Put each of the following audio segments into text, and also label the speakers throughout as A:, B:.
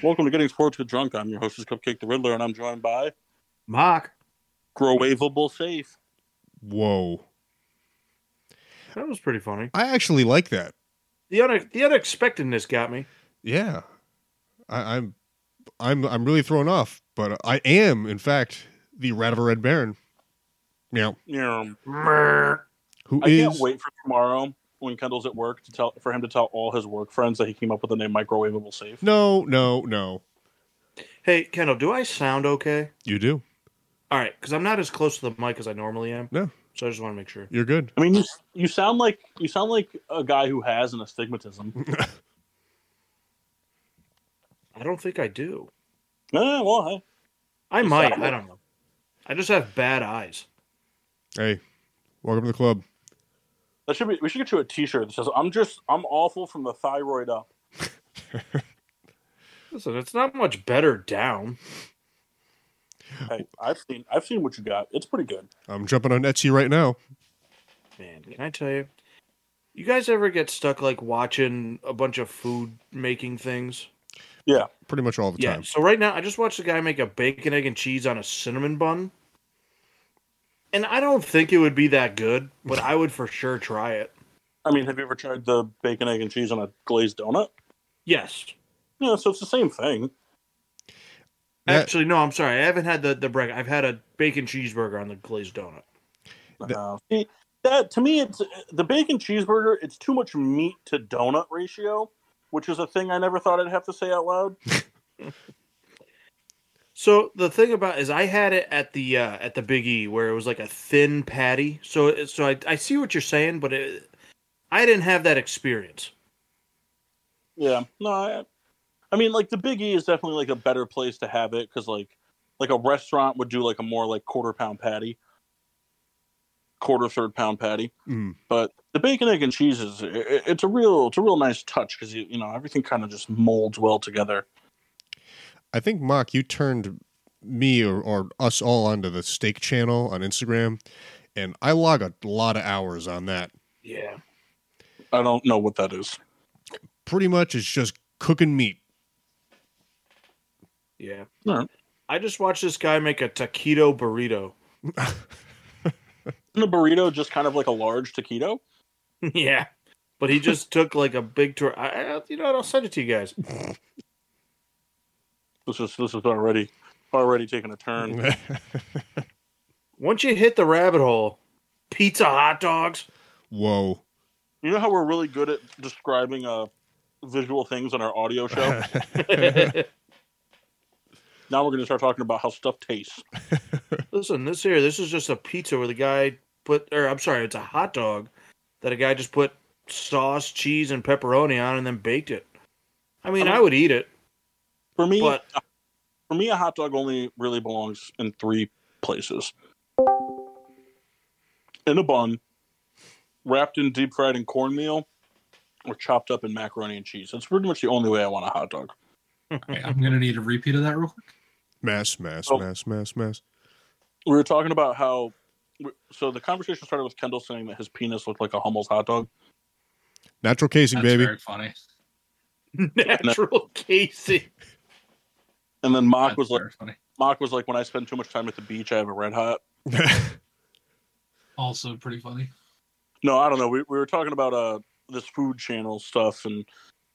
A: Welcome to Getting Sports with Drunk. I'm your hostess, Cupcake the Riddler, and I'm joined by
B: Mock.
A: Growavable Safe.
C: Whoa.
B: That was pretty funny.
C: I actually like that.
B: The un- the unexpectedness got me.
C: Yeah. I, I'm I'm I'm really thrown off, but I am, in fact, the Rat of a Red Baron. Meow.
A: Yeah.
C: Who
A: I
C: is
A: can't wait for tomorrow when Kendall's at work to tell for him to tell all his work friends that he came up with the name Microwavable Safe.
C: No, no, no.
B: Hey, Kendall, do I sound okay?
C: You do.
B: All right, because I'm not as close to the mic as I normally am.
C: No.
B: So I just want to make sure.
C: You're good.
A: I mean, you, you sound like you sound like a guy who has an astigmatism.
B: I don't think I do.
A: Eh, well, hey,
B: I
A: You
B: might.
A: sound-
B: I don't know. I just have bad eyes.
C: Hey. Welcome to the club.
A: that should be. We should get you a T-shirt that says "I'm just I'm awful from the thyroid up."
B: Listen, it's not much better down.
A: Hey, I've seen I've seen what you got. It's pretty good.
C: I'm jumping on Etsy right now.
B: Man, can I tell you? You guys ever get stuck like watching a bunch of food making things?
C: Pretty much all the
B: Yeah.
C: time.
B: So right now, I just watched a guy make a bacon, egg, and cheese on a cinnamon bun, and I don't think it would be that good, but I would for sure try it.
A: I mean, have you ever tried the bacon, egg, and cheese on a glazed donut?
B: Yes.
A: Yeah, so it's the same thing.
C: That-
B: Actually, no. I'm sorry. I haven't had the the break. I've had a bacon cheeseburger on the glazed donut.
C: The-
A: Uh, see, that to me, it's the bacon cheeseburger. It's too much meat to donut ratio, which is a thing I never thought I'd have to say out loud.
B: So the thing about is I had it at the uh, at the Big E where it was like a thin patty. So it- so I, I see what you're saying, but it, I didn't have that experience.
A: Yeah, no, I, I mean, like the Big E is definitely like a better place to have it because like like a restaurant would do like a more like quarter pound patty, quarter third pound patty.
C: Mm.
A: But the bacon, egg, and cheese is i- i it's a real it's a real nice touch because you you know everything kind of just molds well together.
C: I think Mock, you turned me or, or us all onto the steak channel on Instagram, and I log a lot of hours on that.
B: Yeah.
A: I don't know what that is.
C: Pretty much it's just cooking meat.
B: Yeah.
A: Alright.
B: I just watched this guy make a taquito burrito.
A: Isn't a burrito just kind of like a large taquito?
B: Yeah, but he just took like a big tour. I, I, you know, what, I'll send it to you guys.
A: This is this is already already taking a turn.
B: Once you hit the rabbit hole, pizza, hot dogs.
C: Whoa.
A: You know how we're really good at describing uh visual things on our audio show. now we're going to start talking about how stuff tastes.
B: Listen, this here, this is just a pizza where the guy put, or I'm sorry, it's a hot dog that a guy just put sauce, cheese, and pepperoni on, and then baked it. I mean, I would eat it,
A: For me,
B: but
A: for me, a hot dog only really belongs in three places: in a bun, wrapped in deep fried in cornmeal, or chopped up in macaroni and cheese. That's pretty much the only way I want a hot dog.
D: Okay, I'm gonna need a repeat of that real quick.
C: Mass, mass,
A: Oh.
C: mass, mass, mass.
A: We were talking about how. So the conversation started with Kendall saying that his penis looked like a Hummel's hot dog.
C: Natural casing,
D: That's
C: baby.
D: very funny.
B: natural casing.
A: And then Mock
D: That's
A: was like,
D: very funny.
A: Mock was like, when I spend too much time at the beach, I have a red hot.
D: Also pretty funny.
A: No, I don't know. We, we were talking about uh this food channel stuff, and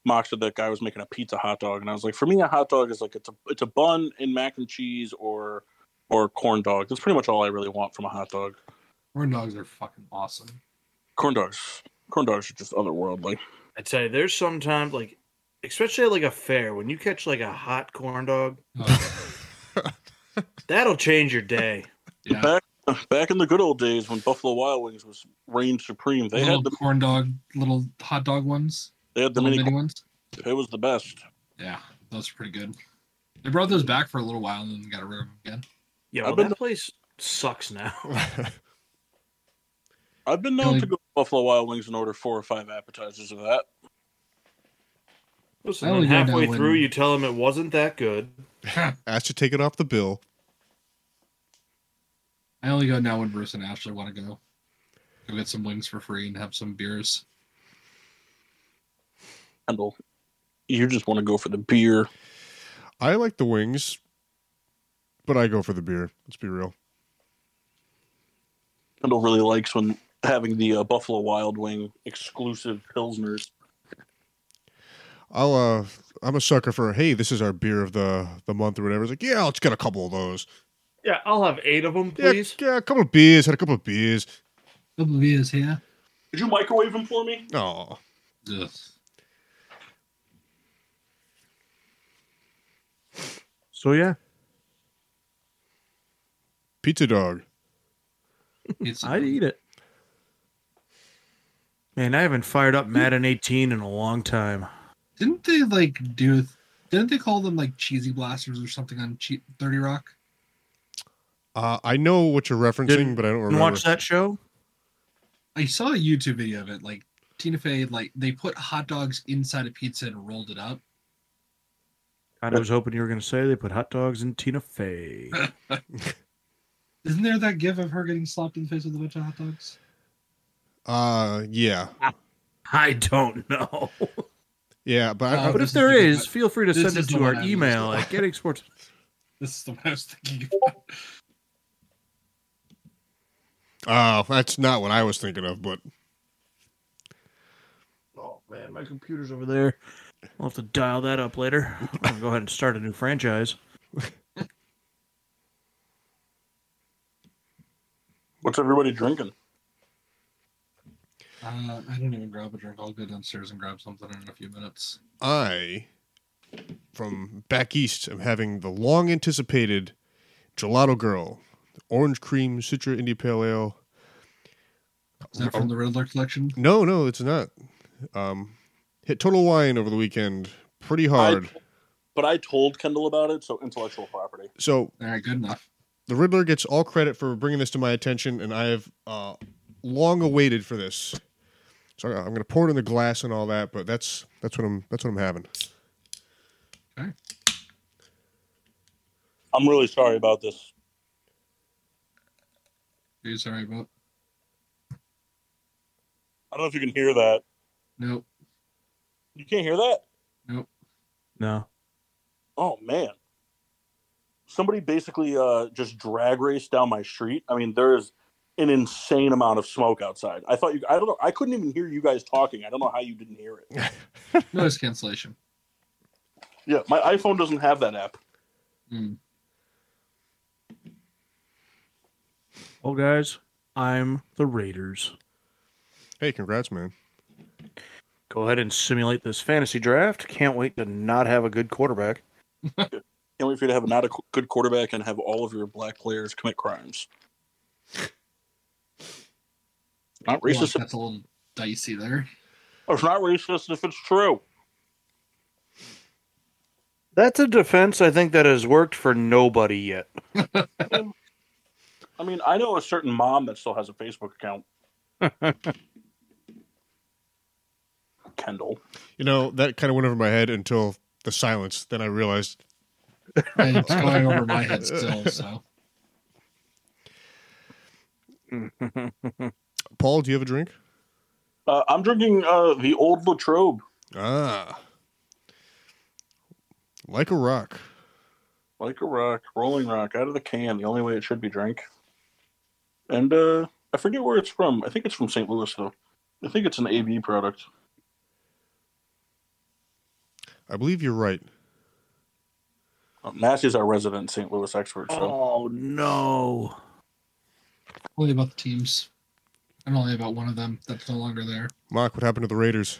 A: Mock said that guy was making a pizza hot dog, and I was like, for me, a hot dog is like it's a it's a bun and mac and cheese or or corn dog. That's pretty much all I really want from a hot dog.
D: Corn dogs are fucking awesome.
A: Corn dogs, corn dogs are just otherworldly.
B: I tell you, there's sometimes like, especially at like a fair, when you catch like a hot corn dog,
D: Oh,
B: that'll change your day.
D: yeah,
A: Back back in the good old days when Buffalo Wild Wings was reigned supreme, they
D: little
A: had the
D: corn dog, little hot dog ones,
A: they had the
D: little
A: mini
D: Oh, mini ones.
A: It was the best.
D: Yeah, those are pretty good. They brought those back for a little while and then got rid of them again.
B: Yeah,
A: I've
B: well,
A: been to-
B: that place sucks now.
A: I've been known
D: Really?
A: to go to Buffalo Wild Wings and order four or five appetizers of that.
B: Listen,
D: I
B: then
D: only go down
B: halfway
D: when-
B: through, you tell them it wasn't that good.
C: Asked to take it off the bill.
D: I only go now when Bruce and Ashley want to go. Go get some wings for free and have some beers.
A: Kendall, you just want to go for the beer.
C: I like the wings, but I go for the beer. Let's be real.
A: Kendall really likes when having the uh, Buffalo Wild Wing exclusive pilsners.
C: I'll uh I'm a sucker for hey, this is our beer of the the month or whatever. It's like, yeah, let's get a couple of those.
B: Yeah, I'll have eight of them,
C: Yeah,
B: please.
C: yeah, a couple of beers, had a couple of beers.
D: Couple of beers here.
A: Did you microwave them for me?
C: Oh.
D: Ugh.
B: So yeah,
C: Pizza dog.
D: It's,
B: it. Man, I haven't fired up Madden 18 in a long time.
D: Didn't they like do? Didn't they call them like cheesy blasters or something on che- Thirty Rock?
C: Uh, I know what you're referencing,
B: Didn't-
C: but I don't
B: Didn't
C: remember.
B: watch that show?
D: I saw a YouTube video of it. Like Tina Fey, like they put hot dogs inside a pizza and rolled it up.
B: God, I was hoping you were going to say they put hot dogs in Tina Fey.
D: Isn't there that gif of her getting slapped in the face with a bunch of hot dogs?
C: Uh, yeah,
B: I don't know.
C: yeah, but I,
D: Uh,
C: I,
B: but
D: this
B: if
D: is
B: there
D: the-
B: is, feel free to
D: this
B: send
D: is
B: it
D: the
B: to our
D: one I
B: email
D: used.
B: at Getting Sports.
D: This is the one I was thinking. Of.
C: oh, that's not what I was thinking of. But
B: Oh man, my computer's over there. I'll have to dial that up later. I'm gonna go ahead and start a new franchise.
A: What's everybody drinking?
D: Uh, I didn't even grab a drink. I'll go downstairs and grab something in a few minutes.
C: I, from back east, am having the long anticipated Gelato Girl, orange cream Citra India Pale Ale.
D: Is that from the Riddler collection?
C: No, no, it's not. Um, hit Total Wine over the weekend, pretty hard.
A: I- but I told Kendall about it, so intellectual property.
C: so
D: All right, good enough.
C: the Riddler gets all credit for bringing this to my attention, and I have uh, long awaited for this. So I'm going to pour it in the glass and all that, but that's that's what I'm that's what I'm having.
A: I'm really sorry about this.
D: Are you sorry about?
A: I don't know if you can hear that.
D: Nope.
A: You can't hear that?
B: No.
A: Oh man. Somebody basically uh, just drag raced down my street. I mean, there is an insane amount of smoke outside. I thought you I don't know I couldn't even hear you guys talking. I don't know how you didn't hear it.
D: Noise cancellation.
A: Yeah, my iPhone doesn't have that app.
D: Mm.
B: Well, guys, I'm the Raiders.
C: Hey, congrats, man.
B: Go ahead and simulate this fantasy draft. Can't wait to not have a good quarterback.
A: Can't wait for you to have not a qu- good quarterback and have all of your black players commit crimes. Not
D: Well,
A: racist.
D: that's a little dicey there.
A: It's not racist if it's true.
B: That's a defense I think that has worked for nobody yet.
A: I mean, I know a certain mom that still has a Facebook account. Kendall.
C: You know that kind of went over my head until the silence. Then I realized
D: It's going over my head still. So
C: Paul, do you have a drink?
A: Uh, I'm drinking uh, the old Latrobe.
C: Ah. Like a rock.
A: Like a rock, rolling rock, out of the can, the only way it should be drank. And uh, I forget where it's from. I think it's from St. Louis, though. I think it's an AB product.
C: I believe you're right.
A: Uh, Massey's our resident St. Louis expert, so
B: Oh no.
D: only about the teams. And only about one of them that's no longer there.
C: Mock, what happened to the Raiders?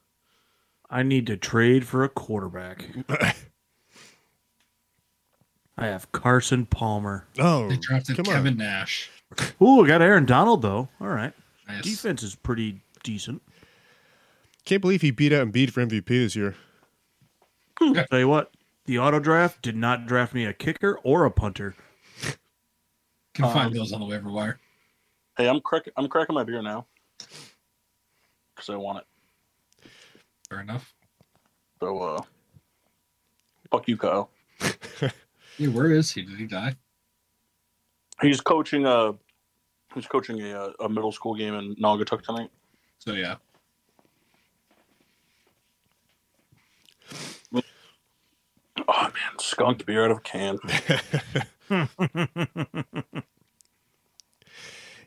B: I need to trade for a quarterback. I have Carson Palmer.
C: Oh,
D: They drafted
C: come
D: Kevin Nash.
B: Ooh, I got Aaron Donald though. All right.
D: Nice.
B: Defense is pretty decent.
C: Can't believe he beat out Embiid for MVP this year.
B: Tell you what, the auto draft did not draft me a kicker or a punter.
D: Can
A: Um,
D: find those on the waiver wire.
A: Hey, I'm crack- I'm cracking my beer now because I want it.
D: Fair enough.
A: So, uh, fuck you, Kyle.
D: Hey, where is he? Did he die?
A: He's coaching a he's coaching a, uh, a middle school game in Naugatuck tonight.
D: So yeah.
A: Oh man, skunked beer out of a can.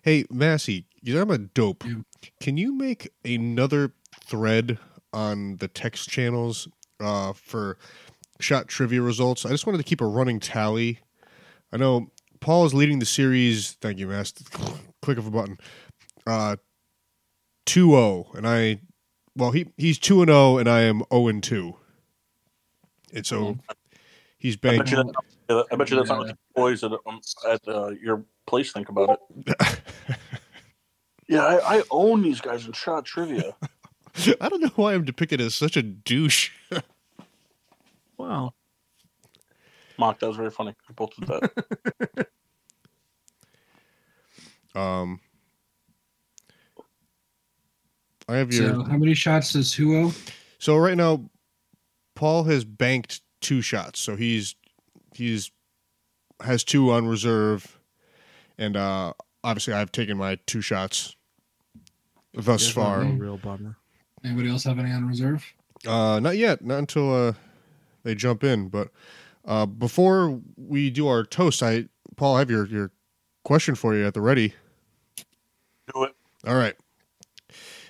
C: Hey, Massey, you're talking about dope.
D: Yeah.
C: Can you make another thread on the text channels uh, for shot trivia results? I just wanted to keep a running tally. I know Paul is leading the series. Thank you, Mass. Click of a button. Uh, 2 0. And I, well, he he's 2 and 0, and I am 0 and 2. And so he's
A: Hmm. I
C: banged.
A: bet you that's not, I bet you that's not what the boys at, um, at uh, your place think about it. Yeah, I, I own these guys in shot trivia.
C: I don't know why I'm depicted as such a douche.
B: Wow.
A: Mock, that was very funny. You both did that.
C: Um, I have your.
D: So
C: So,
D: how many shots does Huo?
C: right now, Paul has banked two shots, so he's he's has two on reserve, and uh, obviously I've taken my two shots thus
B: That's
C: far.
B: a real bummer.
D: Anybody else have any on reserve?
C: Uh, not yet, not until uh, they jump in. But uh, before we do our toast, I Paul, I have your your question for you at the ready.
A: Do it.
C: All right.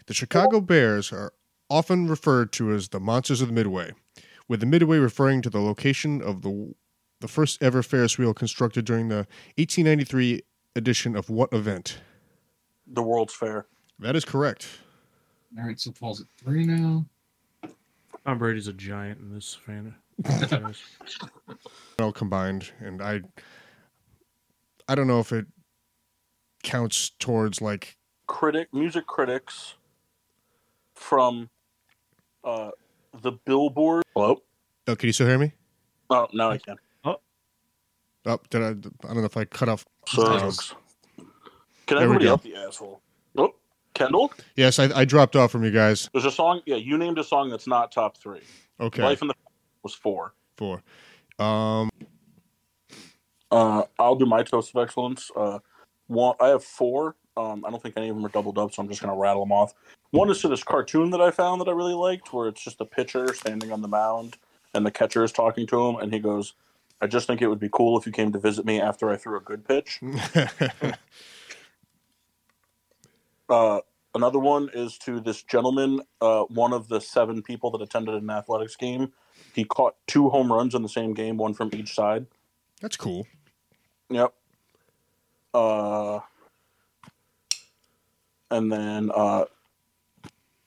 C: The Chicago Bears are often referred to as the monsters of the Midway, with the Midway referring to the location of the the first ever Ferris wheel constructed during the 1893 edition of what event?
A: The World's Fair.
C: That is correct.
D: All right, so Paul's at three now.
B: Tom Brady's a giant in this fan.
C: All combined, and I I don't know if it counts towards like
A: critic music critics from uh the billboard hello
C: oh, can you still hear me?
A: oh now i can
C: Oh, did I? I don't know if I cut off.
A: so
C: Yes. There
A: can
C: we
A: everybody
C: go.
A: help the asshole oh kendall
C: Yes, I, I dropped off from you guys.
A: there's a song yeah you named a song that's not top three
C: Okay,
A: life in the was four
C: four. Um,
A: uh i'll do my toast of excellence uh one i have four um i don't think any of them are doubled up so i'm just gonna rattle them off one is to this cartoon that i found that i really liked where it's just the pitcher standing on the mound and the catcher is talking to him and he goes i just think it would be cool if you came to visit me after i threw a good pitch uh Another one is to this gentleman, uh, one of the seven people that attended an athletics game. He caught two home runs in the same game, one from each side.
C: that's cool.
A: Yep. Uh, and then uh,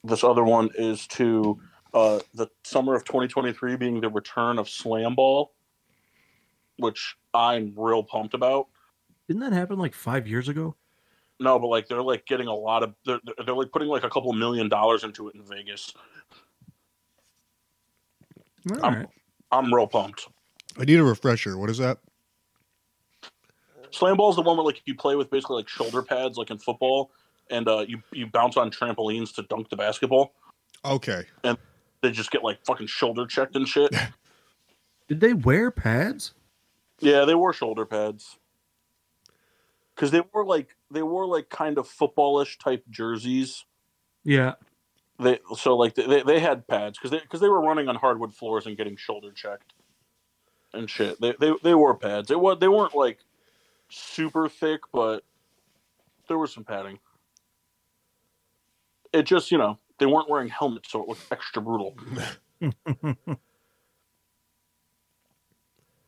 A: this other one is to uh, the summer of 2023 being the return of Slam Ball, which I'm real pumped about.
B: Didn't that happen like five years ago?
A: No, but like they're like getting a lot of they're they're- they're like putting like a couple million dollars into it in Vegas.
B: All
A: I'm- I'm real pumped.
C: I need a refresher. What is that?
A: Slam ball is the one where like you play with basically like shoulder pads, like in football, and uh, you you bounce on trampolines to dunk the basketball.
C: Okay.
A: They just get like fucking shoulder checked and shit.
B: Did they wear pads?
A: Yeah, they wore shoulder pads. Cause they wore like they wore like kind of footballish type jerseys.
B: Yeah.
A: They so like they- they, they had pads because they because they were running on hardwood floors and getting shoulder checked and shit. They they, they wore pads. It was they weren't like super thick, but there was some padding. It just you know they weren't wearing helmets, so it looked extra brutal.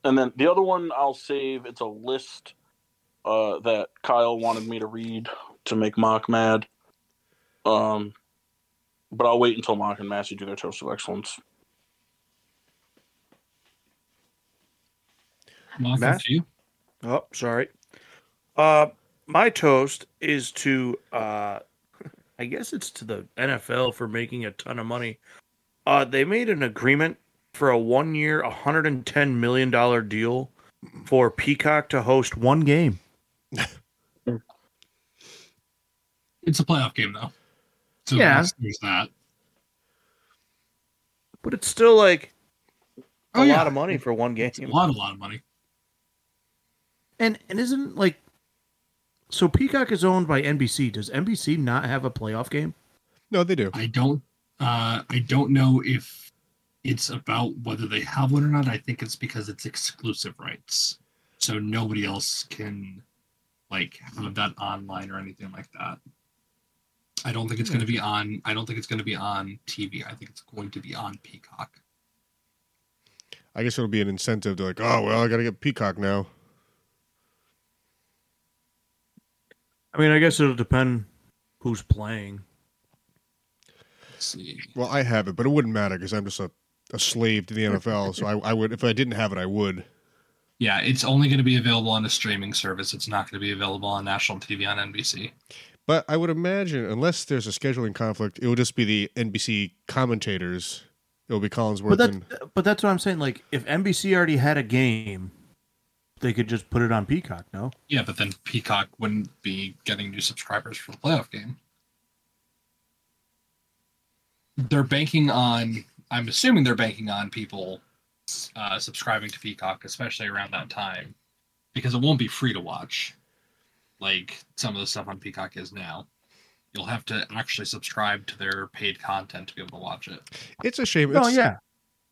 A: And then the other one I'll save. It's a list uh, that Kyle wanted me to read to make Mock mad. Um, but I'll wait until Mock and Massey do their toast of excellence.
D: Mark,
B: Matt?
D: it's you.
B: Oh, sorry. Uh, my toast is to uh, I guess it's to the NFL for making a ton of money. Uh, they made an agreement for a one year, $110 million deal for Peacock to host one game.
D: It's a playoff game though. So
B: Yeah.
D: that's- There's that.
B: But it's still like a
D: Oh, yeah.
B: lot of money for one game.
D: It's a lot, a lot of money.
B: And and isn't like so Peacock is owned by NBC. Does NBC not have a playoff game?
C: No, they do.
D: I don't. Uh, I don't know if it's about whether they have one or not. I think it's because it's exclusive rights, so nobody else can like have that online or anything like that. I don't think it's going to be on. I don't think it's going to be on TV. I think it's going to be on Peacock.
C: I guess it'll be an incentive to like, oh well, I gotta get Peacock now.
B: I mean, I guess it'll depend who's playing.
D: Let's see.
C: Well, I have it, but it wouldn't matter because I'm just a, a slave to the NFL. so I, I would if I didn't have it, I would.
D: Yeah, it's only going to be available on a streaming service. It's not going to be available on national TV on NBC.
C: But I would imagine, unless there's a scheduling conflict, it will just be the NBC commentators. It'll be Collinsworth.
B: But that's
C: and,
B: but that's what I'm saying. Like if NBC already had a game, they could just put it on Peacock. No,
D: Yeah, but then Peacock wouldn't be getting new subscribers for the playoff game. They're banking on, I'm assuming they're banking on people uh, subscribing to Peacock, especially around that time, because it won't be free to watch like some of the stuff on Peacock is now. You'll have to actually subscribe to their paid content to be able to watch it.
C: it's a shame.
B: no,
C: It's-
B: Oh, yeah.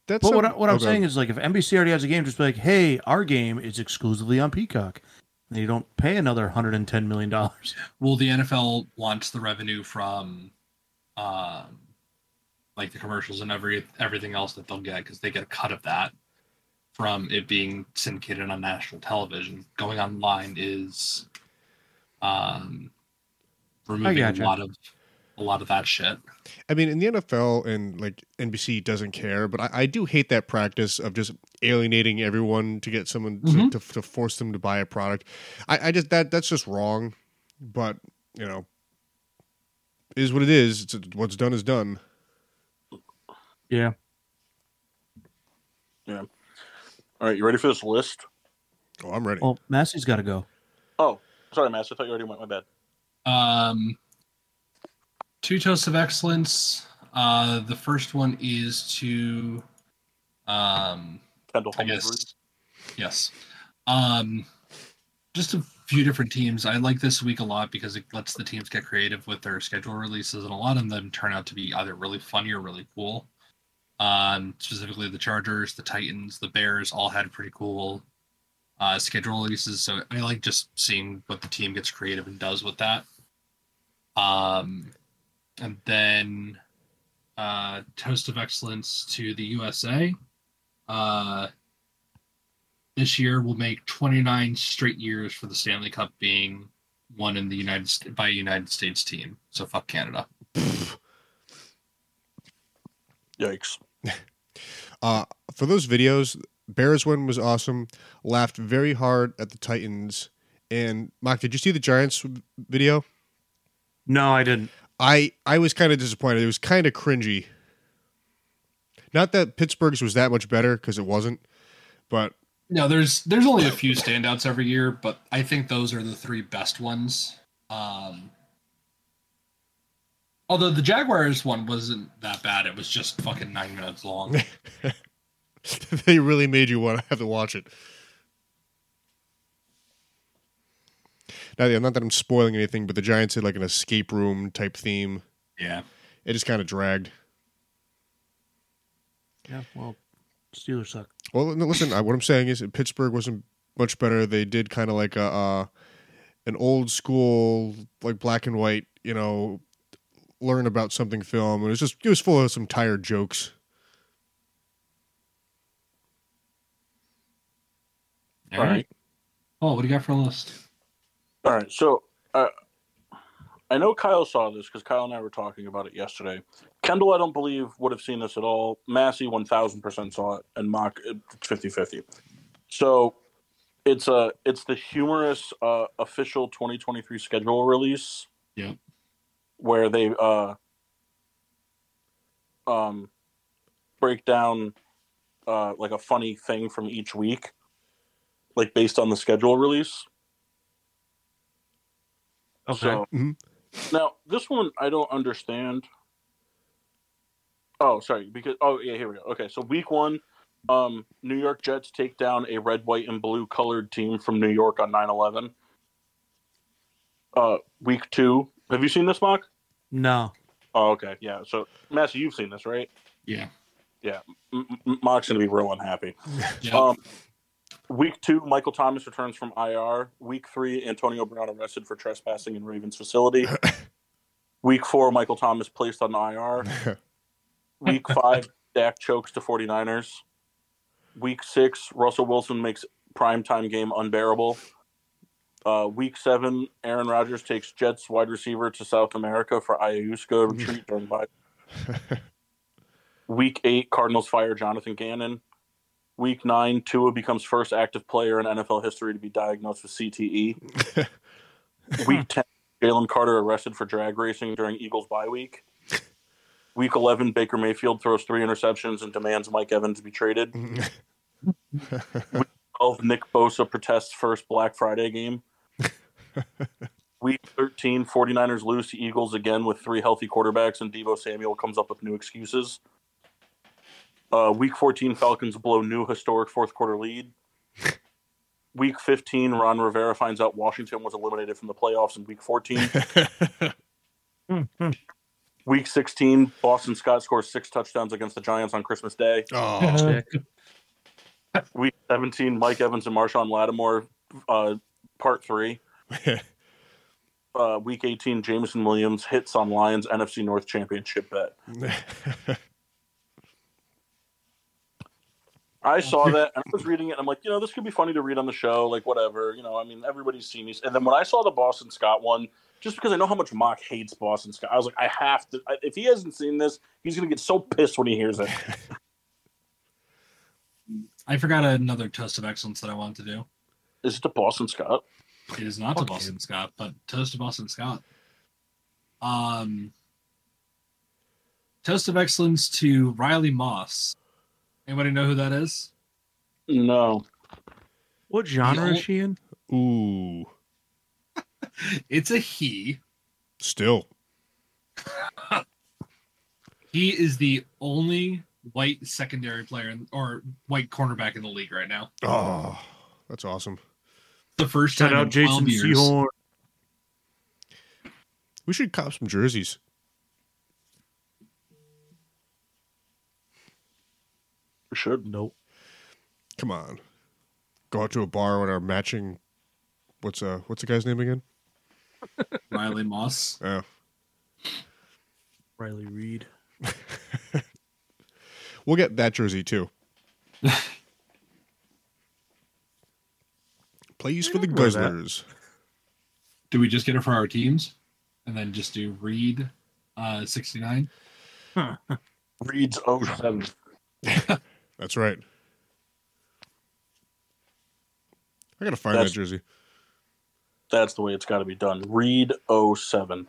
C: That's
B: But what, I,
C: some-
B: what I'm
C: okay.
B: saying is like if NBC already has a game, just be like, hey, our game is exclusively on Peacock. And you don't pay another 110 million dollars.
D: Well, the NFL wants the revenue from, um, like the commercials and every everything else that they'll get because they get a cut of that from it being syndicated on national television. Going online is, um, removing
B: gotcha.
D: a lot of a lot of that shit.
C: I mean, in the NFL and like NBC doesn't care, but I, I do hate that practice of just alienating everyone to get someone to-
D: Mhm.
C: to, to, force them to buy a product. I, I just that that's just wrong. But you know, it is what it is. It's, what's done is done.
B: Yeah.
A: All right, you ready for this list?
C: Oh, I'm ready.
B: Well, Massey's got to go.
A: Oh, sorry, Mass. I thought you already went. My bad.
D: Um, two toasts of excellence. Uh, the first one is to, um,
A: Kendall
D: I
A: Holmes.
D: guess. Yes. Um, just a few different teams. I like this week a lot because it lets the teams get creative with their schedule releases, and a lot of them turn out to be either really funny or really cool. Um, specifically, the Chargers, the Titans, the Bears all had pretty cool uh, schedule releases. So I like just seeing what the team gets creative and does with that. Um, and then uh, toast of excellence to the USA. Uh, this year will make 29 straight years for the Stanley Cup being won in the United Sta- by a United States team. So fuck Canada.
A: Yikes.
C: Uh, for those videos, Bears win was awesome. Laughed very hard at the Titans. And Mark, did you see the Giants video?
B: No, I didn't.
C: I I was kind of disappointed. It was kind of cringy. Not that Pittsburgh's was that much better because it wasn't, but
D: No, there's there's only a few standouts every year, but I think those are the three best ones. Um, although the Jaguars one wasn't that bad, it was just fucking nine minutes long.
C: they really made you want to have to watch it. Now, yeah, not that I'm spoiling anything, but the Giants had like an escape room type theme.
D: yeah,
C: It just kind of dragged.
B: Yeah. Well, Steelers suck.
C: Well, no, listen, I, what I'm saying is Pittsburgh wasn't much better. They did kind of like a uh, an old school, like black and white, you know, learn about something film. It was just it was full of some tired jokes.
D: all right. Oh, what do you got for a list?
A: All right. So uh, I know Kyle saw this because Kyle and I were talking about it yesterday. Kendall, I don't believe, would have seen this at all. Massey 1000% saw it, and Mock 50 50. So it's uh, a it's the humorous uh, official 2023 schedule release.
D: Yep.
A: where they uh, um, break down uh, like a funny thing from each week, like based on the schedule release.
D: Okay.
A: So,
C: Mhm.
A: Now this one I don't understand. Oh, sorry. Because oh yeah, here we go. Okay, so week one, um, New York Jets take down a red, white, and blue colored team from New York on 9-11. Uh, week two. Have you seen this mock?
B: No.
A: Oh, okay. Yeah. So, Massey, you've seen this, right?
D: Yeah.
A: M- M- Mock's gonna be real unhappy.
D: Yep.
A: Um, week two, Michael Thomas returns from IR. Week three, Antonio Brown arrested for trespassing in Ravens facility. week four, Michael Thomas placed on IR. Week five, Dak chokes to 49ers. Week six, Russell Wilson makes primetime game unbearable. Uh, week seven, Aaron Rodgers takes Jets wide receiver to South America for Iuska retreat during bye. Week eight, Cardinals fire Jonathan Gannon. Week nine, Tua becomes first active player in NFL history to be diagnosed with CTE. week 10, Jalen Carter arrested for drag racing during Eagles bye week. Week 11, Baker Mayfield throws three interceptions and demands Mike Evans be traded. 12, Nick Bosa protests first Black Friday game. Week 13, 49ers lose to Eagles again with three healthy quarterbacks, and Devo Samuel comes up with new excuses. Uh, week 14, Falcons blow new historic fourth quarter lead. Week 15, Ron Rivera finds out Washington was eliminated from the playoffs in week 14. Week 16, Boston Scott scores six touchdowns against the Giants on Christmas Day.
C: oh,
D: Sick.
A: Week 17, Mike Evans and Marshawn Lattimore, uh, part three. Uh, week 18, Jameson Williams hits on Lions NFC North Championship bet. I saw that and I was reading it and I'm like, you know, this could be funny to read on the show, like whatever, you know, I mean everybody's seen these. And then when I saw the Boston Scott one, just because I know how much Mock hates Boston Scott, I was like, I have to I- if he hasn't seen this, he's gonna get so pissed when he hears it.
D: I forgot another test of excellence that I wanted to do.
A: Is it the Boston Scott?
D: It is not to
A: Okay.
D: Boston Scott, but toast to Boston Scott. Um, toast of excellence to Riley Moss. Anybody know who that is?
A: No.
B: What genre
D: The
B: is
D: ol-
B: she in?
C: ooh,
D: It's a he.
C: still.
D: He is the only white secondary player in, or white cornerback in the league right now.
C: Oh, that's awesome.
D: The first time
B: Shout out
D: in 12
B: Jason
D: years.
B: Seahorn.
C: We should cop some jerseys.
A: We should.
B: Nope.
C: Come on, go out to a bar with our matching. What's uh, what's the guy's name again?
D: Riley Moss.
C: Oh,
B: Riley Reed.
C: we'll get that jersey too. Plays for the
B: I'd wear that.
C: Guzzlers.
D: Do we just get it for our teams and then just do Reed uh, 69?
A: Reads 07.
C: That's right. I gotta find
A: That's-
C: that jersey.
A: That's the way it's gotta be done. Read 07.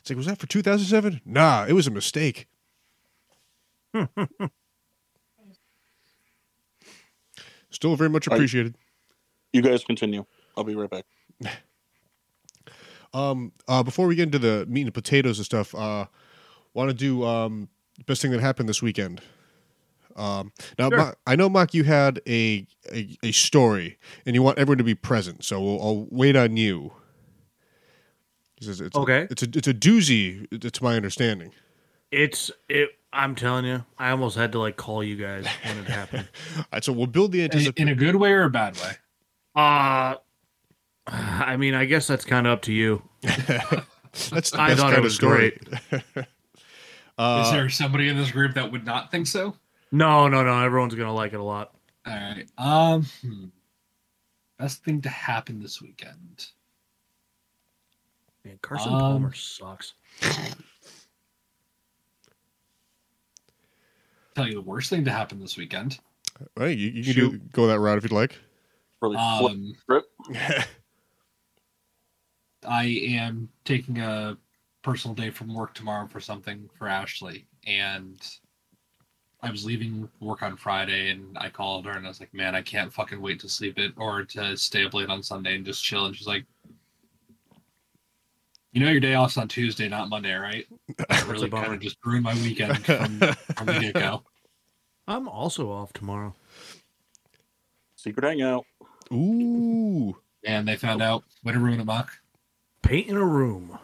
C: It's like, was that for 2007? Nah, it was a mistake. Still very much
A: Are you-
C: appreciated.
A: You guys continue. I'll be right back.
C: Um, uh, before we get into the meat and potatoes and stuff, uh, want to do um, best thing that happened this weekend. Um, now,
B: Sure.
C: Mock, I know, Mock, you had a, a a story, and you want everyone to be present, so we'll, I'll wait on you. This is- It's,
B: Okay.
C: it's a it's a doozy. It's my understanding.
B: It's it. I'm telling you, I almost had to like call you guys when it happened.
C: All right, so we'll build the
D: In,
C: anticipation.
D: in a good way or a bad way?
B: Uh I mean, I guess that's kind of up to you.
C: That's the
B: I
C: best
B: thought
C: kind
B: it was
C: of story.
D: is
C: uh,
D: there somebody in this group that would not think so?
B: No, no, no. Everyone's gonna like it a lot.
D: All right. Um, hmm. best thing to happen this weekend.
B: Man, Carson
D: Um,
B: Palmer sucks.
D: Tell you the worst thing to happen this weekend.
C: well, you, you can do, go that route if you'd like.
A: Really flip
D: Um,
A: Rip.
D: I am taking a personal day from work tomorrow for something for Ashley, and I was leaving work on Friday, and I called her, and I was like, "Man, I can't fucking wait to sleep it or to stay up late on Sunday and just chill." And she's like, "You know, your day off's on Tuesday, not Monday, right?" That really
B: bummer.
D: kind of just ruined my weekend from, from the get go.
B: I'm also off tomorrow.
A: Secret hangout.
C: Ooh.
D: And they found out way to ruin a mock.
B: Paint in a room.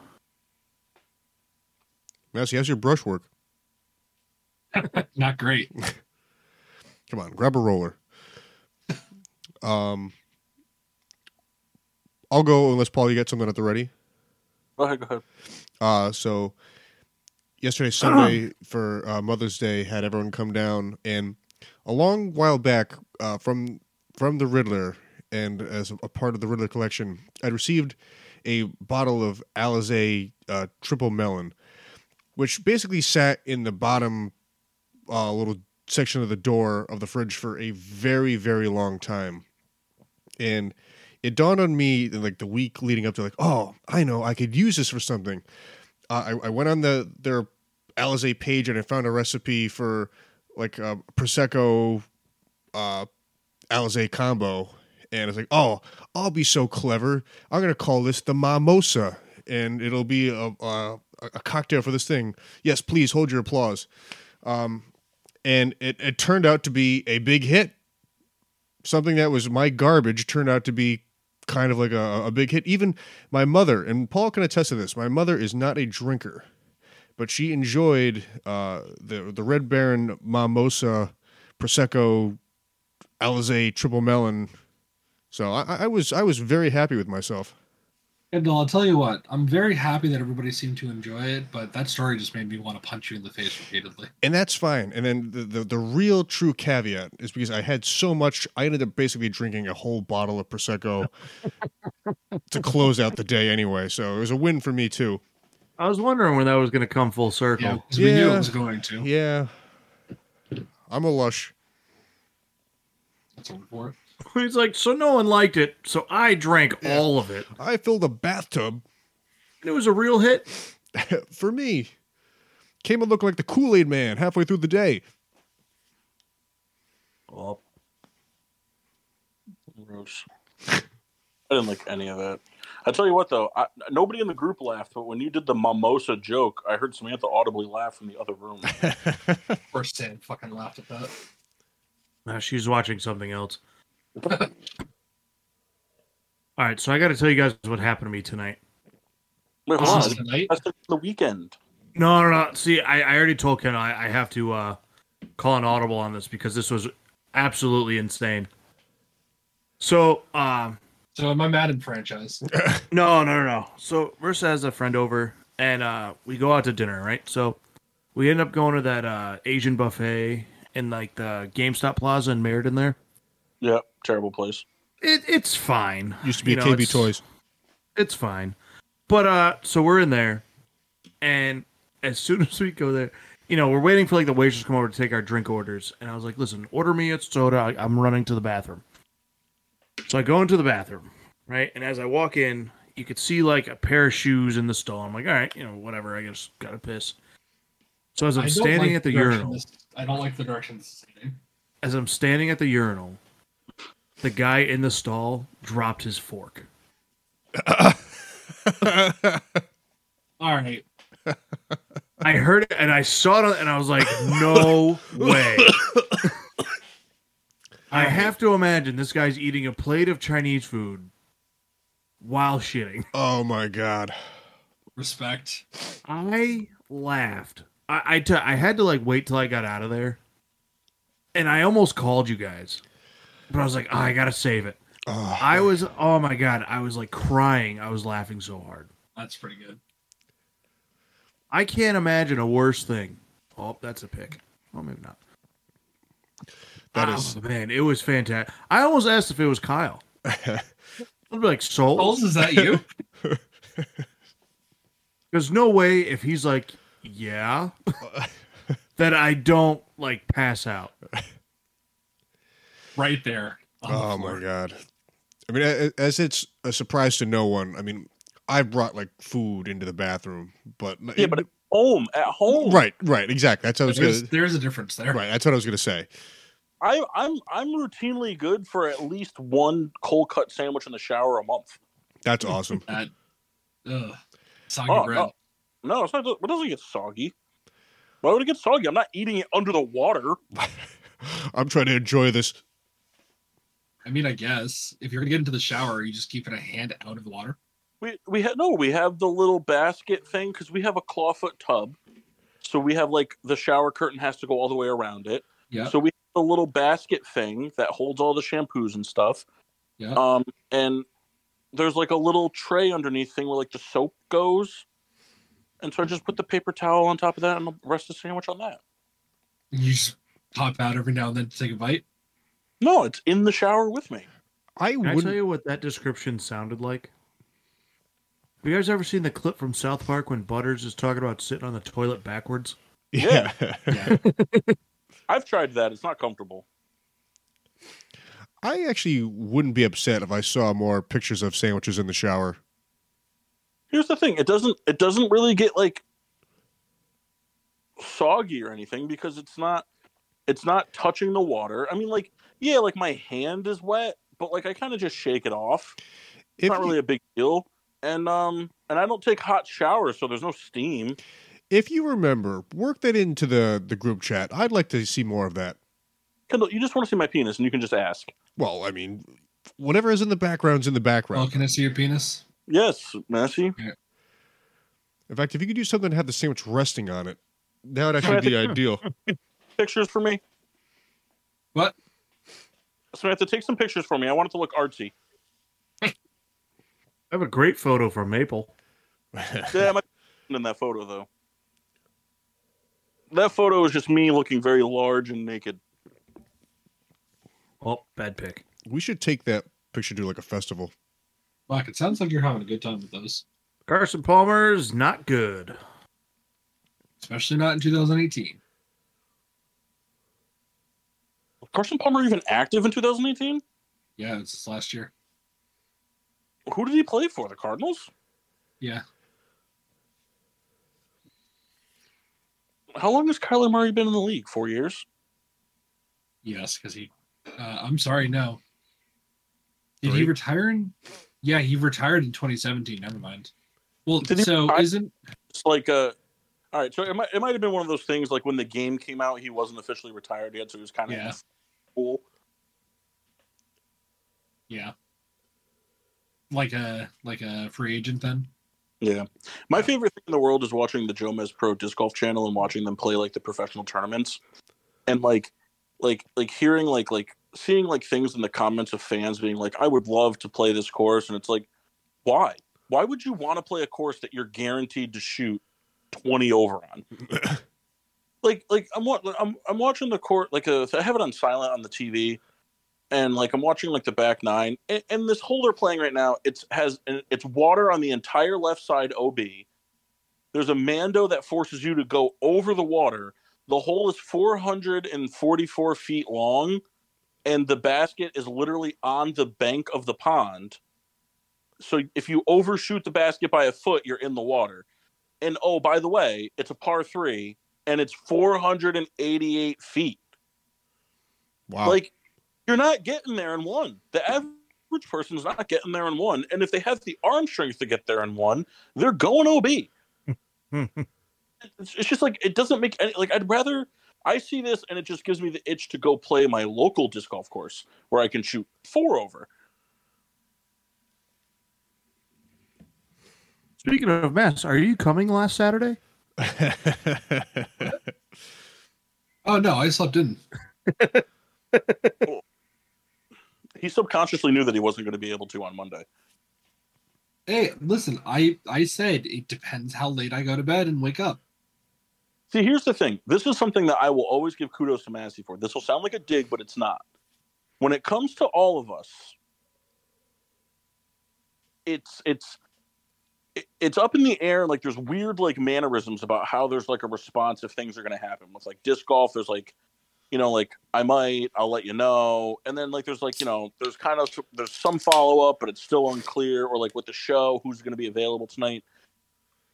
C: Massey, how's your brushwork?
D: Not great.
C: Come on, grab a roller. Um, I'll go unless Paul, you got something at the ready.
A: Go ahead, go ahead.
C: Uh, so yesterday, Sunday for uh, Mother's Day, had everyone come down, and a long while back uh, from from the Riddler, and as a part of the Riddler collection, I'd received a bottle of Alizé uh, Triple Melon, which basically sat in the bottom uh, little section of the door of the fridge for a very very long time, and. It dawned on me like the week leading up to like, oh, I know I could use this for something uh, I, I went on the their Alizé page and I found a recipe for like a prosecco uh, Alizé combo, and it's like, oh, I'll be so clever. I'm gonna call this the mimosa, and it'll be a a, a cocktail for this thing. Yes, please hold your applause. Um, and it, it turned out to be a big hit. Something that was my garbage turned out to be kind of like a, a big hit. Even my mother, and Paul can attest to this, my mother is not a drinker, but she enjoyed uh, the the Red Baron Mimosa Prosecco Alizé Triple Melon. So I, I- I was I was very happy with myself.
D: And I'll tell you what, I'm very happy that everybody seemed to enjoy it, but that story just made me want to punch you in the face repeatedly.
C: and that's fine. And then the, the the real true caveat is because I had so much, I ended up basically drinking a whole bottle of prosecco to close out the day anyway. So it was a win for me too.
B: I was wondering when that was going to come full circle.
D: Yeah, 'cause we knew
C: Yeah.
D: it was going to.
C: Yeah, I'm a lush.
D: That's a word for it.
B: He's like, so no one liked it, so I drank
C: Yeah.
B: all of it.
C: I filled a bathtub
B: It was a real hit.
C: for me. Came and looked like the Kool Aid Man halfway through the day.
B: Oh,
A: Gross. I didn't like any of that. I tell you what, though, I, nobody in the group laughed, but when you did the mimosa joke, I heard Samantha audibly laugh from the other room.
D: Of course, Sam fucking laughed at that.
B: now she's watching something else. all right, so I got to tell you guys what happened to me tonight.
A: Wait, hold
D: This
A: on.
D: is tonight.
A: That's the, the weekend.
B: No, no, no. See, I, I already told Ken I, I have to uh, call an audible on this because this was absolutely insane. So, um,
D: So in my Madden franchise,
B: No, no, no, no. So Versa has a friend over, and uh, we go out to dinner, right? So we end up going to that uh, Asian buffet in like the GameStop Plaza in Meriden. There,
A: Yeah, terrible place.
B: it, it's fine.
C: Used to be
B: You know,
C: KB
B: it's-
C: Toys.
B: It's fine. But uh, so we're in there, and as soon as we go there, you know, we're waiting for like the waitress to come over to take our drink orders, and I was like, "Listen, order me a soda. I, I'm running to the bathroom." So I go into the bathroom, right, and as I walk in, you could see like a pair of shoes in the stall. I'm like, "All right, you know, whatever. I just gotta piss." So as
D: I
B: I'm
D: don't
B: standing
D: like
B: at the
D: direction
B: urinal,
D: this- I don't like the direction this is heading.
B: as I'm standing at the urinal, the guy in the stall dropped his fork.
D: All right,
B: I heard it and I saw it and I was like, no way. I have to imagine this guy's eating a plate of Chinese food while shitting.
C: Oh my God.
D: respect.
B: I laughed. I I t- I had to like wait till I got out of there. And I almost called you guys. But I was like, "Ah, I gotta save it.
C: Oh.
B: I was, oh my God, I was like crying. I was laughing so hard.
D: That's pretty good.
B: I can't imagine a worse thing. Oh, that's a pick. Well, maybe not.
C: That
B: Oh,
C: is-
B: man, it was fantastic. I almost asked if it was Kyle. I'd be like
D: Oles,
B: Souls,
D: is that you?
B: there's no way if he's like, yeah, that I don't like pass out.
D: right there. on the
C: Oh my
D: floor.
C: god! I mean, a- a- as it's a surprise to no one. I mean, I brought like food into the bathroom, but
A: Yeah, but at home, at home,
C: right, right, exactly. That's what I was
D: There's,
C: gonna.
D: there's a difference there.
C: Right, that's what I was gonna say.
A: I, I'm I'm routinely good for at least one cold cut sandwich in the shower a month.
C: That's awesome.
D: That, ugh, soggy
A: Oh,
D: bread.
A: no. No, it's not. It doesn't get soggy. Why would it get soggy? I'm not eating it under the water.
C: I'm trying to enjoy this.
D: I mean, I guess if you're gonna get into the shower, are you just keeping a hand out of the water?
A: We we had no. We have the little basket thing because we have a clawfoot tub, so we have like the shower curtain has to go all the way around it.
D: Yeah.
A: So we have the little basket thing that holds all the shampoos and stuff.
D: Yeah.
A: Um, and there's like a little tray underneath thing where like the soap goes, and so I just put the paper towel on top of that and the rest of the sandwich on that.
D: You just pop out every now and then to take a bite.
A: No, it's in the shower with me.
C: I
B: Can I
C: wouldn't.
B: tell you what that description sounded like? Have you guys ever seen the clip from South Park when Butters is talking about sitting on the toilet backwards?
C: yeah.
D: Yeah.
A: I've tried that. It's not comfortable.
C: I actually wouldn't be upset if I saw more pictures of sandwiches in the shower.
A: here's the thing it doesn't it doesn't really get like soggy or anything because it's not it's not touching the water i mean like yeah like my hand is wet but like i kind of just shake it off it's
C: If
A: not really a big deal and um and i don't take hot showers so there's no steam
C: if you remember, work that into the the group chat. I'd like to see more of that.
A: kendall you just want to see my penis and you can just ask
C: Well, I mean, whatever is in the background's in the
D: Well,
C: background.
D: can I see your penis?
A: yes massey
C: In fact, if you could do something to have the sandwich resting on it, that would
A: Right.
C: actually be ideal.
A: pictures for me
D: What?
A: samantha take some pictures for me i want it to look artsy
B: I have a great photo from Maple.
A: Yeah, my in that photo though. That photo is just me looking very large and naked.
B: Oh, bad pick.
C: we should take that picture to like a festival.
D: Fuck, it sounds like you're having a good time with those,
B: Carson Palmer's not good.
D: especially not in 2018.
A: Was Carson Palmer even active in 2018?
D: Yeah, it's this last year.
A: Who did he play for? The Cardinals?
D: Yeah,
A: How long has Kyler Murray been in the league? Four years.
D: yes, because he. Uh, I'm sorry, no. Did he
C: Three?
D: retire in? Yeah, he retired in 2017. Never mind. Well,
A: Did he
D: so
A: retire?
D: isn't
A: It's like uh all right, so it might, it might have been one of those things like when the game came out, he wasn't officially retired yet, so he was kind of
D: Yeah.
A: cool.
D: yeah, like a like a free agent then?
A: Yeah. My favorite thing in the world is watching the Jomez Pro Disc Golf channel and watching them play like the professional tournaments and like like like hearing like like seeing like things in the comments of fans being like I would love to play this course and it's like why? Why would you want to play a course that you're guaranteed to shoot 20 over on? like like I'm wa- I'm I'm watching the court like uh, I have it on silent on the TV and like I'm watching like the back nine, and, and this hole they're playing right now, it's has it's water on the entire left side OB. There's a mando that forces you to go over the water. The hole is 444 feet long, and the basket is literally on the bank of the pond. So if you overshoot the basket by a foot, you're in the water. And oh, by the way, it's a par three, and it's 488 feet.
C: Wow.
A: Like, you're not getting there in one. The average person's not getting there in one. And if they have the arm strength to get there in one, they're going OB. It's, it's just like, it doesn't make any, like, I'd rather, I see this and it just gives me the itch to go play my local disc golf course where I can shoot four over.
B: Speaking of mess, are you coming last Saturday?
D: Oh no, I slept in.
A: He subconsciously knew that he wasn't going to be able to on Monday.
D: Hey, listen, I I said it depends how late I go to bed and wake up.
A: See, here's the thing. This is something that I will always give kudos to Massey for. This will sound like a dig, but it's not. When it comes to all of us, it's it's it- it's up in the air. Like there's weird like mannerisms about how there's like a response if things are going to happen. With like disc golf, there's like you know, like I might, I'll let you know. And then like there's like, you know, there's kind of there's some follow up, but it's still unclear, or like with the show, who's gonna be available tonight.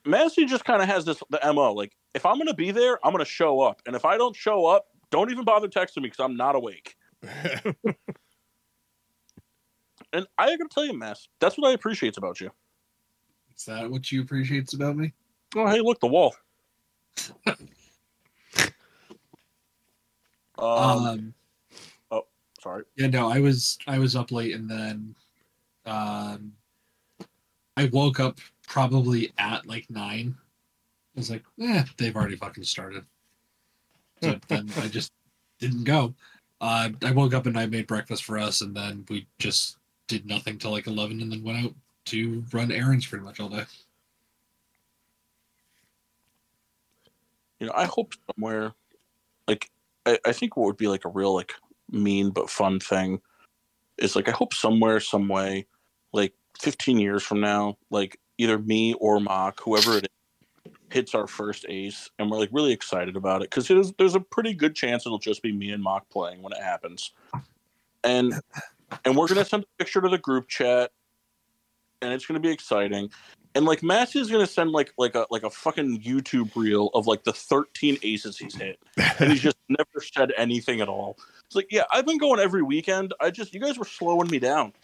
A: Massey just kind of has this the MO, like, if I'm gonna be there, I'm gonna show up. And if I don't show up, don't even bother texting me because I'm not awake. And I gotta tell you, Mass, that's what I appreciate about you.
D: Is that what you appreciates about me?
A: Oh, hey, look, the wall. um,
D: um
A: sorry.
D: Yeah, no, I was I was up late and then um I woke up probably at like nine. I was like, eh, they've already fucking started. So then I just didn't go. Uh, I woke up and I made breakfast for us and then we just did nothing till like eleven and then went out to run errands pretty much all day.
A: You know, I hope somewhere, like, I, I think what would be like a real, like, mean but fun thing is like, I hope somewhere, some way, like 15 years from now, like, either me or Mock, whoever it is, hits our first ace and we're like really excited about it because there's, there's a pretty good chance it'll just be me and Mock playing when it happens. And, and we're going to send a picture to the group chat and it's going to be exciting. And like Massey is going to send like like a like a fucking YouTube reel of like the 13 aces he's hit, and he's just never said anything at all. It's like, yeah, I've been going every weekend. I just you guys were slowing me down.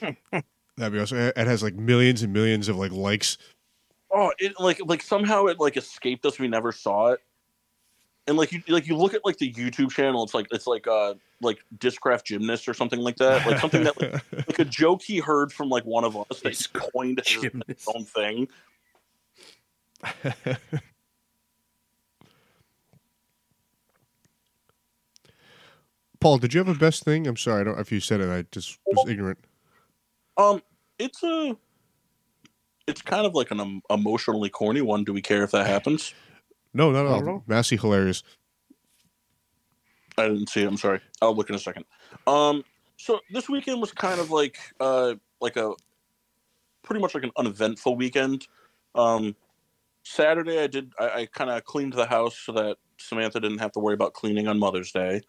C: That'd be awesome. It it has like millions and millions of like likes.
A: Oh, it like like somehow it like escaped us. We never saw it. And like you like you look at like the YouTube channel, it's like it's like uh like discraft gymnast or something like that, Uh, like something that like, like a joke he heard from like one of us. They coined as his
B: Gymnast.
A: own thing.
C: Paul, did you have a best thing? I'm sorry, I don't know if you said it. I just was ignorant.
A: Um, it's a, it's kind of like an em- emotionally corny one. Do we care if that happens?
C: No, not at
E: Not at
C: all.
E: all.
C: Massey hilarious.
A: I didn't see. it. I'm sorry. I'll look in a second. Um, so this weekend was kind of like uh like a pretty much like an uneventful weekend. Um, Saturday I did I, I kind of cleaned the house so that Samantha didn't have to worry about cleaning on Mother's Day,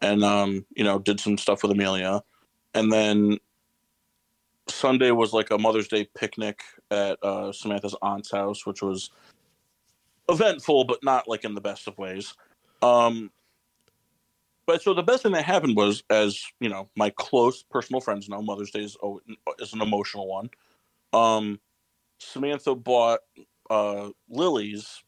A: and um you know did some stuff with Amelia, and then Sunday was like a Mother's Day picnic at uh, Samantha's aunt's house, which was eventful but not like in the best of ways. Um, but so the best thing that happened was, as you know, my close personal friends know, Mother's Day is, al- is an emotional one. Um, Samantha bought uh, lilies,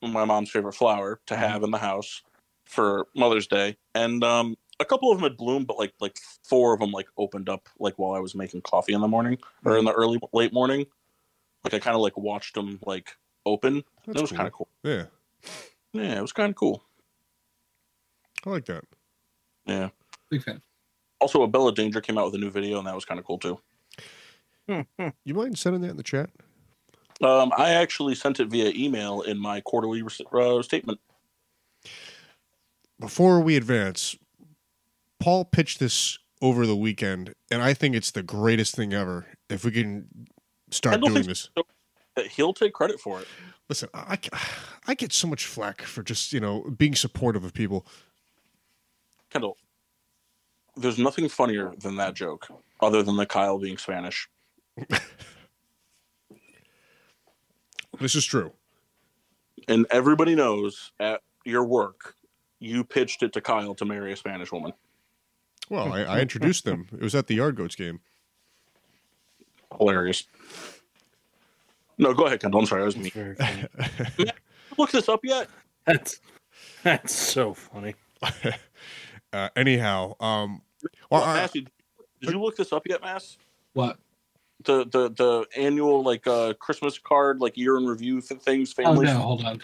A: my mom's favorite flower, to
C: Mm-hmm.
A: have in the house for Mother's Day, and um, a couple of them had bloomed, but like like four of them like opened up like while I was making coffee in the morning or
C: Mm-hmm.
A: in the early late morning. Like I kind of like watched them like open.
C: That's
A: that was
C: cool.
A: kind of cool.
C: Yeah,
A: Yeah, it was kind of cool.
C: I like that.
A: Yeah.
D: Big fan.
A: Also, Abella Danger came out with a new video, and that was kind of cool too.
C: You mind sending that in the chat?
A: Um, I actually sent it via email in my quarterly res- uh, statement.
C: Before we advance, Paul pitched this over the weekend, and I think it's the greatest thing ever. If we can start
A: Kendall
C: doing
A: thinks-
C: this,
A: That Uh, he'll take credit for it.
C: listen, I, I get so much flack for just you know being supportive of people.
A: Kendall, there's nothing funnier than that joke, other than the Kyle being Spanish.
C: This is true.
A: And everybody knows at your work, you pitched it to Kyle to marry a Spanish woman.
C: Well, I, I introduced them. It was at the Yard Goats game.
A: Hilarious. No, go ahead, Kendall. I'm sorry, I was
E: It's
A: me.
E: very funny.
A: Look this up yet?
E: That's that's so funny.
C: Uh, anyhow, um, well, I,
A: Massey, did you look this up yet, Mass?
D: What?
A: The the the annual like uh, Christmas card like year in review th- things
D: Oh
A: families.
D: no, hold on.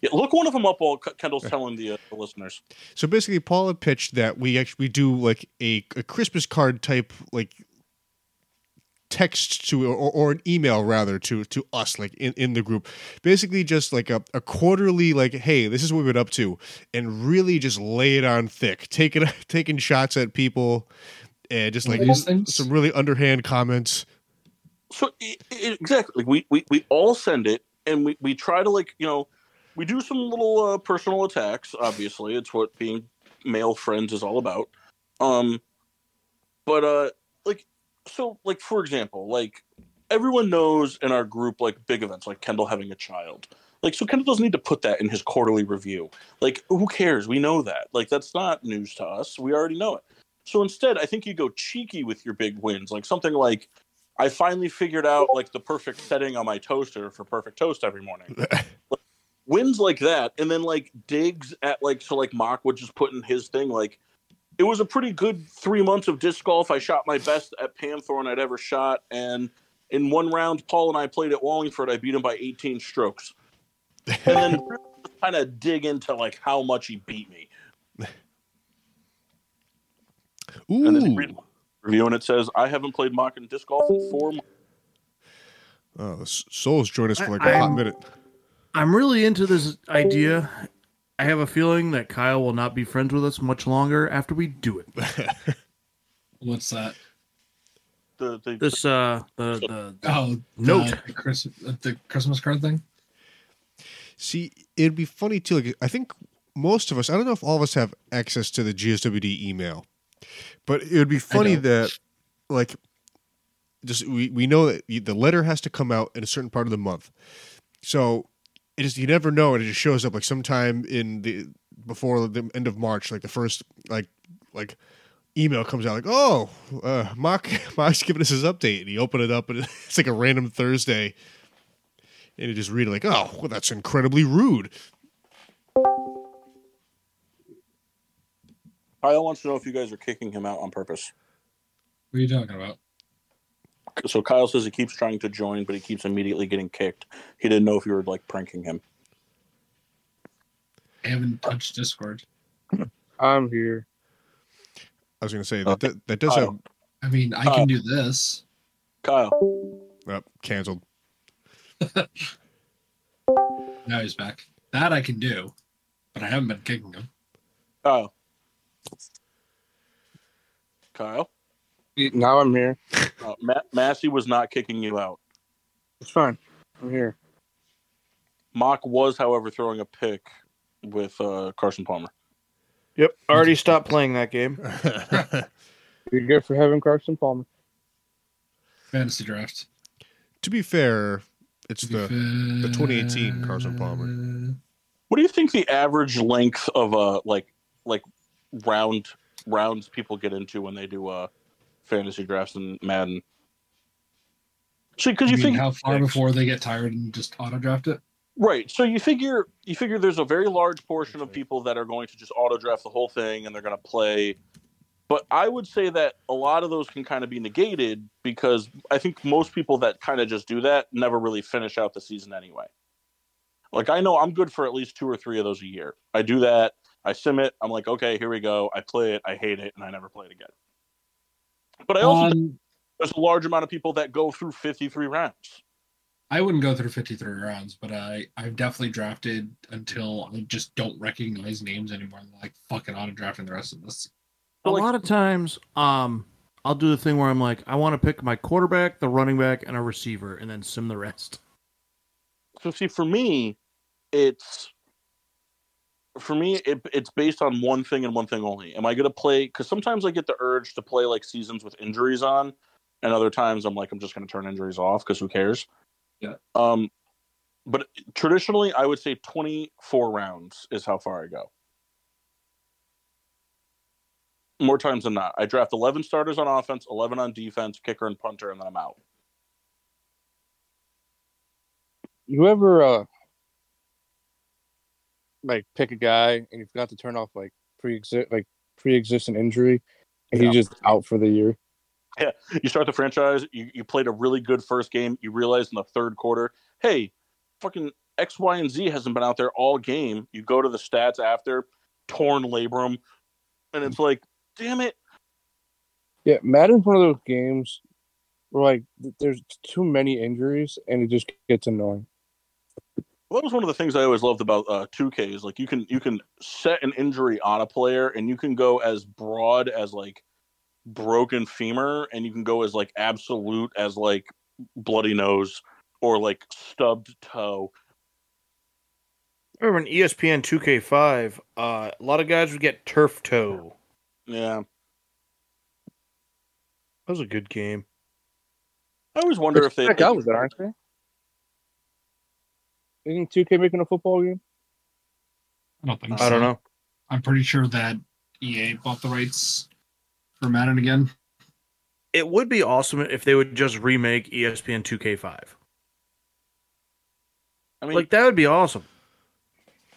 A: Yeah, look one of them up while K- Kendall's telling the, uh, the listeners.
C: So basically, Paula pitched that we actually we do like a, a Christmas card type like text to or, or an email rather to to us like in, in the group basically just like a, a quarterly like hey this is what we've been up to and really just lay it on thick taking taking shots at people and just like
D: Little things.
C: some really underhand comments
A: e, So i i exactly, like we, we we all send it, and we we try to like you know we do some little uh, personal attacks. Obviously, it's what being male friends is all about. Um, but uh, like so, like for example, like everyone knows in our group, like big events, like Kendall having a child. Like so, Kendall doesn't need to put that in his quarterly review. Like, who cares? We know that. Like, that's not news to us. We already know it. So instead, I think you go cheeky with your big wins, like something like, "I finally figured out like the perfect setting on my toaster for perfect toast every morning." wins like that and then like digs at like so like mock would just put in his thing like it was a pretty good three months of disc golf i shot my best at pamthorn i'd ever shot and in one round paul and i played at wallingford i beat him by 18 strokes and then kind of dig into like how much he beat me and then
C: Ooh.
A: read the review and it says i haven't played mock in disc golf in four months
C: Oh, the s- souls joined us for like a
B: I-
C: hot
B: I'm-
C: minute.
B: I'm really into this idea. I have a feeling that Kyle will not be friends with us much longer after we do it.
D: What's that?
A: the, the,
B: This uh the the
D: Oh,
B: Note.
D: the, the, Chris, uh, the Christmas card thing.
C: See, it'd be funny too. Like, I think most of us, I don't know if all of us have access to the GSWD email, but it would be funny
D: don't.
C: that, like, just we, we know that you- the letter has to come out in a certain part of the month. So it is, you never know. And it just shows up like sometime in the, before the end of March, like the first, like, like, Email comes out like, oh, uh, Mark, Mark's giving us his update, and you open it up, and it's like a random Thursday, and you just read it like, oh, well, that's incredibly rude.
A: kyle wants to know if you guys are kicking him out on purpose
D: What are you talking about?
A: so kyle says he keeps trying to join but he keeps immediately getting kicked he didn't know if you were like pranking him
D: I haven't touched Discord.
F: I'm here.
C: I was going to say that, that that does have
D: I mean, I
A: Oh.
D: can do this.
A: kyle
C: uh, canceled.
D: Now he's back. That I can do, but I haven't been kicking him.
A: Kyle. Kyle.
F: Now I'm here.
A: Uh, Ma- Massey was not kicking you out.
F: It's fine. I'm here.
A: Mock was, however, throwing a pick with uh, Carson Palmer.
F: Yep. I already stopped playing that game. You're good for having Carson Palmer.
D: Fantasy draft.
C: to be fair, it's the 2018 Carson Palmer.
A: What do you think the average length of uh, like like round rounds people get into when they do uh, fantasy drafts in Madden? See, because
D: You
A: you
D: mean
A: think
D: how far before they get tired and just auto draft it?
A: Right. So you figure you figure there's a very large portion of people that are going to just auto draft the whole thing and they're going to play. But I would say that a lot of those can kind of be negated because I think most people that kind of just do that never really finish out the season anyway. Like I know I'm good for at least two or three of those a year. I do that. I sim it. I'm like, okay, here we go. I play it. I hate it, and I never play it again. But I also think
D: Um,
A: there's a large amount of people that go through 53 rounds.
D: I wouldn't go through 53 rounds, but I I've definitely drafted until I just don't recognize names anymore. I'm like fucking auto drafting the rest of this.
B: a lot of times um I'll do the thing where I'm like I want to pick my quarterback, the running back, and a receiver, and then sim the rest.
A: so see for me it's for me it, it's based on one thing and one thing only am i going to play because sometimes i get the urge to play like seasons with injuries on and other times i'm like i'm just going to turn injuries off because who cares
D: Yeah.
A: um but traditionally i would say 24 rounds is how far i go more times than not i draft 11 starters on offense 11 on defense kicker and punter and then i'm out
F: You ever uh like pick a guy and you forgot to turn off like pre exist like pre existing injury and
A: Yeah.
F: he's just out for the year.
A: you start the franchise, you, you played a really good first game, you realize in the third quarter, hey, fucking X, Y, and Z hasn't been out there all game. You go to the stats after, torn labrum, and it's like, damn it.
F: Yeah, Madden's one of those games where like th- there's too many injuries and it just gets annoying.
A: Well, that was one of the things I always loved about uh, 2K is like you can you can set an injury on a player and you can go as broad as like broken femur and you can go as like absolute as like bloody nose or like stubbed toe.
G: I remember in E ESPN 2K5, uh, a lot of guys would get turf toe.
A: Yeah,
G: That was a good game.
A: I always wonder if they.
F: Check out with it, aren't they? Isn't 2K making a football game?
D: I don't think so.
G: I don't know.
D: I'm pretty sure that EA bought the rights for Madden again.
G: It would be awesome if they would just remake E ESPN 2K5.
A: I mean,
G: Like that would be awesome.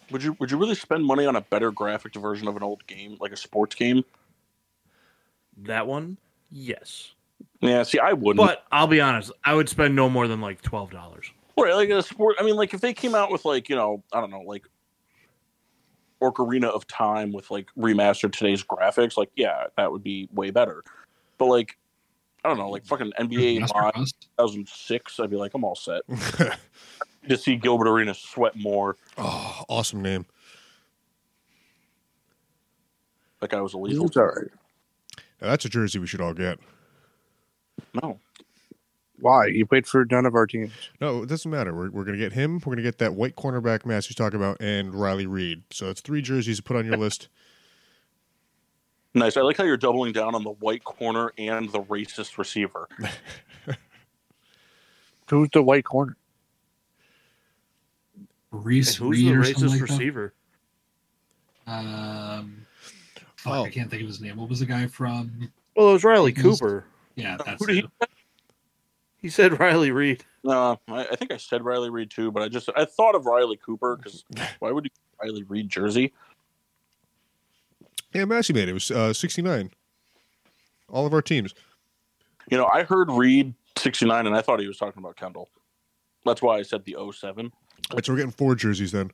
A: would you would you really spend money on a better graphic version of an old game, like a sports game?
G: That one, yes.
A: Yeah, see, I wouldn't.
G: But I'll be honest, I would spend no more than like twelve dollars.
A: Right, like a sport. I mean, like if they came out with like you know, I don't know, like Ocarina of Time with like remastered today's graphics, like yeah, that would be way better. But like, I don't know, like fucking NBA
D: Master
A: Live
D: Host.
A: 2006, I'd be like, I'm all set to see Gilbert Arenas sweat more.
C: oh, awesome name.
A: That guy was illegal.
F: It's all right.
C: Now, that's a jersey we should all get.
A: No,
F: Why? He played for none of our teams.
C: No, it doesn't matter. We're, we're going to get him. We're going to get that white cornerback mask he's talking about and Riley Reed. So that's three jerseys to put on your list.
A: nice. I like how you're doubling down on the white corner and the racist receiver.
F: Who's the white corner?
G: And
D: Reese
G: who's
D: Reed
G: the
D: or
G: racist
D: something like that.
G: receiver?
D: Um, fuck,
C: Oh.
D: I can't think of his name. What was the guy from?
G: Well, it was Riley
D: Who's-
G: Cooper.
D: Yeah, that's
A: Who did he-
D: it.
G: He said Riley Reed.
A: No, I, I think I said Riley Reed too, but I just I thought of Riley Cooper because why would you Riley Reed jersey?
C: Yeah, Massey made it. It was uh, 69. All of our teams.
A: You know, I heard Reed 69 and I thought he was talking about Kendall. That's why I said the 07.
C: All right, so we're getting four jerseys then.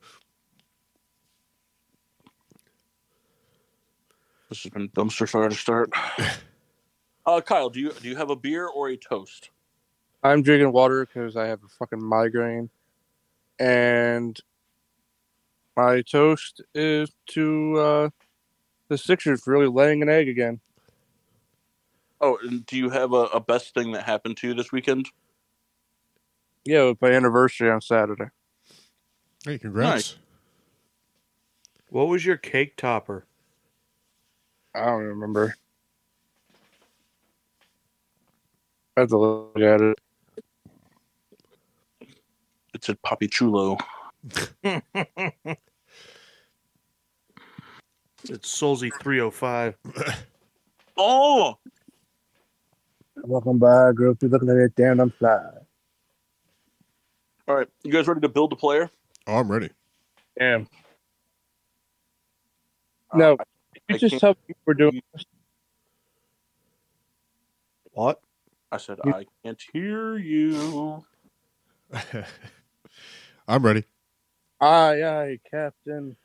A: This has been dumpster fire to start. Uh, Kyle, do you do you have a beer or a toast?
F: I'm drinking water because I have a fucking migraine. And my toast is to uh, the Sixers really laying an egg again.
A: Oh, and do you have a, a best thing that happened to you this weekend?
F: Yeah, it was my anniversary on Saturday.
C: Hey, congrats.
G: What was your cake topper?
F: I don't remember. I have to look at it.
A: It said Papi Chulo.
G: It's Solzy three oh five.
A: Oh,
F: Welcome by, girl. Keep looking at it. Damn, I'm fly.
A: all right. You guys ready to build a player?
C: Oh, I'm ready.
F: Damn. No,
A: I
F: you just
A: can't-
F: tell me what we're doing.
G: What?
A: I said I can't hear you.
C: I'm ready.
F: Aye, aye, Captain.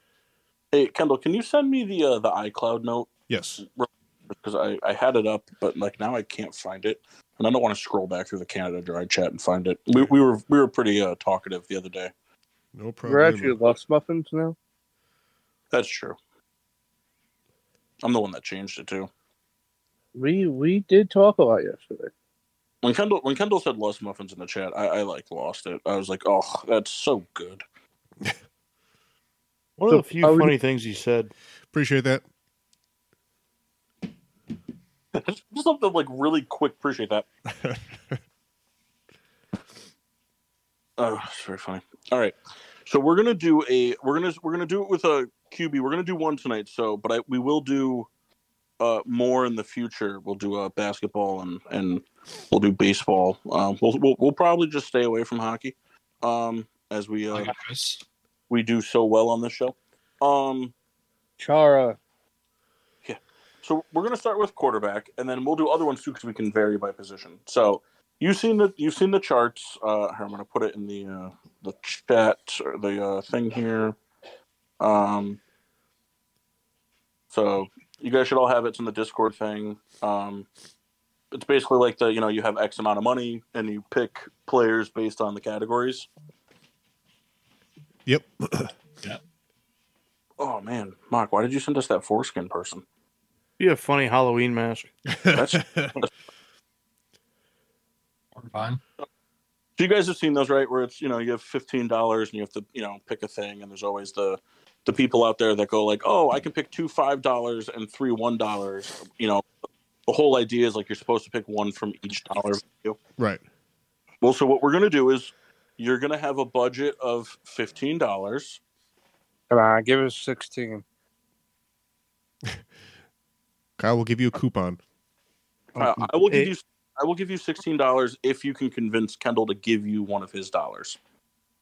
A: Hey Kendall, can you send me the uh, the iCloud note
C: Yes.
A: because I, I had it up, but like now I can't find it, and I don't want to scroll back through the Canada Dry chat and find it. We, we were we were pretty uh, talkative the other day.
C: No problem.
F: We're actually Lux Muffins now.
A: That's true. I'm the one that changed it too.
F: We we did talk a lot yesterday.
A: When Kendall when Kendall said Lost Muffins in the chat, I, I like lost it. I was like, oh, that's so good.
G: One
F: So,
G: of the few
F: are we-
G: funny things he said.
C: Appreciate that.
A: Just something like really quick. Appreciate that. oh, it's very funny. All right, so we're gonna do a we're gonna we're gonna do it with a QB. We're gonna do one tonight. So, but I we will do uh more in the future. We'll do uh, basketball and and we'll do baseball. Um, we'll, we'll we'll probably just stay away from hockey, um, as we
D: I
A: uh,
D: got Chris.
A: we do so well on this show. Um,
F: Chara.
A: So we're gonna start with quarterback, and then we'll do other ones too because we can vary by position. So you've seen the you've seen the charts. Uh, here, I'm gonna put it in the uh, the chat or the uh, thing here. Um, so you guys should all have it. It's in the Discord thing. Um, it's basically like the you know you have X amount of money and you pick players based on the categories.
C: Yep.
A: Oh man, Mark, why did you send us that foreskin person?
G: You have a funny Halloween mask.
A: That's
D: Fine.
A: So you guys have seen those, right? Where it's you know you have fifteen dollars and you have to you know pick a thing, and there's always the the people out there that go like, oh, I can pick two five dollars and three one dollars. You know, the whole idea is like you're supposed to pick one from each dollar. value.
C: Right.
A: Well, so what we're gonna do is you're gonna have a budget of fifteen dollars.
F: Come on, give us 16.
C: Kyle will give you a coupon.
A: Uh, I will give
H: Hey.
A: you I will give you sixteen dollars if you can convince Kendall to give you one of his dollars.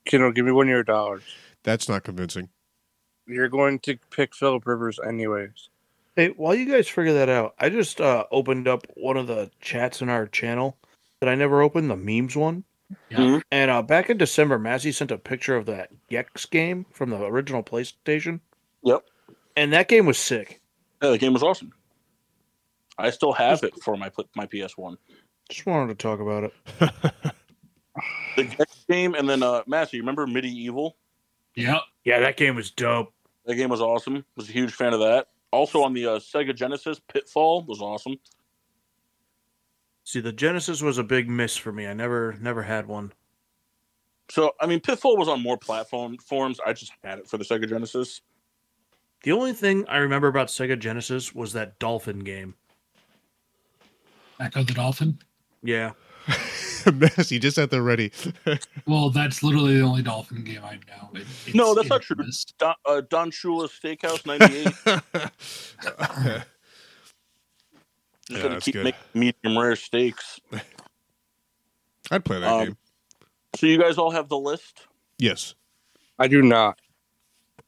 F: Kendall, give me one of your dollars.
C: That's not convincing.
F: You're going to pick Philip Rivers anyways.
B: Hey, while you guys figure that out, I just uh, opened up one of the chats in our channel that I never opened, the memes one.
D: Yeah.
A: Mhm.
B: And uh, back in December, Mazzy sent a picture of that Yex game from the original PlayStation.
A: Yep.
B: And that game was sick.
A: Yeah, the game was awesome. I still have it for my pl- my PS One.
B: Just wanted to talk about it.
A: The next game, and then uh, Massey, you remember Medieval?
D: Yep.
B: Yeah, that game was dope.
A: That game was awesome. Was a huge fan of that. Also on the uh, Sega Genesis, Pitfall was awesome.
B: See, the Genesis was a big miss for me. I never, never had one.
A: So I mean, Pitfall was on more platform forms. I just had it for the Sega Genesis.
B: The only thing I remember about Sega Genesis was that dolphin game.
D: Echo the Dolphin.
B: Yeah,
C: Massey, just at the ready.
D: Well, that's literally the only dolphin game I know. It- it's
A: No, that's not true.
D: infamous.
A: Don, uh, Don Shula Steakhouse '98. just
C: Yeah,
A: had to
C: that's
A: keep
C: good.
A: making medium rare steaks.
C: I'd play that
A: Um,
C: game.
A: So you guys all have the list.
C: Yes.
F: I do not.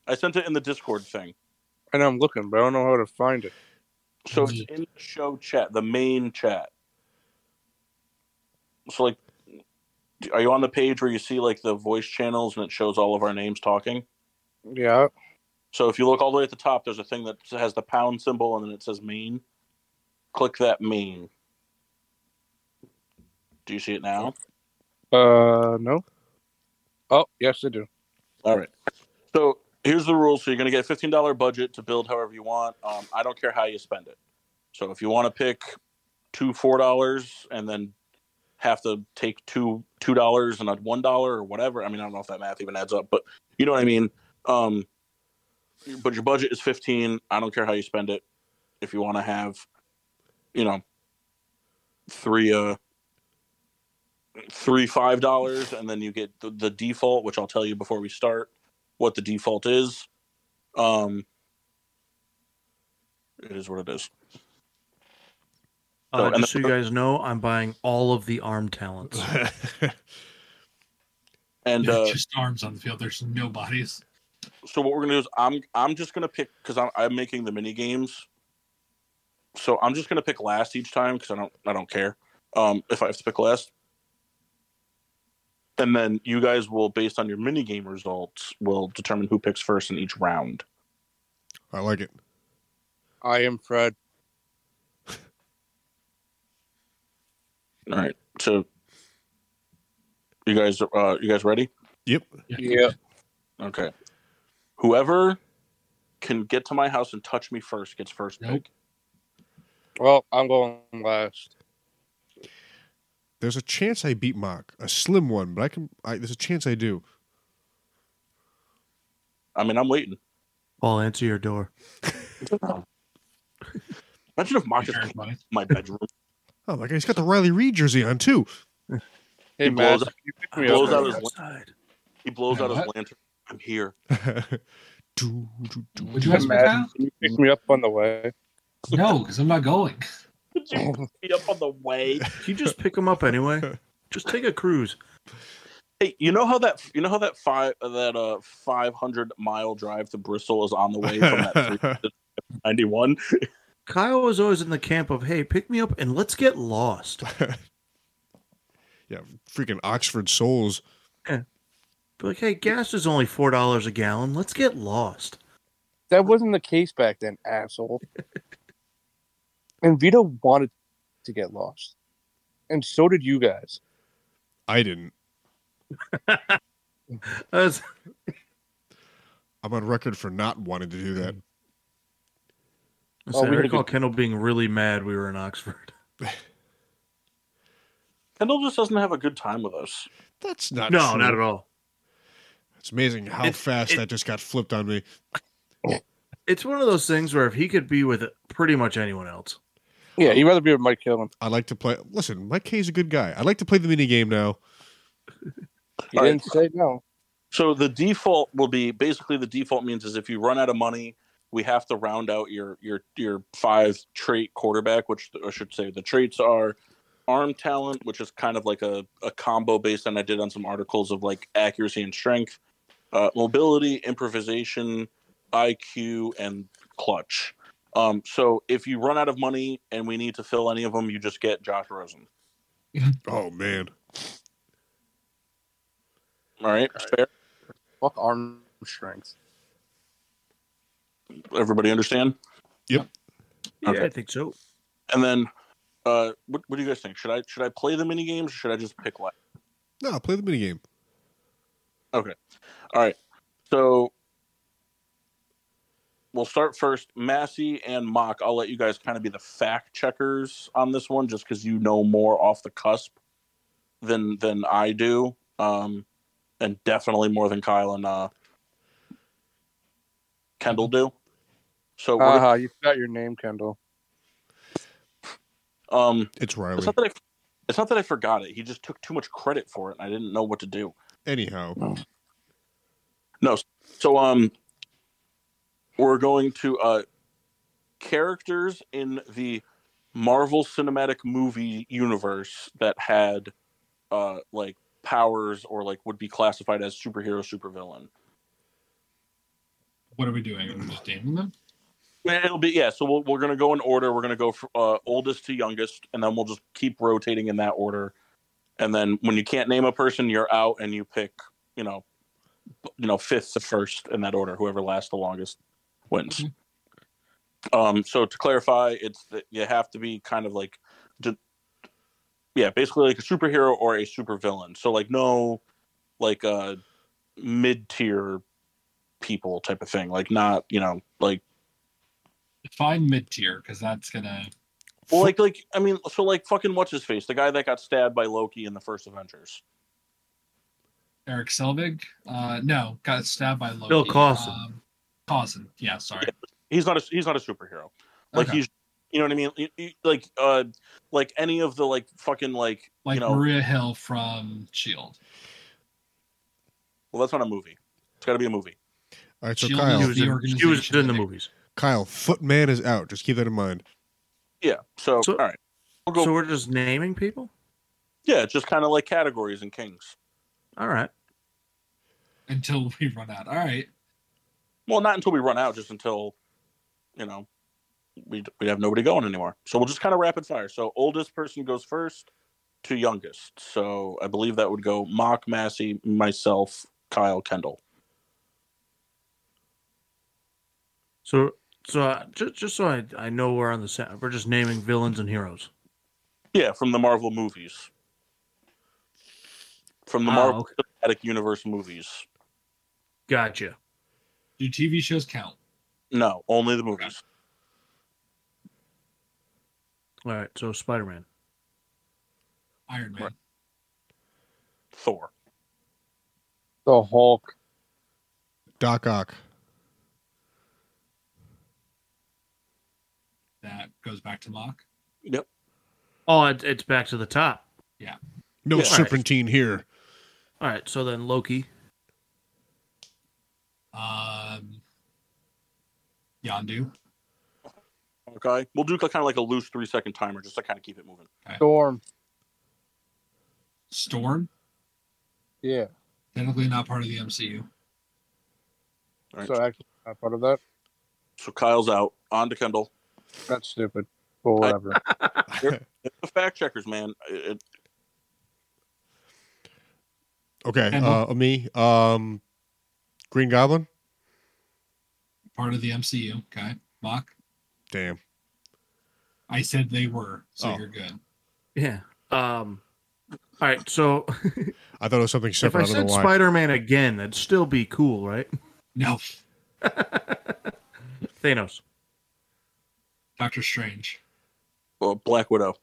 A: I sent it in the Discord thing.
F: I know I'm looking, but I don't know how to find it.
A: So it's in the show chat, the main chat. So like are you on the page where you see like the voice channels and it shows all of our names talking?
F: Yeah.
A: So if you look all the way at the top, there's a thing that has the pound symbol and then it says main. Click that main. Do you see it now?
F: Uh, no. Oh, yes, I do.
A: All right. So here's the rules. So you're going to get a fifteen dollar budget to build however you want. Um, I don't care how you spend it. So if you want to pick two four dollars and then have to take two two dollars and a one dollar or whatever. I mean, I don't know if that math even adds up, but you know what I mean. Um, but your budget is fifteen. I don't care how you spend it. If you want to have, you know, three uh three five dollars and then you get the, the default which i'll tell you before we start what the default is um it is what it is
B: uh,
A: So-
B: just so you guys know, I'm buying all of the arm talents.
A: and
D: There's
A: uh
D: just arms on the field. There's no bodies.
A: so what we're gonna do is i'm i'm just gonna pick because I'm, I'm making the mini games so i'm just gonna pick last each time because i don't i don't care um if i have to pick last and then you guys will based on your mini game results will determine who picks first in each round
C: I like it.
F: I am Fred.
A: All right. So you guys uh you guys ready?
C: Yep.
F: Yeah.
A: Okay. Whoever can get to my house and touch me first gets first pick.
D: Nope.
F: Well, I'm going last.
C: There's a chance I beat Mock, a slim one, but I can. I, there's a chance I do.
A: I mean, I'm waiting.
B: I'll answer your door.
A: Imagine if Mock just came
D: There's
A: to
D: bodies.
A: my bedroom,
C: Oh my god, he's got the Riley Reed jersey on too.
F: Hey,
A: He
F: Matt,
A: blows
F: you
A: up-
F: pick me
A: blows
F: up.
A: out his- he blows out his
D: What?
A: lantern. I'm here.
C: Do, do, do.
D: Would you ask me
F: Imagine.
D: Kyle?
F: Can you pick me up on the way?
D: No, because I'm not going.
A: Could you pick me up on the way?
B: You just pick them up anyway. Just take a cruise.
A: Hey, you know how that you know how that five that uh 500 mile drive to Bristol is on the way from that 91.
B: Kyle was always in the camp of, "Hey, pick me up and let's get lost."
C: Yeah, freaking Oxford Souls.
B: Be like, "Hey, gas is only four dollars a gallon. Let's get lost."
F: That wasn't the case back then, asshole. and Vito wanted to get lost. And so did you guys.
C: I didn't.
B: I was-
C: I'm on record for not wanting to do that.
B: I
F: Oh,
B: said,
F: we
B: I
F: had a
B: recall Kendall being really mad we were in Oxford.
A: Kendall just doesn't have a good time with us.
C: That's not
B: no,
C: true.
B: not at all.
C: It's amazing how
B: It-
C: fast
B: it-
C: that just got flipped on me.
B: It's one of those things where if he could be with pretty much anyone else,
F: Yeah, you'd rather be with Mike Killen.
C: I like to play. Listen, Mike K's a good guy. I like to play the mini game now.
F: He
A: All right.
F: didn't say no.
A: So the default will be basically the default means is if you run out of money, we have to round out your your your five trait quarterback, which I should say the traits are arm talent, which is kind of like a, a combo based on I did on some articles of like accuracy and strength, uh, mobility, improvisation, IQ, and clutch. Um, so if you run out of money and we need to fill any of them, you just get Josh Rosen.
C: Oh man,
A: All right, It's fair.
F: Fuck arm strength.
A: Everybody understand? Okay.
B: yeah, I think so.
A: And then, uh, what, what do you guys think? Should I should I play the mini games or should I just pick last?
C: no, play the mini game.
A: All right, so we'll start first. Massey and Mock. I'll let you guys kind of be the fact checkers on this one, just because you know more off the cusp than than I do, um, and definitely more than Kyle and uh, Kendall do. So, we're
F: Haha, you forgot your name, Kendall.
A: gonna- um,
C: It's
A: it's
C: Riley.
A: not that I, it's not that I forgot it. He just took too much credit for it, and I didn't know what to do.
C: Anyhow,
A: So um we're going to uh characters in the Marvel Cinematic Movie universe that had uh like powers or like would be classified as superhero supervillain.
D: What are we doing? Are we just naming them?
A: And It'll be yeah, so we'll, we're going to go in order. We're going to go from uh, oldest to youngest and then we'll just keep rotating in that order. And then when you can't name a person, you're out and you pick, you know, b- you know, fifth to first in that order, whoever lasts the longest wins.
D: Mhm.
A: Um, so to clarify, it's that you have to be kind of like, d- yeah, basically like a superhero or a supervillain. So like no, like uh, mid tier people type of thing. Like not you know like
D: Define mid tier because that's gonna.
A: well, like like I mean so like fucking what's his face the guy that got stabbed by Loki in the first Avengers.
D: Eric Selvig? Uh, no, got stabbed by Loki.
B: Bill Coulson.
D: Um, Coulson. Yeah, sorry.
A: he's not a he's not a superhero. Like
D: Okay.
A: he's you know what I mean. You- you- Like uh like any of the like fucking like,
D: Like
A: you know
D: Maria Hill from Shield.
A: well that's not a movie. It's got to be a movie.
C: all right. So
D: Shield
B: She
D: Well,
C: Kyle,
B: was,
D: the
B: in, she was
D: organization,
B: in
D: I
B: the
D: think.
B: movies,
C: Kyle, Footman is out. Just keep that in mind.
A: Yeah. So,
B: So-
A: all right, we'll go.
B: so we're just naming people.
A: yeah, it's just kind of like categories and kings.
B: All right,
D: Until we run out. All right.
A: Well, not until we run out, just until you know we we have nobody going anymore. So we'll just kind of rapid fire. So oldest person goes first to youngest. So I believe that would go Mock Massey, myself, Kyle, Kendall.
B: so so uh, just just so I, I know we're on the set, we're just naming villains and heroes.
A: Yeah, from the Marvel movies. From the
B: Oh,
A: Marvel
B: okay.
A: Cinematic Universe movies.
B: Gotcha.
D: Do TV shows count?
A: No, only the movies.
B: All right, so Spider Man,
D: Iron Man.
A: Right. Thor,
F: The Hulk.
C: Doc Ock.
D: That goes back to Mock.
B: Oh, it, it's back to the top.
C: No
A: Yeah.
C: serpentine here.
B: All right, so then Loki.
D: Um, Yondu.
A: okay? We'll do kind of like a loose three second timer just to kind of keep it moving.
F: Storm.
D: Storm.
F: Yeah.
D: Technically not part of the MCU.
A: All right.
F: So actually not part of that.
A: so Kyle's out. On to Kendall.
F: That's stupid. But whatever.
A: The fact checkers, man. It- it-
C: Okay,
D: Kendall?
C: uh, me. Um, Green Goblin.
D: Part of the MCU. Okay. Mock.
C: Damn.
D: I said they were, so
C: Oh.
D: you're good.
B: Yeah. Um. All right, so
C: I thought it was something
B: if
C: separate.
B: I
C: I don't
B: said
C: know why.
B: Spider Man again, that'd still be cool, right?
D: No,
B: Thanos.
D: Doctor Strange.
A: well, Black Widow.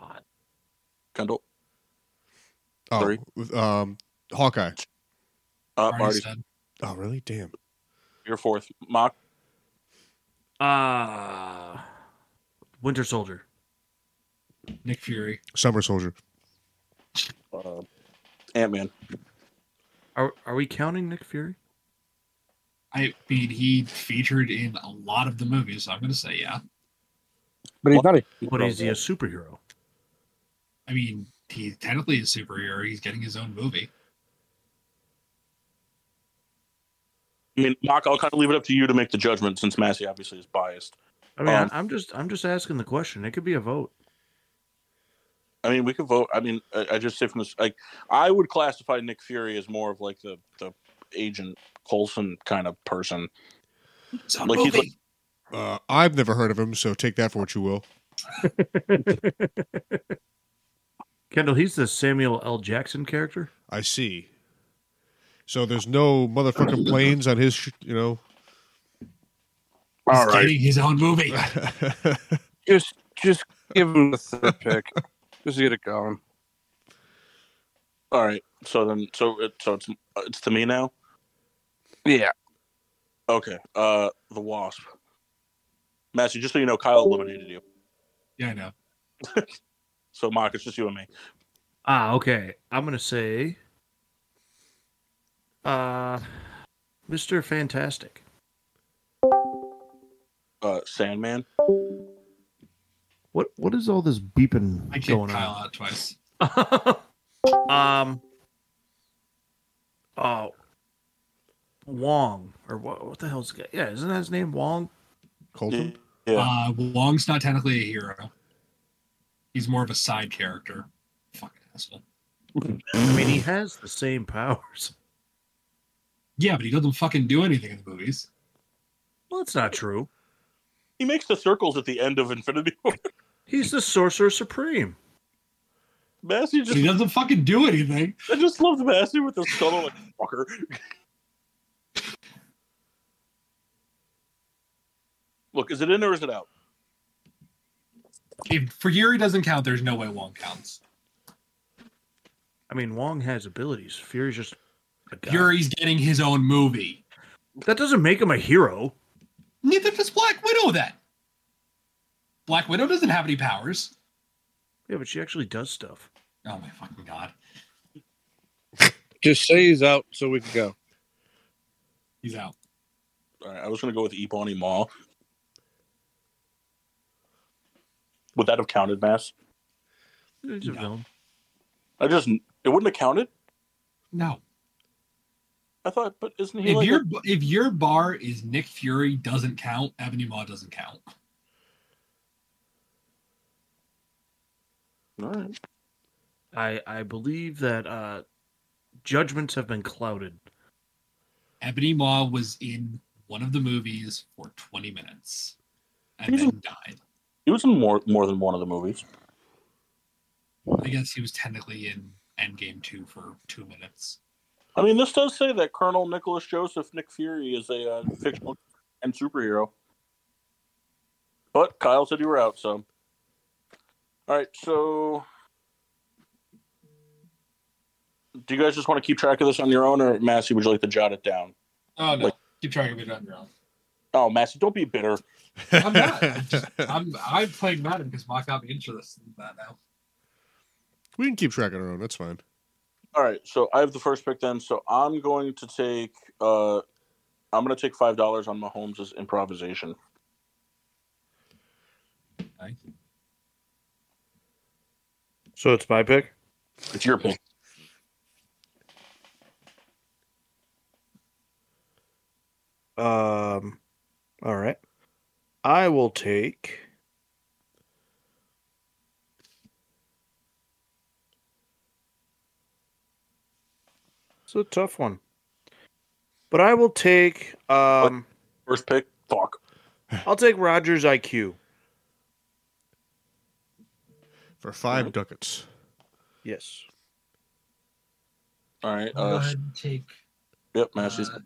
B: God.
A: Kendall.
C: Oh,
A: Sorry.
C: with, um, Hawkeye.
A: Uh,
D: Already
A: Marty,
D: said.
C: Oh, really? Damn.
A: you're fourth. Mock.
B: Uh Winter Soldier.
D: Nick Fury.
C: Summer Soldier.
A: Uh, Ant Man.
B: Are are we counting Nick Fury?
D: I mean, he featured in a lot of the movies. So I'm going to say yeah.
F: But he's not a
B: But is he a superhero?
D: I mean, he technically is a superhero. He's getting his own movie.
A: I mean, Mock, I'll kind of leave it up to you to make the judgment since Massey obviously is biased.
B: I mean, I-
A: Um,
B: I'm just I'm just asking the question. It could be a vote.
A: I mean, we could vote. I mean, I, I just say from this, like, I would classify Nick Fury as more of like the the agent Coulson kind of person.
D: It's a
A: Like, he's
D: movie.
C: Uh, I've never heard of him, so take that for what you will.
B: Kendall, he's the Samuel L. Jackson character.
C: I see. So there's no motherfucking planes on his, sh- you know.
D: He's
F: All right.
D: getting his own movie.
F: Just just give him the third pick. Just to get it going.
A: All right, so then, so it, so it's it's to me now.
F: Yeah.
A: Okay, uh, the Wasp. Massey, just so you know, Kyle eliminated you.
D: Yeah, I know.
A: So Mock, it's just you and me.
B: Ah, okay. I'm gonna say, uh, Mister Fantastic.
A: Uh, Sandman.
B: What what is all this beeping
D: I kicked
B: going
D: Kyle out twice.
B: on? um. Oh. Wong or what? What the hell's the guy? Yeah, isn't that his name? Wong.
C: Colton?
A: Yeah.
D: Uh, Wong's not technically a hero. He's more of a side character. Fucking asshole.
B: I mean, he has the same powers.
D: Yeah, but he doesn't fucking do anything in the movies.
B: Well, that's not true.
A: He makes the circles at the end of Infinity War.
B: He's the Sorcerer Supreme.
A: Massey
D: He
A: just,
D: doesn't fucking do anything.
A: I just loved Massey with this color like fucker. Look, is it in or is it out?
D: If Fury doesn't count, there's no way Wong counts.
B: I mean, Wong has abilities. Fury's just a guy.
D: Fury's getting his own movie.
B: That doesn't make him a hero.
D: Neither does Black Widow then. Black Widow doesn't have any powers.
B: Yeah, but she actually does stuff.
D: Oh my fucking god.
F: Just say he's out so we can go.
D: He's out.
A: All right, I was going to go with Ebony Maw. Would that have counted, Mass?
B: He's a
D: No.
B: villain.
A: I just it wouldn't have counted.
D: No.
A: I thought, but isn't he
D: If
A: like?
D: your
A: a-
D: if your bar is Nick Fury doesn't count, Ebony Maw doesn't count.
A: All right.
B: I I believe that uh judgments have been clouded.
D: Ebony Maw was in one of the movies for 20 minutes and
A: He's
D: then died.
A: He was in more more than one of the movies.
D: I guess he was technically in Endgame 2 for two minutes.
A: I mean, this does say that Colonel Nicholas Joseph Nick Fury is a uh, fictional and superhero. But Kyle said you were out, so. All right, so. Do you guys just want to keep track of this on your own, or Massey, would you like to jot it down?
D: Oh,
A: no.
D: Keep trying to get it on your own.
A: Oh, Massey, don't be bitter.
D: I'm not. I'm, just, I'm, I'm playing Madden because Mock got me interested in that now.
C: we can keep track on our own. That's fine.
A: All right, so I have the first pick then. So I'm going to take. uh I'm going to take five dollars on Mahomes' improvisation.
G: So it's my pick.
A: It's your pick.
G: Um, all right. I will take. It's a tough one, but I will take. Um,
A: First pick. Fuck.
G: I'll take Rogers IQ.
C: For five ducats.
G: Yes.
A: All right. Uh,
D: and take
A: Yep, Massey's.
D: uh,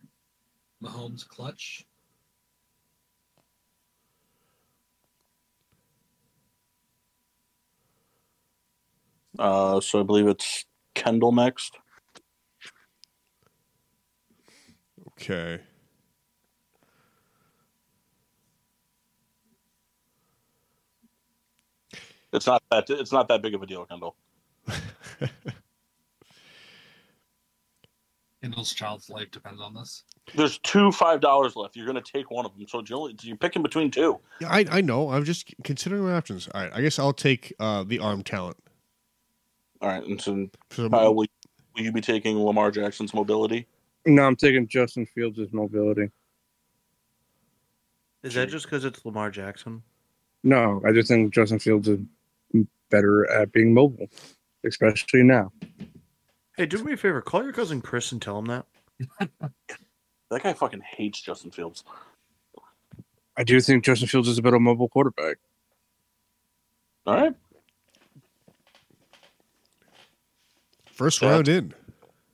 D: Mahomes clutch.
A: Uh, so I believe it's Kendall next.
C: Okay.
A: It's not that it's not that big of a deal, Kendall.
D: Kendall's child's life depends on this.
A: There's two five dollars left. You're gonna take one of them, so Jill, you're picking between two.
C: Yeah, I, I know. I'm just considering my options. All right. I guess I'll take uh, the arm talent.
A: All right, and so
C: For
A: Kyle, will, will you be taking Lamar Jackson's mobility?
F: No, I'm taking Justin Fields' mobility.
G: Is that just because it's Lamar Jackson?
F: No, I just think Justin Fields is better at being mobile, especially now.
G: Hey, do me a favor. Call your cousin Chris and tell him that.
A: That guy fucking hates Justin Fields.
F: I do think Justin Fields is a better mobile quarterback.
A: All right,
C: first
A: Yeah.
C: round in.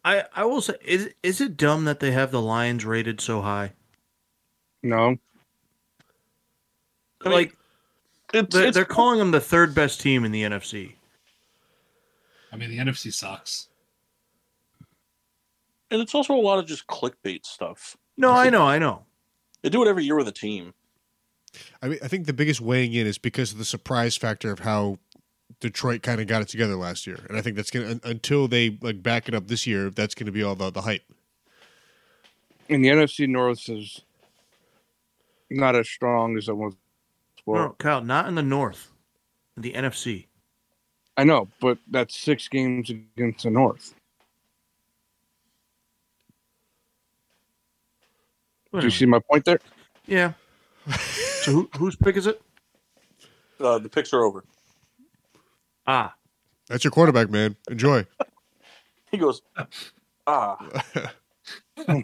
G: I, I will say, is is it dumb that they have the Lions rated so high?
F: No,
A: I mean,
G: like
A: it's,
G: they're,
A: it's-
G: they're calling them the third best team in the NFC.
D: I mean, the NFC sucks.
A: and it's also a lot of just clickbait stuff.
G: No, I know, I know.
A: They do it every year with a team.
C: I mean, I think the biggest weighing in is because of the surprise factor of how Detroit kind of got it together last year, and I think that's gonna un- until they like back it up this year. That's gonna be all the the hype.
F: and the NFC North is not as strong as I was. Well,
G: no, Kyle, not in the North, in the NFC.
F: I know, but that's six games against the North. Do
B: Hmm.
F: you see my point there?
G: Yeah. so who, whose pick is it?
A: Uh, the picks are over.
G: Ah,
C: That's your quarterback, man. Enjoy.
A: He goes, ah. All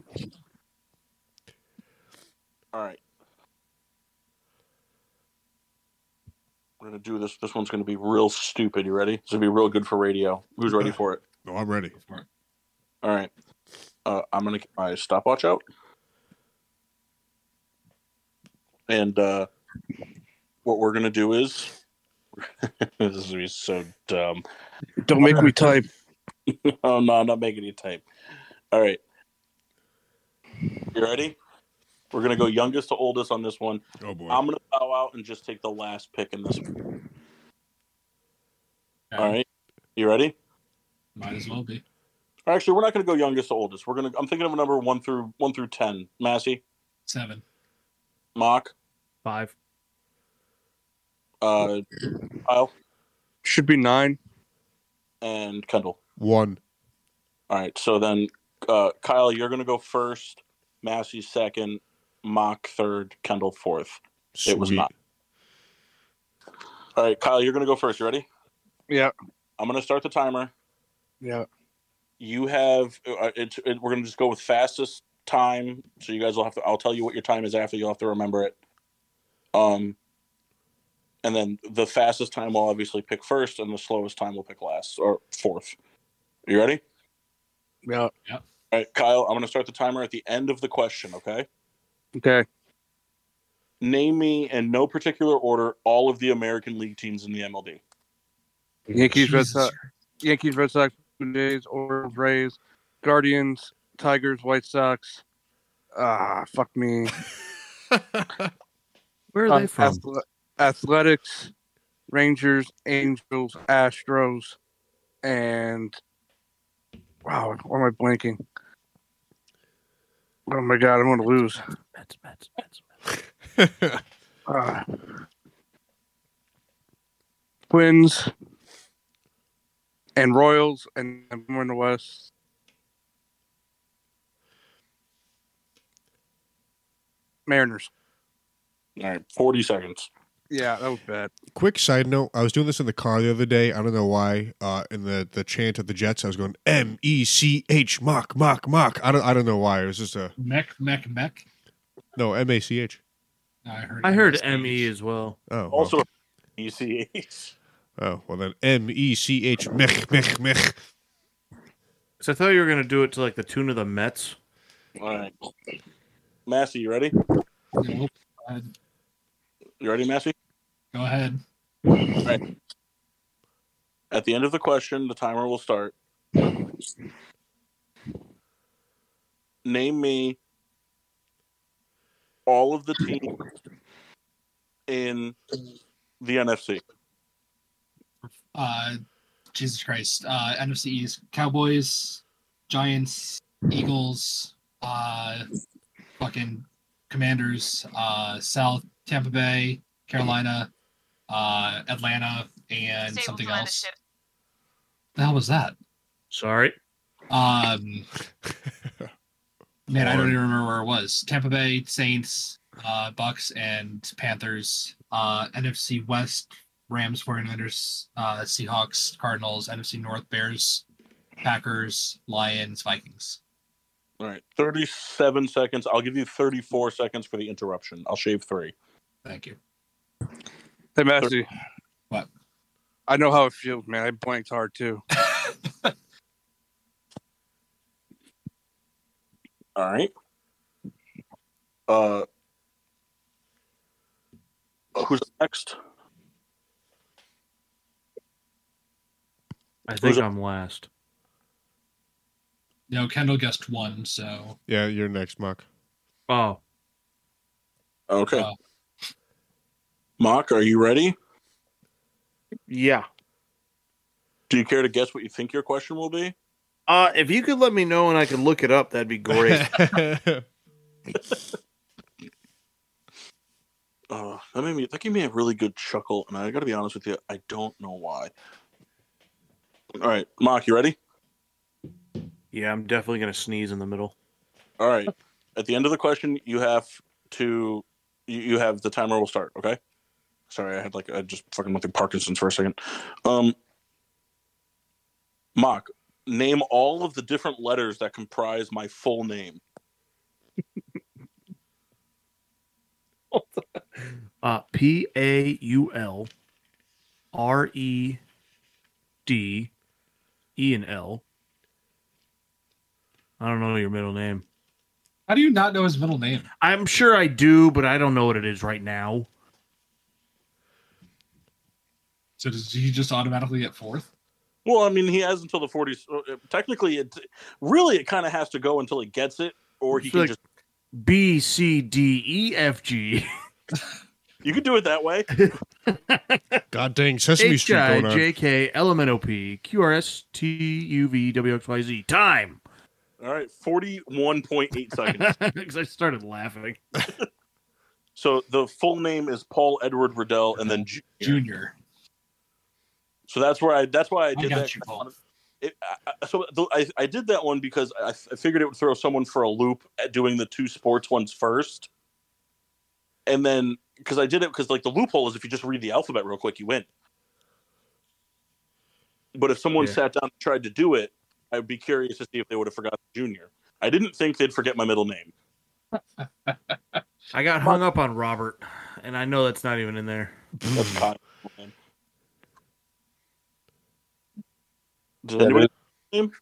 A: right. We're gonna do this. This one's gonna be real stupid. You ready? This will be real good for radio. Who's ready for it?
C: No, I'm ready.
D: Go for it.
A: All right. Uh, I'm gonna get my stopwatch out, and uh, what we're gonna do is this is gonna be so dumb.
F: Don't make me type.
A: Oh no, I'm not making you type. All right. You ready? We're gonna go youngest to oldest on this one.
C: Oh boy.
A: I'm gonna bow out and just take the last pick in this one.
D: Yeah,
A: All right. You ready?
D: Might as well be.
A: Actually, we're not gonna go youngest to oldest. We're gonna I'm thinking of a number one through one through ten. Massey,
D: Seven.
A: Mock,
G: five.
A: uh Kyle,
F: Should be nine.
A: and Kendall.
C: One.
A: All right, so then uh Kyle, you're gonna go first, Massey second, Mock third, Kendall fourth. It was
C: Sweet.
A: not. All right, Kyle, you're gonna go first. You ready?
F: Yeah,
A: I'm gonna start the timer.
F: yeah.
A: you have uh, it's it, we're gonna just go with fastest time so you guys will have to i'll tell you what your time is after you'll have to remember it um and then the fastest time will obviously pick first and the slowest time will pick last or fourth you ready
F: Yeah.
A: all right kyle i'm gonna start the timer at the end of the question okay
F: Okay.
A: name me in no particular order all of the american league teams in the mld
F: Yankees, Red
D: Jesus.
F: Sox, Yankees, Red Sox, Blue Jays, Orioles, Rays, Guardians, Tigers, White Sox. Ah, fuck me.
G: Where are
F: Um,
G: they from?
F: athle- athletics, Rangers, Angels, Astros, and wow, why am I blanking? Oh my god, I'm gonna lose.
G: Mets, Mets, Mets, Mets.
F: Ah. Twins and Royals, and I'm in the West. Mariners.
A: all right 40 seconds
F: Yeah, that was bad.
C: Quick side note: I was doing this in the car the other day. I don't know why. Uh, in the the chant of the Jets, I was going M E C H mock mock mock. I don't I don't know why. It was just a
D: Mech, mech, mech.
C: no M A C H.
D: I heard. E
G: I heard
D: MSH.
G: ME as well.
C: Oh. well.
A: also E ECH.
C: Oh well then M E C H mech mech mech.
G: Because I thought you were going to do it to like the tune of the Mets.
A: all right massey you ready
D: Nope. Uh,
A: you ready massey
D: Go ahead.
A: At the end of the question, the timer will start. Name me all of the teams in the NFC.
D: Uh, Jesus Christ. Uh, NFC East: Cowboys, Giants, Eagles, uh, fucking Commanders. Uh, South: Tampa Bay, Carolina, uh, Atlanta, and
I: Stable
D: something
I: Atlanta
D: else.
I: ship.
D: The hell was that?
B: Sorry.
D: Um, man, I don't even remember where it was. Tampa Bay Saints, uh, Bucks, and Panthers. Uh, NFC West Rams, 49ers, uh, Seahawks, Cardinals. NFC North Bears, Packers, Lions, Vikings.
A: All right, 37 seconds. I'll give you 34 seconds for the interruption. I'll shave three.
D: Thank you.
F: Hey, Massey.
D: What?
F: I know how it feels, man. I blanked hard too.
A: All right. Uh, who's next?
B: I think
A: it?
B: I'm last.
D: No, Kendall guessed one, so
C: Yeah, you're next, Mark.
B: Oh,
A: Okay.
D: Uh,
A: Mock, are you ready?
G: Yeah.
A: Do you care to guess what you think your question will be?
G: Uh, if you could let me know and I could look it up, that'd be great.
A: Oh, that made me. That gave me a really good chuckle, and I got to be honest with you, I don't know why. All right, Mock, you ready?
G: yeah, I'm definitely gonna sneeze in the middle.
A: All right. At the end of the question, you have to. You, you have the timer will start. Okay. Sorry, I had like I just fucking went through Parkinson's for a second. Um, Mock, name all of the different letters that comprise my full name.
B: uh, P A U L R E D E and L. I don't know your middle name.
D: how do you not know his middle name?
B: I'm sure I do, but I don't know what it is right now.
D: So does he just automatically get fourth?
A: Well, I mean, he has until the 40s. uh, Technically, it really it kind of has to go until he gets it, or he
B: It's
A: can
B: like-
A: just.
B: B C D E F G
A: You could do it that way.
C: God dang, Sesame
B: H
C: Street
B: I
C: going on.
B: J K L M N O P Q R S T U V W X Y Z. Time.
A: All right, 41.8 seconds.
B: Because I started laughing.
A: so the full name is Paul Edward Riddell, and then Jr.
D: Junior.
A: So that's where I. That's why I
D: I
A: did
D: got
A: that.
D: you, Paul.
A: It, I, I- so the, I, I did that one because I, I figured it would throw someone for a loop at doing the two sports ones first, and then because I did it because like the loophole is if you just read the alphabet real quick, you win. But if someone
B: Yeah.
A: sat down and tried to do it, I would be curious to see if they would have forgotten junior. I didn't think they'd forget my middle name.
B: I got hung up on Robert, and I know that's not even in there.
A: That's fine. Does
F: Yeah,
A: anybody know my middle name?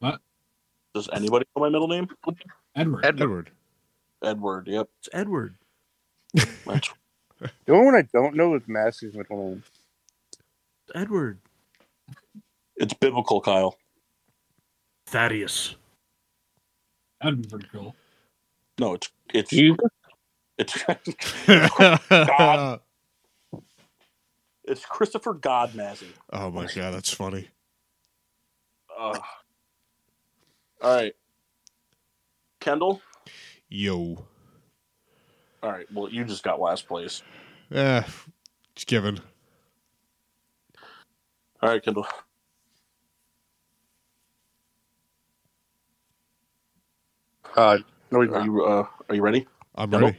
D: What?
A: Does anybody know my middle name?
D: Edward.
F: Ed-
C: Edward.
A: Edward. Yep.
B: It's Edward.
A: That's
F: The only one I don't know is Massey's middle name.
B: It's Edward.
A: It's biblical, Kyle.
B: Thaddeus.
D: Edward Vertical.
A: No, it's it's it's
C: oh
A: it's Christopher God Mazzy.
C: Oh, my god, that's funny.
A: Uh, all right, Kendall.
C: Yo.
A: All right, well, you just got last place.
C: Eh, it's given.
A: All right, Kendall.
F: Uh, no, he's
A: Are
F: not.
A: you uh, are you ready?
C: I'm
A: Yellow?
C: ready.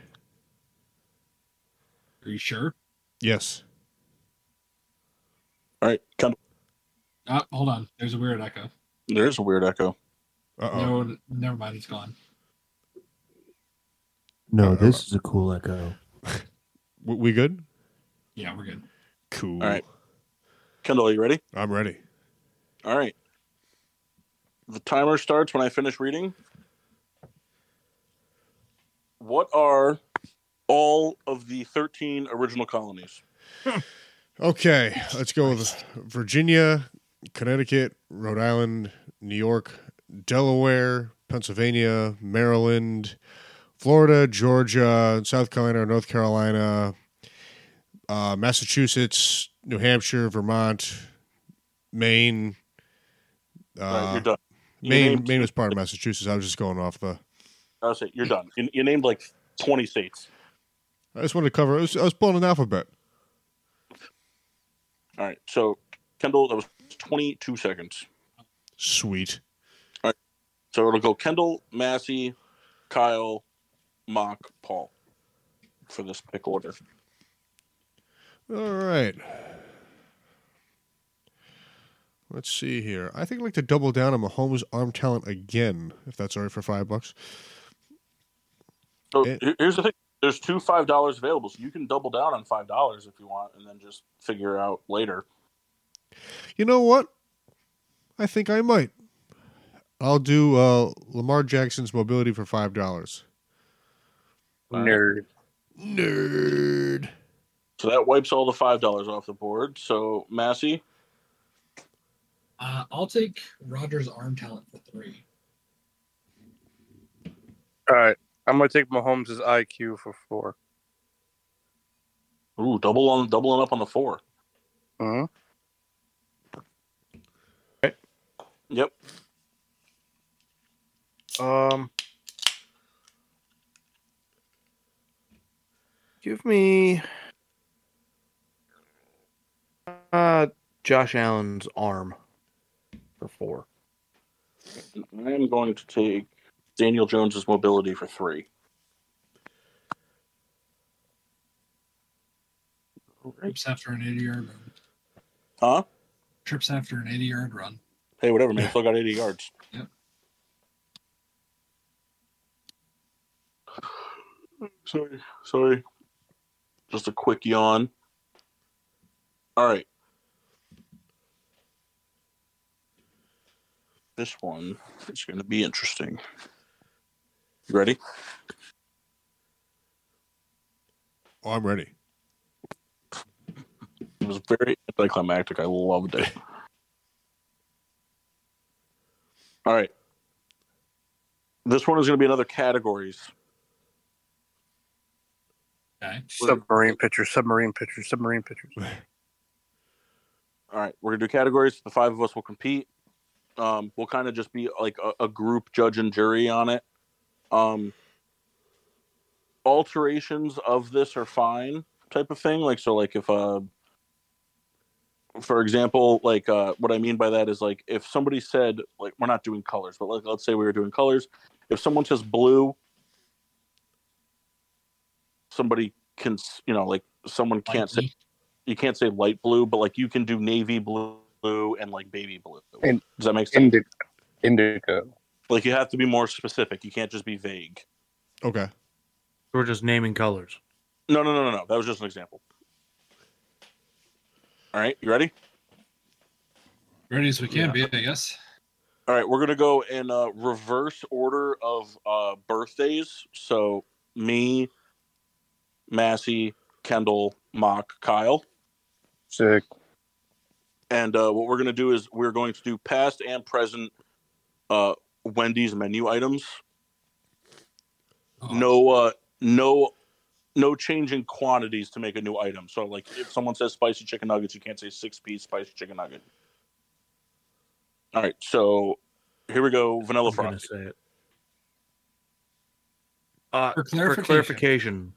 D: Are you sure?
C: Yes.
A: All right, Kendall.
D: Oh, hold on. There's a weird echo.
A: There is a weird echo.
C: Uh oh.
D: No, never mind. It's gone.
C: No, this
B: is a cool echo.
C: W Uh, We good?
D: Yeah, we're good.
C: Cool.
A: All right. Kendall, are you ready?
C: I'm ready.
A: All right. The timer starts when I finish reading. What are all of the 13 original colonies?
C: Okay, let's go with Virginia, Connecticut, Rhode Island, New York, Delaware, Pennsylvania, Maryland, Florida, Georgia, South Carolina, North Carolina, uh, Massachusetts, New Hampshire, Vermont, Maine.
A: All right,
C: Uh,
A: you're done. You
C: Maine,
A: named-
C: Maine was part of Massachusetts. I was just going off the.
A: I was saying, you're done. You, you named like 20 states.
C: I just wanted to cover. I was, I was pulling an alphabet.
A: All right. So, Kendall, that was 22 seconds.
C: Sweet.
A: So it'll go Kendall, Massey, Kyle, Mock, Paul for this pick order.
C: All right. Let's see here. I think I'd like to double down on Mahomes' arm talent again, if that's all right for five bucks.
A: So
C: It-
A: here- here's the thing. There's two five dollars available, so you can double down on five dollars if you want, and then just figure out later.
C: You know what? I think I might. I'll do uh, Lamar Jackson's mobility for five dollars.
F: Nerd.
C: Nerd.
A: So that wipes all the five dollars off the board. So Massey,
D: Uh, I'll take Rogers' arm talent for three.
F: All right. I'm gonna take Mahomes' IQ for four.
A: ooh, double on doubling up on the four.
F: Mhm.
A: Yep.
G: Um, give me uh Josh Allen's arm for four.
A: I am going to take Daniel Jones's mobility for three.
D: Trips after an 80 yard run.
A: Huh?
D: Trips after an 80 yard run.
A: Hey, whatever, man. Still got 80 yards.
D: Yep.
A: Sorry. Sorry. Just a quick yawn. All right. This one is going to be interesting. You ready?
C: Oh, I'm ready.
A: It was very anticlimactic. I loved it. All right. This one is going to be another categories.
D: Okay.
F: Submarine pitcher. Submarine pitcher. Submarine pitcher.
A: All right, we're gonna do categories. The five of us will compete. Um, we'll kind of just be like a, a group judge and jury on it. Um, alterations of this are fine, type of thing. Like so, like if uh, for example, like uh, what I mean by that is like if somebody said like we're not doing colors, but like let's say we were doing colors. If someone says blue, somebody can s- you know like someone can't say you can't say light blue, but like you can do navy blue and like baby blue.
F: And-
A: Does that make sense?
F: Indica. Indica.
A: like you have to be more specific. You can't just be vague.
C: Okay.
B: We're just naming colors.
A: No, no, no, no, no. That was just an example. All right, you ready?
D: Ready as we can be, I guess.
A: All right, we're gonna go in uh, reverse order of uh, birthdays. So me, Massey, Kendall, Mock, Kyle,
F: Sick.
A: and uh, what we're gonna do is we're going to do past and present uh, Wendy's menu items.
D: Oh,
A: no uh no no change in quantities to make a new item so like if someone says spicy chicken nuggets you can't say six piece spicy chicken nugget all right so here we go vanilla
B: I'm gonna
A: frosty
B: say it. Uh, for
D: For clarification,
B: clarification,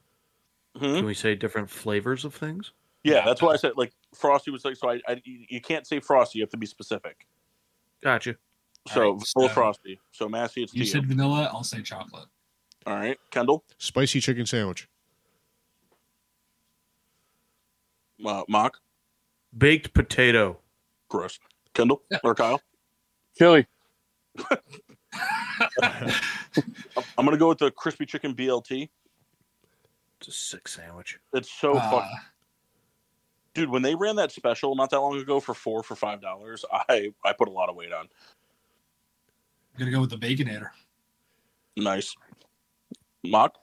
A: Mhm.
B: can we say different flavors of things?
A: yeah that's why i said like frosty was like so I, I you can't say frosty you have to be specific
B: Gotcha.
A: so
D: All right,
A: vanilla
D: so-
A: frosty so massey it's
D: you
A: you
D: said vanilla. I'll say chocolate.
A: all right kendall
C: Spicy chicken sandwich.
A: uh, mock
B: Baked potato.
A: gross kendall or kyle
F: Chili.
A: i'm gonna go with the crispy chicken blt
B: It's a sick sandwich.
A: it's so fucking
D: Uh,
A: dude when they ran that special not that long ago for four for five dollars i i put a lot of weight on
D: I'm gonna go with the baconator.
A: nice mock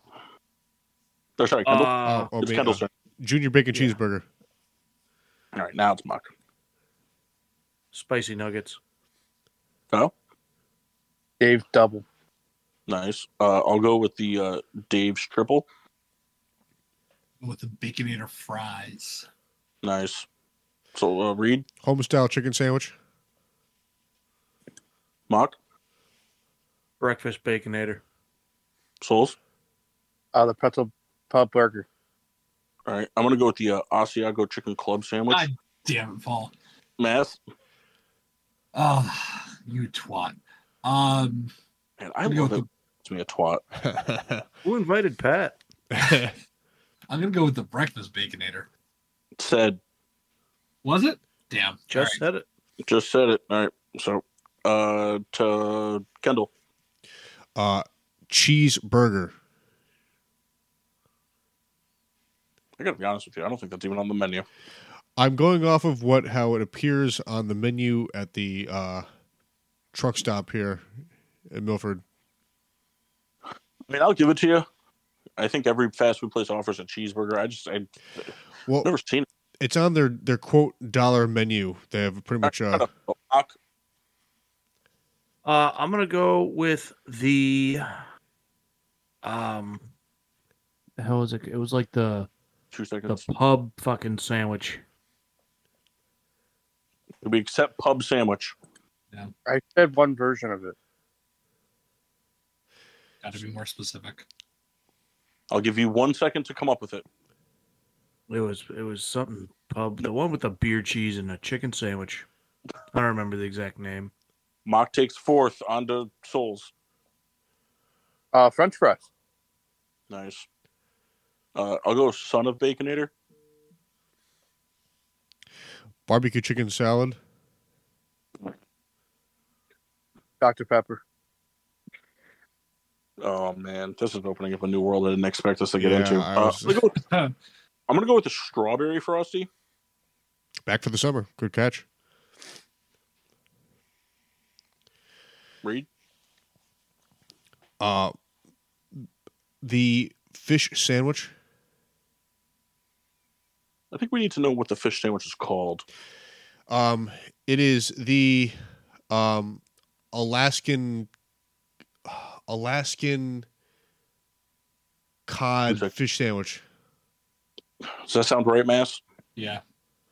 A: oh, sorry Kendall.
B: Uh,
C: oh,
A: it's
C: man,
A: Kendall's
C: uh,
A: turn.
C: junior bacon
B: Yeah.
C: cheeseburger.
A: all right now it's mock
G: Spicy nuggets.
A: Oh,
F: Dave double.
A: Nice. Uh, I'll go with the uh, Dave's triple.
D: with the baconator fries.
A: Nice. So uh, Reed,
C: Home style chicken sandwich.
A: Mock,
G: Breakfast baconator.
A: Souls.
F: Uh, the pretzel pub burger.
A: All right, I'm gonna go with the uh, Asiago chicken club sandwich.
D: God damn it, Paul.
A: Math.
D: Oh, you twat. Um,
A: And I
D: I'm gonna go
A: love
D: with
A: it. It's me a twat.
G: Who invited Pat?
D: I'm gonna go with the breakfast baconator.
A: Said.
D: Was it? Damn.
G: Just said it.
A: Just said it. All right. So uh, to Kendall.
C: uh, cheeseburger.
A: I gotta be honest with you. I don't think that's even on the menu.
C: I'm going off of what how it appears on the menu at the uh, truck stop here in Milford.
A: I mean, I'll give it to you. I think every fast food place offers a cheeseburger. I just I've
C: Well,
A: never seen it.
C: it's on their their quote dollar menu. They have pretty much uh,
A: Mock,
G: Uh, I'm gonna go with the um the hell was it? It was like the
A: two
G: the
A: seconds.
G: pub fucking sandwich.
A: We accept pub sandwich.
F: I said one version of it.
D: Got to be more specific.
A: I'll give you one second to come up with it.
G: It was it was something pub. The one with the beer cheese and a chicken sandwich. I don't remember the exact name.
A: Mock takes fourth onto Souls.
F: Uh, French fries.
A: Nice. Uh, I'll go son of Baconator.
C: barbecue chicken salad.
F: Dr. Pepper.
A: Oh man, this is opening up a new world I didn't expect us to get
C: Yeah,
A: into.
C: I
A: Uh,
C: was-
A: I'm, gonna go with, I'm gonna go with the strawberry frosty.
C: Back for the summer. Good catch.
A: Reed,
C: Uh, the fish sandwich.
A: I think we need to know what the fish sandwich is called.
C: Um, it is the um, Alaskan Alaskan cod
A: Exact-
C: fish sandwich.
A: Does that sound right, Mass?
D: Yeah.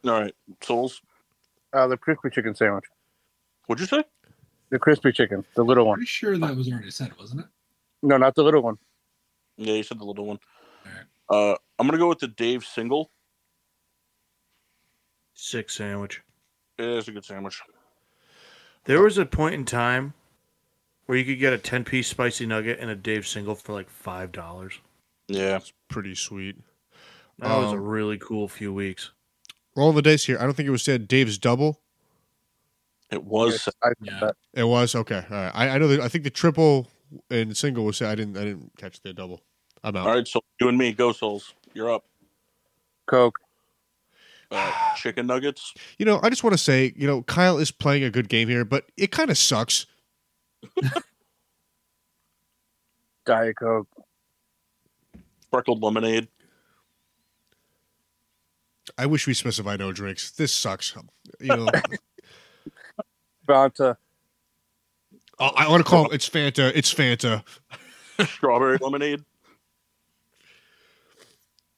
A: All right, Souls.
F: Uh, the crispy chicken sandwich.
A: What'd you say?
F: The crispy chicken. The little one.
D: Pretty sure that was already said, wasn't it?
F: No, not the little one.
A: Yeah, you said the little one.
D: All right.
A: Uh, I'm gonna go with the Dave single.
G: Sick sandwich.
A: It is a good sandwich.
G: There was a point in time where you could get a ten piece spicy nugget and a Dave single for like five dollars.
A: Yeah,
C: Pretty sweet.
G: That was a
C: Um,
G: really cool few weeks.
C: Rolling the dice here. I don't think it was said Dave's double.
A: it was.
F: Yes, I said
D: Yeah.
F: that.
C: It was okay. All right. I, I know. That, I think the triple and single was said. I didn't. I didn't catch the double. I'm out.
A: All right, so you and me, go Souls. You're up.
F: Coke.
A: Uh, chicken nuggets.
C: You know, I just want to say, you know, Kyle is playing a good game here, but it kind of sucks.
F: Diet Coke.
A: speckled lemonade.
C: I wish we specified no drinks. This sucks. You know,
F: Fanta.
C: I, I want to call it, it's Fanta. It's Fanta.
A: strawberry lemonade.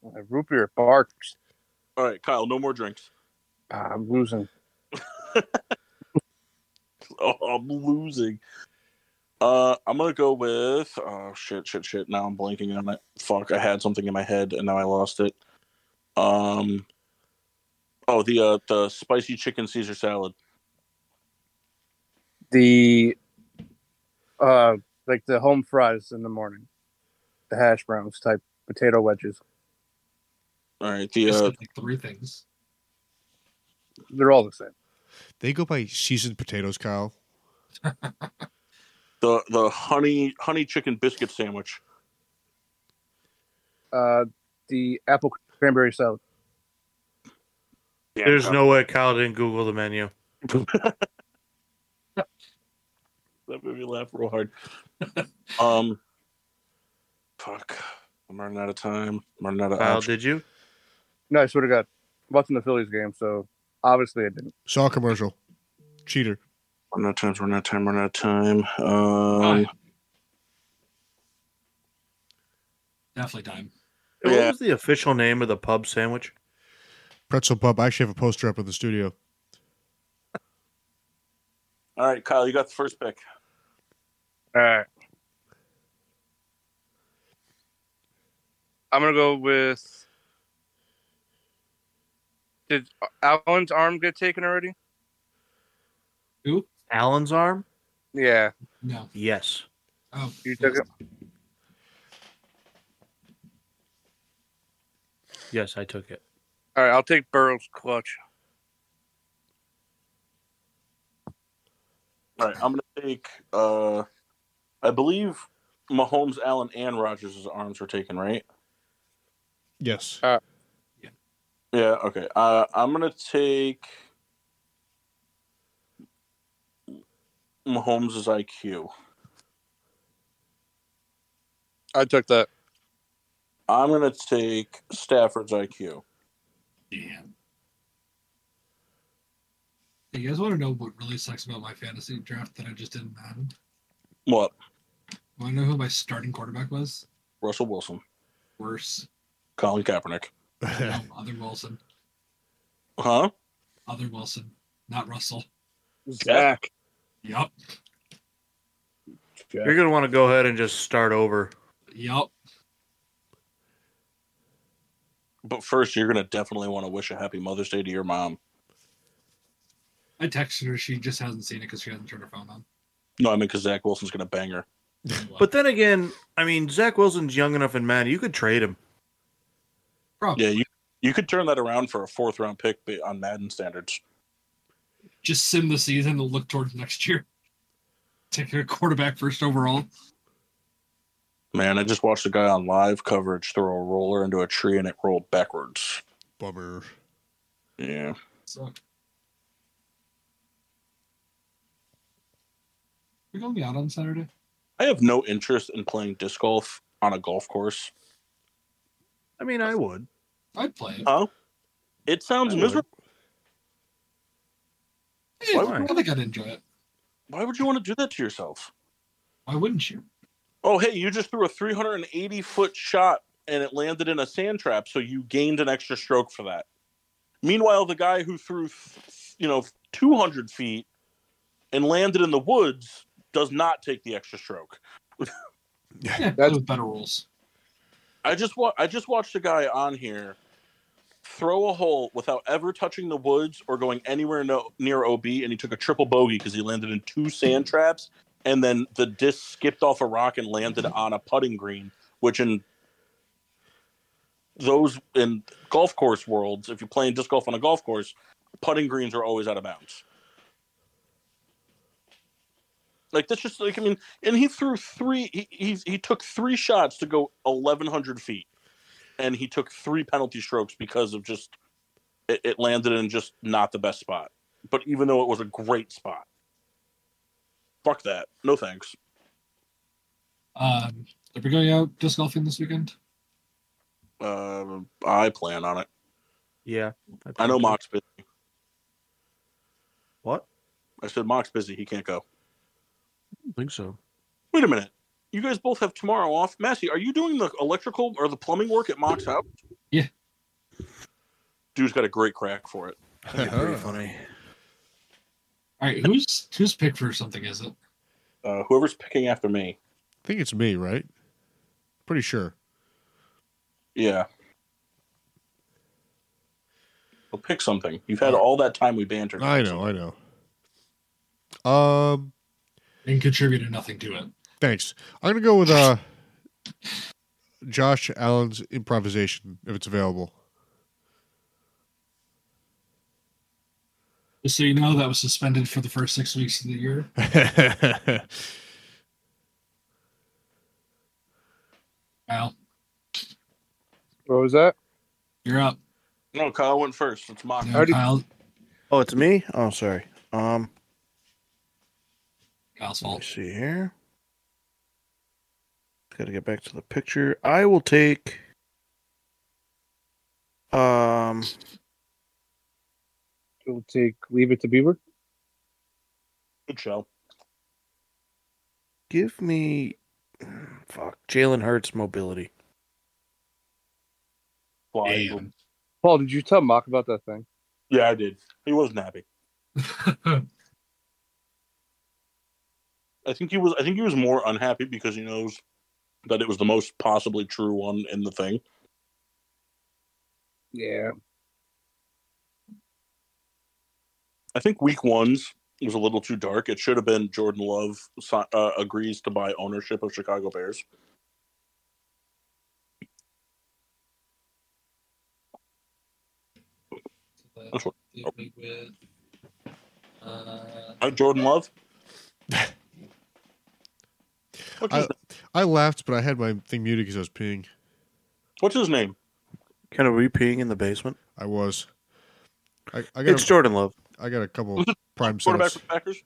F: Uh, root beer. Barks.
A: All right, Kyle, no more drinks.
F: Ah, I'm losing.
A: Oh, I'm losing. Uh, I'm gonna go with oh shit, shit, shit. Now I'm blanking on it. Fuck, I had something in my head and now I lost it. Um, oh the uh the spicy chicken Caesar salad.
F: The, uh, like the home fries in the morning. The hash browns type potato wedges.
A: All right, the
D: Just
A: uh,
D: like three things.
F: They're all the same.
C: They go by seasoned potatoes, Kyle.
A: the the honey honey chicken biscuit sandwich.
F: Uh, the apple cranberry salad.
A: Yeah,
G: There's no way Kyle didn't Google the menu.
A: that made me laugh real hard. um, fuck, I'm running out of time. I'm running out of
G: Kyle,
A: options.
G: did you?
F: No, I swear to God. Watching the Phillies game, so obviously I didn't.
C: Saw a commercial. Cheater.
A: Run out of time. Run out of time. Run out of time. Um,
D: Time. Definitely time.
A: Yeah.
G: What was the official name of the pub sandwich?
C: Pretzel Pub. I actually have a poster up in the studio.
A: all right, Kyle, you got the first pick.
F: All right. I'm gonna go with. Did Alan's arm get taken already?
D: Who?
G: Alan's arm?
F: Yeah,
D: No.
G: Yes.
D: Oh,
F: you took it.
G: Yes, I took it.
F: All right, I'll take Burrow's clutch.
A: All right, I'm gonna take. Uh, I believe Mahomes, Allen, and Rogers' arms were taken, right?
C: Yes.
A: Yeah. Okay. Uh, I'm gonna take Mahomes' IQ.
F: I took that.
A: I'm gonna take Stafford's IQ.
D: Damn. Hey, you guys want to know what really sucks about my fantasy draft that I just didn't have?
A: What?
D: Want to know who my starting quarterback was?
A: Russell Wilson,
D: Worse.
A: Colin Kaepernick.
D: No, other Wilson.
A: Huh?
D: Other Wilson. Not Russell.
F: Zach.
D: Yup.
G: You're going to want to go ahead and just start over.
D: Yup.
A: But first, you're gonna definitely want to wish a happy Mother's Day to your mom.
D: I texted her. She just hasn't seen it because she hasn't turned her phone on.
A: No, I mean because Zach Wilson's gonna bang her.
G: But then again, I mean, Zach Wilson's young enough and man, you could trade him.
D: probably
A: Yeah, you you could turn that around for a fourth round pick ba- on Madden standards.
D: just sim the season and look towards next year. Take a quarterback first overall.
A: Man, I just watched a guy on live coverage throw a roller into a tree and it rolled backwards.
C: Bummer.
A: Yeah.
D: So. We're going to be out on Saturday.
A: I have no interest in playing disc golf on a golf course.
G: I mean, I would.
D: I'd play it.
A: Huh? It sounds
E: I would.
A: miserable.
D: Yeah,
G: why?
D: I think I'd enjoy it.
A: Why would you want to do that to yourself?
D: Why wouldn't you?
A: Oh, hey, you just threw a 380 foot shot and it landed in a sand trap, so you gained an extra stroke for that. Meanwhile, the guy who threw, you know, 200 feet and landed in the woods does not take the extra stroke.
D: Yeah,
F: That's-
D: with better rules.
A: I just wa- I just watched a guy on here throw a hole without ever touching the woods or going anywhere no- near OB, and he took a triple bogey because he landed in two sand traps, and then the disc skipped off a rock and landed on a putting green, which in those in golf course worlds, if you're playing disc golf on a golf course, putting greens are always out of bounds. Like that's just like I mean, and he threw three. He he, he took three shots to go eleven hundred feet, and he took three penalty strokes because of just it, it landed in just not the best spot. But even though it was a great spot, fuck that. No thanks.
D: Um, are we going out disc golfing this weekend?
A: Uh, I plan on it.
G: Yeah.
A: I
G: think so.
A: know
B: Mm-hmm.
A: Mock's busy.
G: What?
A: I said Mock's busy. He can't go.
G: I think so.
A: Wait a minute. You guys both have tomorrow off. Massey, are you doing the electrical or the plumbing work at Mock's house?
D: Yeah.
A: Dude's got a great crack for it.
G: That'd be pretty funny.
D: All right, who's who's picked for something? Is it?
A: Uh, whoever's picking after me.
C: I think it's me, right? Pretty sure.
A: Yeah. Well, pick something. You've had all that time we bantered.
C: I know, I know. Um,
D: And contributed nothing to it.
C: thanks. I'm gonna go with uh, Josh Allen's improvisation if it's available.
D: Just so you know, that was suspended for the first six weeks of the year. Well,
F: What was that?
D: you're up.
A: No, Kyle went first. It's mock.
D: Now,
F: Already-
D: Kyle,
G: Oh, it's me? Oh, sorry. Um,
D: Kyle's
G: let me
D: fault.
G: see here. Got to get back to the picture. I will take. Um,
F: We'll take Leave It to Beaver.
A: Good show.
G: Give me fuck Jalen Hurts mobility.
A: Fly.
D: Damn.
F: Paul, did you tell Mock about that thing?
A: Yeah, I did. He wasn't happy. I think he was. I think he was more unhappy because he knows that it was the most possibly true one in the thing.
F: Yeah.
A: I think week one's was a little too dark. It should have been Jordan Love si- uh, agrees to buy ownership of Chicago Bears. That's what-
D: Uh,
A: Uh, Jordan Love. What's his,
C: I laughed, but I had my thing muted because I was peeing.
A: what's his name?
G: Kind of we peeing in the basement.
C: I was. I, I
G: It's
C: got. A,
G: Jordan Love.
C: I got a couple
A: Was it
C: prime
A: Quarterback
C: setups.
A: for the Packers.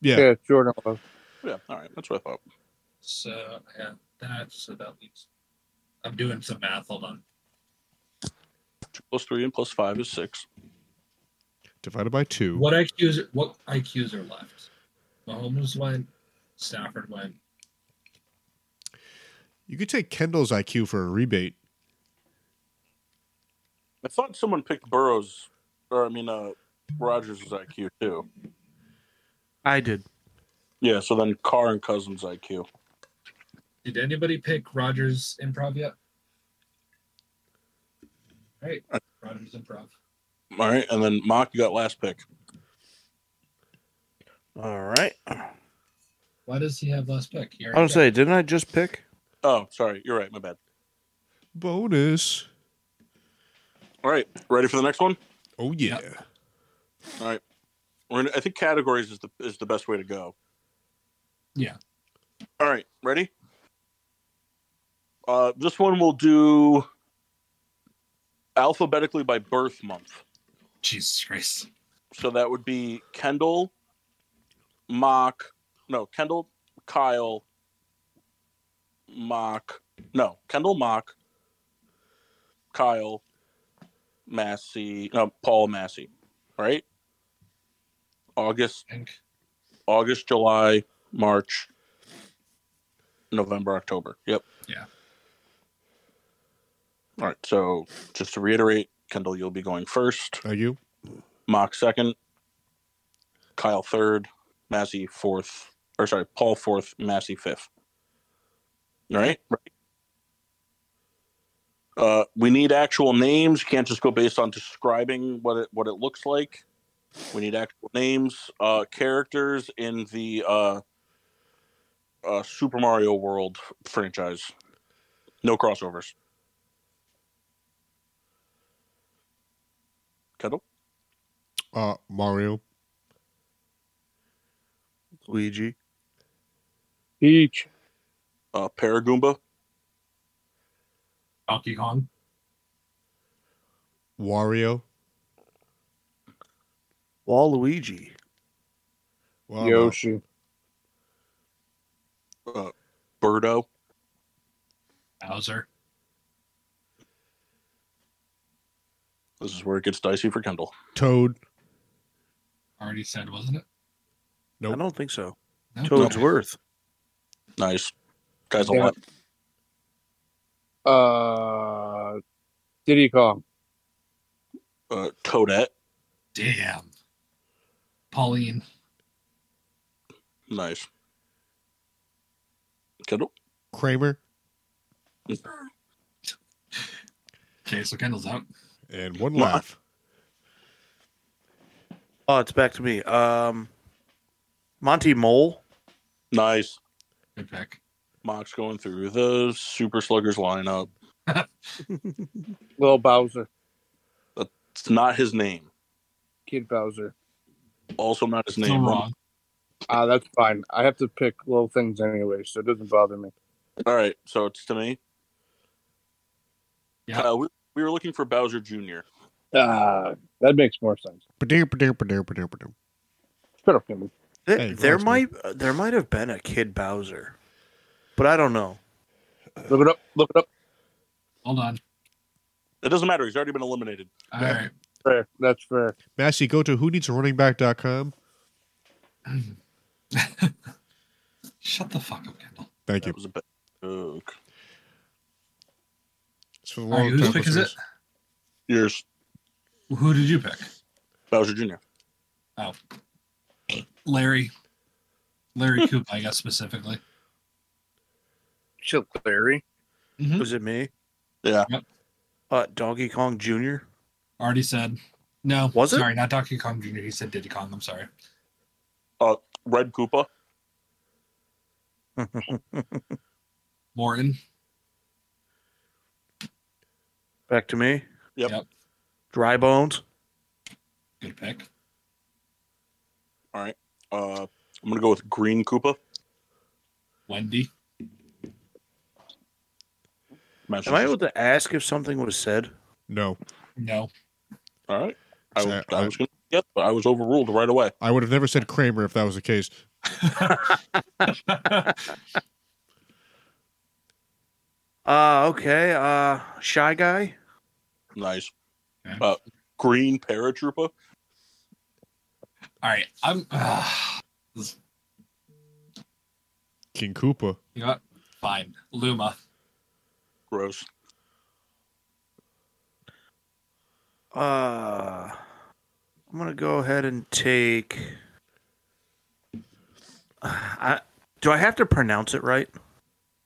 C: Yeah.
F: Yeah, Jordan Love.
A: Yeah. All right. That's what I thought.
D: so yeah, that so that leaves. I'm doing some math. Hold on.
A: Two plus three and plus five is six.
C: divided by two.
D: What IQs? What IQs are left? Mahomes went. Stafford went.
C: You could take Kendall's IQ for a rebate.
A: I thought someone picked Burrows, or I mean, uh, Rogers' IQ too.
B: I did.
A: Yeah. So then Carr and Cousins' IQ.
D: Did anybody pick Rogers improv yet? All right, Rogers improv.
A: All right. And then Mock, you got last pick.
G: All right.
D: Why does he have last pick? He
G: I
D: already
G: don't
D: got-
G: say, didn't I just pick?
A: Oh, sorry. You're right. My bad.
C: Bonus.
A: All right. Ready for the next one?
C: Oh yeah.
A: We're gonna, I think categories is the is the best way to go.
D: Yeah.
A: All right, ready? Uh, this one we'll do alphabetically by birth month.
D: Jesus Christ.
A: So that would be Kendall, Mock, no Kendall, Kyle, Mock, no Kendall, Mock, Kyle, Massey, no Paul Massey, right? August
D: I think.
A: August, July, March, November, October. Yep.
D: Yeah.
A: All right. So just to reiterate, Kendall, you'll be going first,
C: Are you?
A: Mock second, Kyle third, Massey fourth, or sorry, Paul fourth, Massey fifth. All right. Right. Uh, we need actual names. Can't just go based on describing what it what it looks like. We need actual names, uh, characters in the uh, uh, Super Mario World franchise. No crossovers. Kendall,
C: Uh, Mario.
G: Luigi.
F: Peach.
A: uh, Paragoomba,
D: Donkey Kong.
C: Wario.
G: Waluigi.
C: Wow,
F: Yoshi.
A: uh, Birdo,
D: Bowser.
A: This is where it gets dicey for Kendall.
C: Toad.
D: Already said, wasn't it?
C: Nope.
G: I don't think so.
D: No?
G: Toad's Worth.
A: Nice. Guys, a
F: Yeah.
A: lot.
F: Uh, Diddy Kong.
A: Uh, Toadette.
D: Damn. Pauline.
A: Nice. Kendall?
C: Kramer.
D: Okay, so Kendall's out.
C: And one
A: Well, I-
C: laugh.
G: Oh, it's back to me. Um, Monty Mole.
A: Nice.
D: Good pick.
A: Mock's going through the Super Sluggers lineup.
F: Little Bowser.
A: It's not his name.
F: Kid Bowser.
A: Also not his
D: Still
A: name.
D: wrong.
F: Ah, that's fine. I have to pick little things anyway, so it doesn't bother me.
A: All right, so it's to me.
D: Yeah.
A: Uh, we, we were looking for Bowser Jr.
F: Ah, that makes more sense.
C: Ba-dum, ba-dum, ba-dum, ba-dum, ba-dum.
F: Shut up, Jimmy.
G: Th-
C: Hey,
G: there
C: relax,
G: might uh, there might have been a Kid Bowser, but I don't know.
F: Look it up. Look it up.
D: Hold on.
A: It doesn't matter. He's already been eliminated.
D: All
C: Yeah.
D: right.
F: Fair. That's fair.
C: Massey, go to who needs a running back.com.
D: Shut the fuck up, Kendall.
C: Thank you.
A: That was a bad joke.
C: It's for the
D: All right,
C: long
D: whose
C: time
D: pick is it?
C: listeners.
A: Yours,
D: Who did you pick?
A: Bowser Jr.
D: Oh, Larry.
B: Hmm.
D: Larry Coop, I guess specifically.
F: Chill, Larry.
D: Mhm.
B: Was it me?
A: Yeah.
D: Yep.
B: Uh, Donkey Kong Jr.
D: Already said. No,
B: Was it?
D: sorry, not Donkey Kong Jr. He said Diddy Kong. I'm sorry.
A: Red Koopa.
D: Morton.
B: Back to me.
A: Yep.
D: Yep.
B: Dry Bones.
D: Good pick.
A: Uh, I'm gonna go with Green Koopa.
D: Wendy.
B: Am I able to ask if something was said?
C: No,
D: No.
A: All right. I,
C: Sorry,
A: I
C: I-
A: was gonna yep, but I was overruled right away.
C: I would have never said Kramer if that was the case.
B: Uh, okay. Uh, Shy Guy.
A: Nice.
D: Okay.
A: Uh, green Paratrooper.
D: All right. I'm. Uh,
C: King Koopa.
D: you know what? Fine. Luma.
A: Gross.
B: Uh, I'm gonna go ahead and take. uh, I, do I have to pronounce it right? Uh,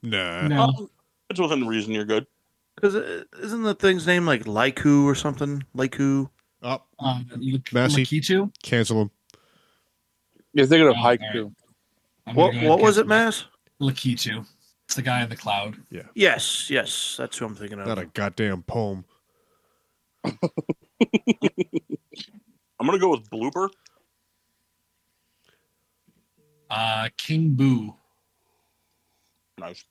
C: Nah.
A: Um, it's within reason. You're good.
B: Because uh, isn't the thing's name like Laiku or something? Laiku.
C: Oh,
D: Um, L-
C: Massey.
D: Lakitu?
C: cancel him.
F: You're thinking of
D: Oh,
F: Haiku.
D: I'm
B: What
D: gonna go
B: What was it,
D: ahead and
B: Mass?
D: guess Lakitu. It's the guy in the cloud.
B: Yes, yes, that's who I'm thinking of.
C: Not a goddamn poem.
A: I'm gonna go with Blooper.
D: Uh, King Boo.
A: Nice.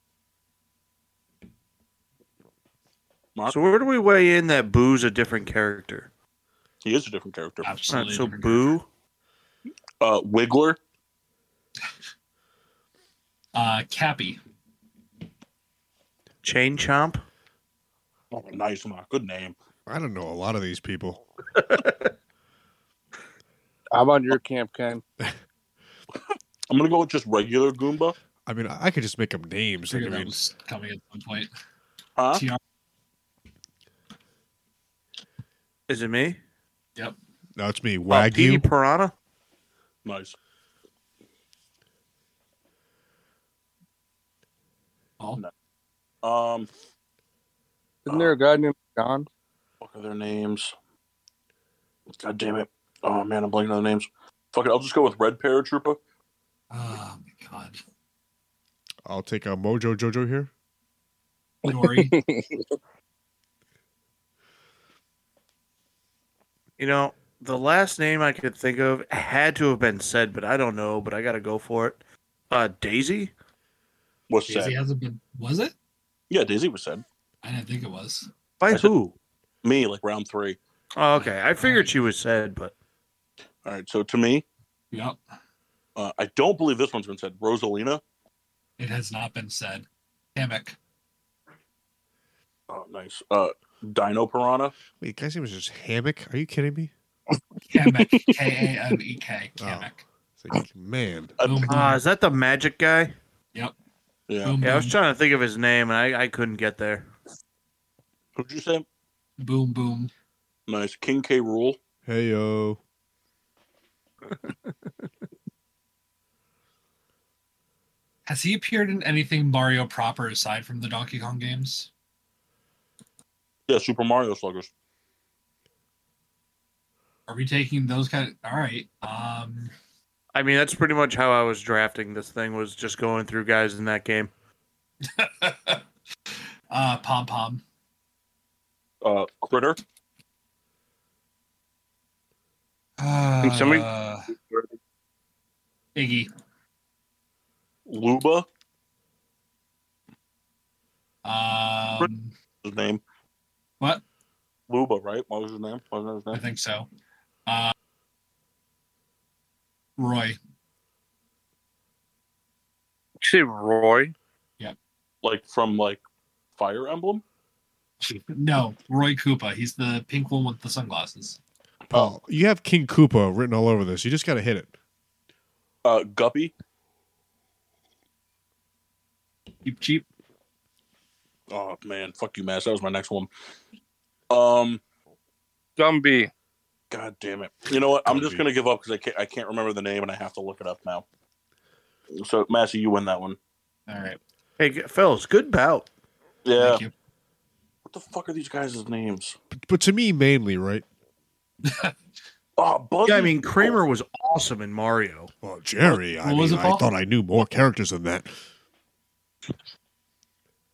B: So where do we weigh in that Boo's a different character?
A: He is a different character.
B: All right,
D: Absolutely.
B: so
D: different
B: Boo.
A: Uh, Wiggler.
D: guy. Uh, Cappy.
B: Chain Chomp.
A: Oh, nice one. Good name.
C: I don't know a lot of these people.
F: I'm on your camp, Ken.
A: I'm gonna go with just regular Goomba.
C: I mean, I I could just make up names. Like, I
D: Figured that
C: mean,
D: was coming at some point.
A: Huh?
D: TR.
B: Is it me?
C: no, it's
D: Oh,
C: me.
B: Uh, Petey
C: Wagyu.
B: Piranha.
A: Nice.
D: Paul.
A: Um,
F: Isn't there a guy named John?
A: what are their names? God damn it. Oh man, I'm blanking on the names. Fuck it. I'll just go with Red Paratrooper.
D: Oh my god.
C: I'll take a Mojo Jojo here.
D: Dory.
B: You know, the last name I could think of had to have been said, but I don't know. But I gotta go for it. Uh, Daisy.
A: What's
D: Daisy
A: that?
D: hasn't been. Was it?
A: Yeah, Daisy was said.
D: I didn't think it was.
B: By
A: I said-
B: who?
A: Me, like round three.
B: Oh, okay. I figured she was said, but
A: All right. So to me,
D: Yep.
A: uh, I don't believe this one's been said. Rosalina.
D: It has not been said. Hammock.
A: Oh, nice. Uh, Dino Piranha.
C: Wait, the guy's name was just Hammock. Are you kidding me?
D: Kamek. K A M E K.
C: Oh.
D: Kamek.
C: It's like, man,
D: Boom,
B: uh,
D: boom,
B: is that the magic guy?
A: Oh, Yeah.
D: boom,
B: Yeah, I was
D: boom.
B: trying to think of his name, and I, I couldn't get there.
A: Who'd you say?
D: boom, boom.
A: Nice. King K. Rule.
C: hey yo,
D: Has he appeared in anything Mario proper aside from the Donkey Kong games?
A: Yeah, Super Mario Sluggers.
D: Are we taking those kind of all right. Um
B: I mean, that's pretty much how I was drafting this thing. Was just going through guys in that game.
D: uh pom pom.
A: Uh, Critter.
D: Uh,
F: somebody-
D: Iggy.
A: Luba.
D: Um
A: His name.
D: what?
A: Luba, right? What was his name? What was his
D: I
A: name?
D: think so. Uh Roy.
F: Did you say Roy?
A: Like from like Fire Emblem.
D: No, Roy Koopa. He's the pink one with the sunglasses. Oh.
C: Paul, you have King Koopa written all over this. You just gotta hit it.
A: Uh, Guppy.
D: Cheap, cheap.
A: Oh man, fuck you, Mass. That was my next one. Um,
F: Gumby.
A: god damn it. You know what? I'm just
C: Guppy.
A: gonna give up because I can't. I can't remember the name, and I have to look it up now. So, Massey, you win that one.
D: All right.
G: Hey, g- fellas, good bout.
A: Yeah.
D: Thank you.
A: What the fuck are these guys' names?
C: But, but to me, mainly, right?
A: Oh, Buzz.
B: Yeah, I mean Kramer was awesome in Mario.
C: Well, Jerry, I,
D: What was
C: mean,
D: it
C: I
D: called?
C: thought I knew more characters than that.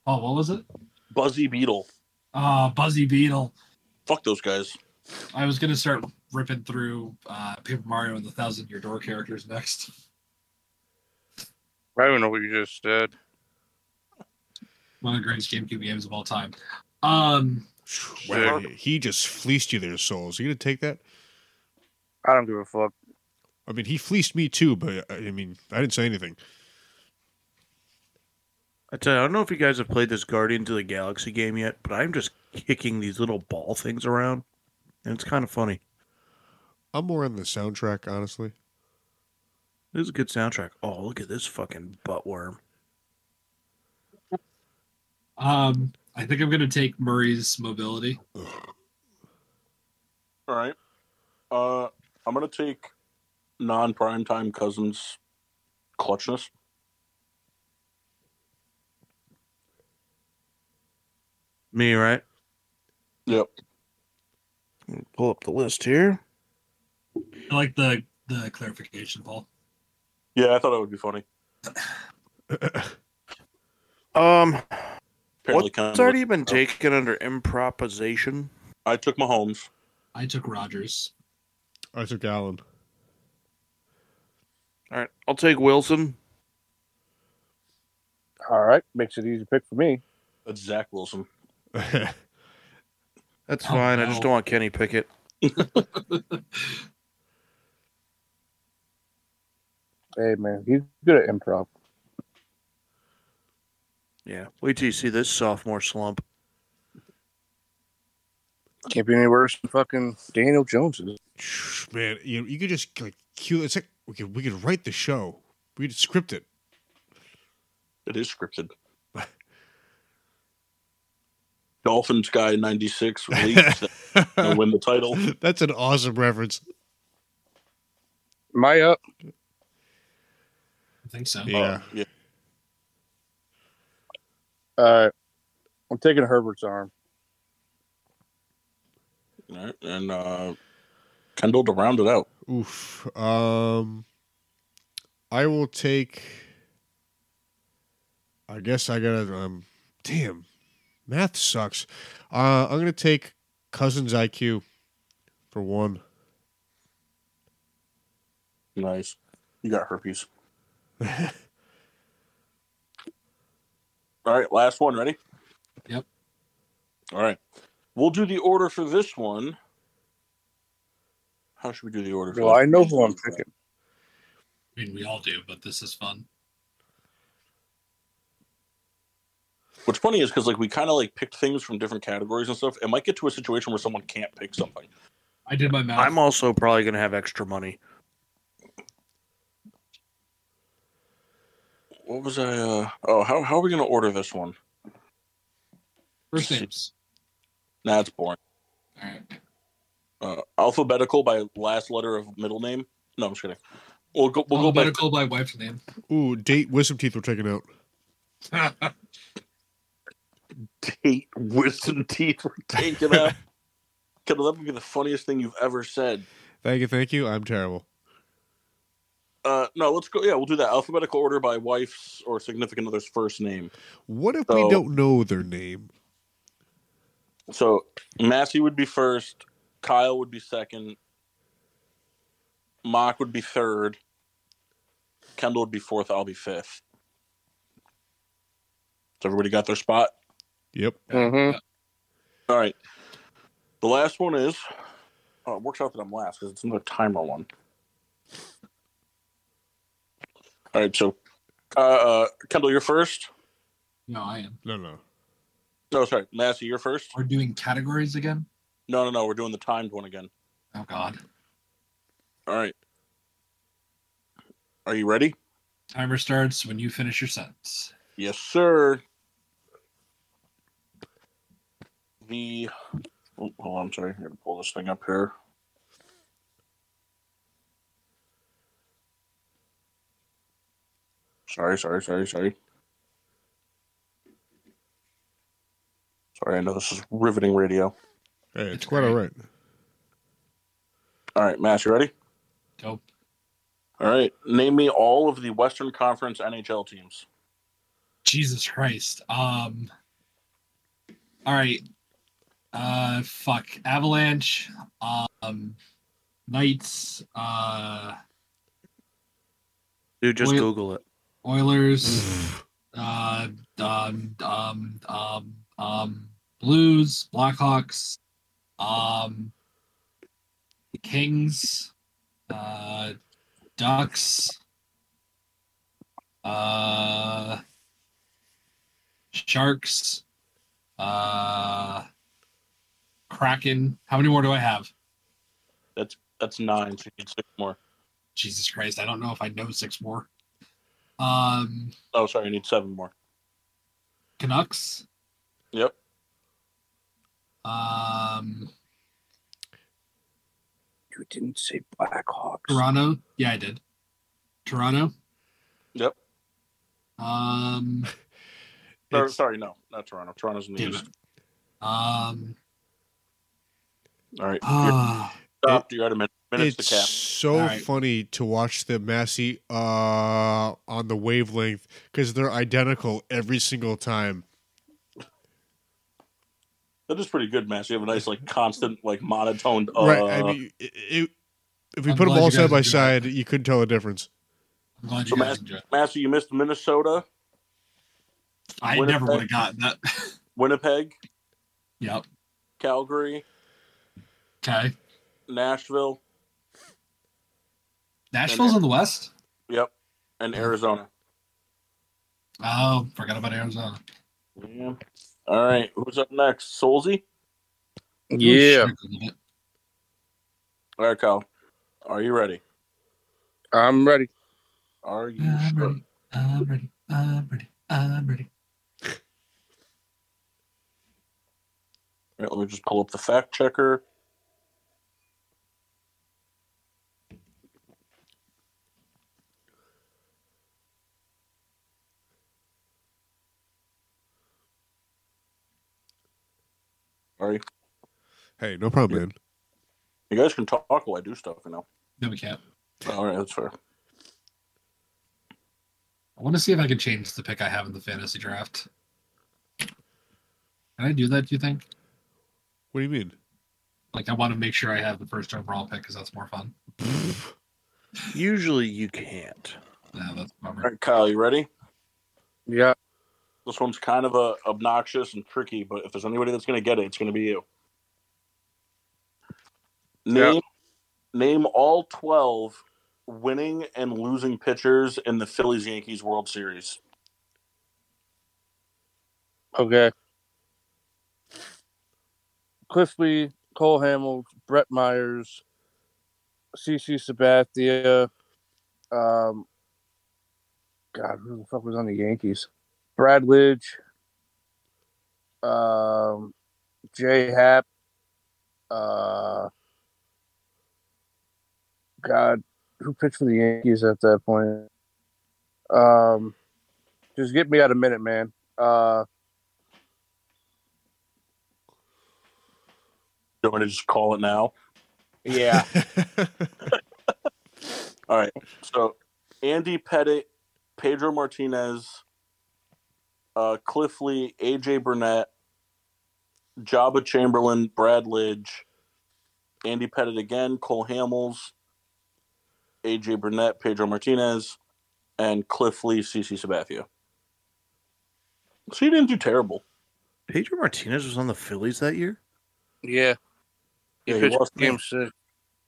D: Oh, what was it?
A: Buzzy Beetle.
D: Uh, Buzzy Beetle.
A: Fuck those guys.
D: I was gonna start ripping through uh, Paper Mario and the Thousand Year Door characters next.
F: I don't know what you just said.
D: One of the greatest GameCube games of all time. Um,
C: Wow, he just fleeced you there, Souls. Are you going to take that?
F: I don't give a fuck.
C: I mean, he fleeced me too, but uh, I I mean, I didn't say anything.
G: I tell you, I don't know if you guys have played this Guardians of the Galaxy game yet, but I'm just kicking these little ball things around, and it's kind of funny.
C: I'm more on the soundtrack, honestly.
G: This is a good soundtrack. Oh, look at this fucking butt worm.
D: um, I think I'm gonna take Murray's mobility.
A: All right. Uh, I'm gonna take non primetime cousins clutchness.
G: Me, right?
A: Yep.
G: Pull up the list here.
D: I like the the clarification, Paul.
A: Yeah, I thought it would be funny.
G: Um,
A: Apparently,
G: what's
A: Ken-
G: already been taken under improvisation?
A: I took Mahomes.
D: I took Rogers.
C: Arthur Gallen.
G: All right, I'll take Wilson.
F: All right, makes it easy pick for me.
A: That's Zach Wilson.
G: That's
D: Oh,
G: fine. I just
D: no.
G: don't want Kenny Pickett.
F: Hey man, he's good at improv.
G: Yeah. Wait till you see this sophomore slump.
F: Can't be any worse than fucking Daniel Jones.
C: Man, you you could just like cue. It's like we could we could write the show. We could script it.
A: It is scripted. Dolphins guy ninety six released and win the title.
C: That's an awesome reference.
F: Am I up?
D: I think so.
C: Yeah.
A: Uh, yeah.
F: All right, uh, I'm taking Herbert's arm.
A: All right. And uh, Kendall to round it out.
C: Oof. Um, I will take. I guess I gotta. Um, damn, math sucks. Uh, I'm gonna take Cousins IQ for one.
A: Nice. You got herpes. All right, last one. Ready?
D: Yep.
A: All right. We'll do the order for this one. How should we do the order?
F: Well,
A: this
F: I know who
A: one?
F: I'm picking.
D: I mean, we all do, but this is fun.
A: What's funny is because like we kind of like picked things from different categories and stuff. It might get to a situation where someone can't pick something.
D: I did my math.
G: I'm also probably going to have extra money.
A: What was I? Uh, oh, how how are we gonna order this one?
D: First names.
A: Nah, it's boring.
D: All right.
A: Uh, alphabetical by last letter of middle name. No, I'm just kidding. We'll go. We'll
D: We'll
A: go by.
D: medical by wife's name.
C: Ooh, date wisdom teeth were taken out.
A: Tate wisdom teeth were taken out. Kendall, that would be the funniest thing you've ever said.
C: Thank you, thank you. I'm terrible.
A: Uh, no, let's go. Yeah, we'll do that. Alphabetical order by wife's or significant other's first name.
C: What if
A: So-
C: we don't know their name?
A: So Massey would be first. Kyle would be second. Mock would be third. Kendall would be fourth. I'll be fifth. Has everybody got their spot?
C: Yep.
F: Mm-hmm.
A: All right. The last one is. Oh, it works out that I'm last because it's another timer one. All right, so uh, uh, Kendall, you're first.
D: no, I am.
C: No, no.
A: No, sorry, Massey, you're first.
D: We're doing categories again.
A: No, no, no, we're doing the timed one again.
D: Oh God.
A: All right. Are you ready?
D: Timer starts when you finish your sentence.
A: Yes, sir. The oh, oh I'm sorry, I gotta pull this thing up here. Sorry, sorry, sorry, sorry. Sorry, I know this is riveting radio.
C: Hey, it's quite all right.
A: All right, Matt, you ready?
D: Go.
A: All right, name me all of the Western Conference NHL teams.
D: Jesus Christ. Um. All right. Uh, fuck. Avalanche. Um. Knights. Uh.
G: Dude, just
D: Wait.
G: Google it.
D: Oilers. uh. Um. Um. Um. Um. Blues. Blackhawks. Um. Kings. Uh. Ducks. Uh. Sharks. Uh. Kraken. How many more do I have?
A: That's nine. So you need six more.
D: Jesus Christ, I don't know if I know six more. Um,
A: Oh, sorry, I need seven more.
D: Canucks.
A: Yep.
D: Um,
F: You didn't say Blackhawks.
D: Toronto. Yeah, I did. Toronto.
A: Yep.
D: Um,
A: Or,
C: It's-
A: sorry, no, not Toronto. Toronto's in the
D: damn
A: East.
D: it. Um,
A: All right, you're
D: ah,
A: stopped. You got a minute.
C: uh,
A: Minutes
C: it's
A: to cap.
C: so
D: All right.
C: funny to watch the Massey uh, on the wavelength because they're identical every single time.
A: That is pretty good, Matt. You have a nice, like, constant, like, monotoned. Uh,
C: right? I mean, it, it, if we
D: I'm
C: put them
D: glad
C: all
D: you
C: side
D: guys
C: by
D: enjoyed
C: side, you couldn't tell a difference.
D: I'm glad
A: so
D: you guys
A: Matt,
D: enjoyed. it.
A: Massey, you missed Minnesota,
D: I
A: Winnipeg.
D: never would have gotten that.
A: Winnipeg,
D: yep.
A: Calgary,
D: Okay.
A: Nashville.
D: Nashville's in the West.
A: Yep, and Arizona.
D: Oh, forgot about Arizona.
A: Yeah. All right, who's up next? Solzy.
D: Oh,
F: Yeah,
D: shit, I Googled it.
A: All right, Kyle. Are you ready?
F: I'm ready.
A: Are you?
D: I'm
A: sure?
D: ready. I'm ready. I'm ready. I'm ready.
A: All right, let me just pull up the fact checker. Sorry,
C: Hey, no problem, man.
A: you guys can talk while I do stuff, you know.
D: No, we can't.
A: All right, that's fair.
D: I want to see if I can change the pick I have in the fantasy draft. Can I do that? Do you think?
C: What do you mean?
D: Like, I want to make sure I have the first overall pick because that's more fun.
G: Usually you can't.
D: Yeah, that's a
A: All
D: bummer.
A: right, Kyle, you ready?
F: Yeah,
A: This one's kind of uh, obnoxious and tricky, but if there's anybody that's going to get it, it's going to be you. Name, name all 12 winning and losing pitchers in the Phillies Yankees World Series.
F: okay. Cliff Lee, Cole Hamels, Brett Myers, CC Sabathia, um, God, who the fuck was on the Yankees? Brad Lidge, um, Jay Happ, uh, God, who pitched for the Yankees at that point? Um, just get me out a minute, man. Uh,
A: Do you want me to just call it now?
F: yeah.
A: All right. So Andy Pettit, Pedro Martinez, uh, Cliff Lee, AJ Burnett, Jabba Chamberlain, Brad Lidge, Andy Pettit again, Cole Hamels, AJ Burnett, Pedro Martinez, and Cliff Lee, CC Sabathia. So you didn't do terrible.
G: Pedro Martinez was on the Phillies that year.
F: Yeah.
A: Yeah,
F: He
A: he
F: pitched
A: lost
F: game six.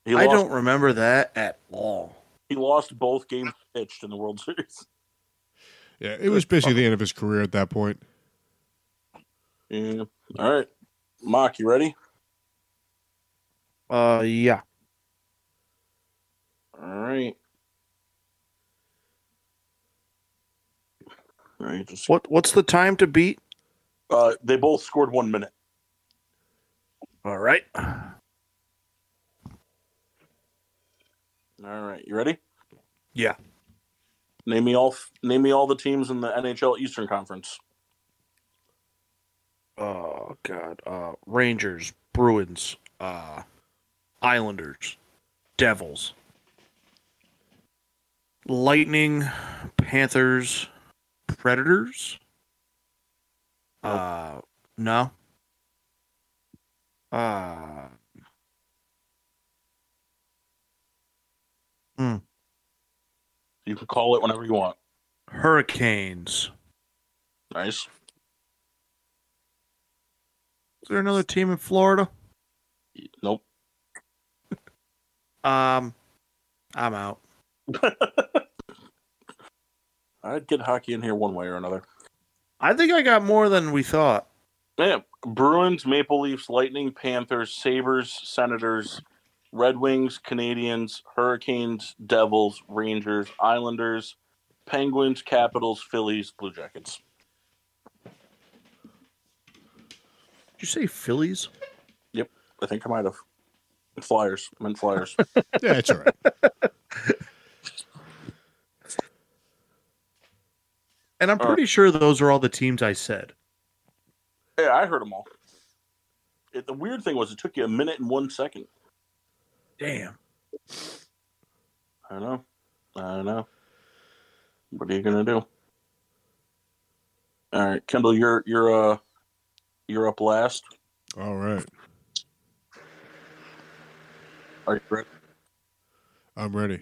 A: He
G: I
A: lost,
G: don't remember that at all.
A: he lost both games pitched in the World Series.
C: Yeah, it was basically the end of his career at that point.
A: Yeah. All right. Mock, you ready?
G: Uh, yeah.
A: All right. Right? Just,
G: What what's the time to beat?
A: uh, they both scored one minute.
G: All right.
A: All right, you ready?
G: Yeah.
A: Name me all. f- Name me all the teams in the NHL Eastern Conference.
G: Oh god. Uh Rangers, Bruins, uh Islanders, Devils. Lightning, Panthers, Predators? Uh no. Uh
A: You can call it whenever you want.
G: Hurricanes.
A: Nice.
G: Is there another team in Florida?
A: Nope.
G: Um I'm out.
A: I'd get hockey in here one way or another.
G: I think I got more than we thought.
A: Yeah, Bruins, Maple Leafs, Lightning, Panthers, Sabres, Senators, Red Wings, Canadians, Hurricanes, Devils, Rangers, Islanders, Penguins, Capitals, Phillies, Blue Jackets.
G: Did you say Phillies?
A: I think I might have. Flyers. I meant Flyers.
C: Yeah, it's all right.
G: And I'm
A: Uh,
G: pretty sure those are all the teams I said.
A: yeah, I heard them all. It, the weird thing was it took you a minute and one second.
G: Damn.
A: I know. I know. What are you gonna do? All right, Kendall, you're you're uh you're up last.
C: All right.
A: Are you ready?
C: I'm ready.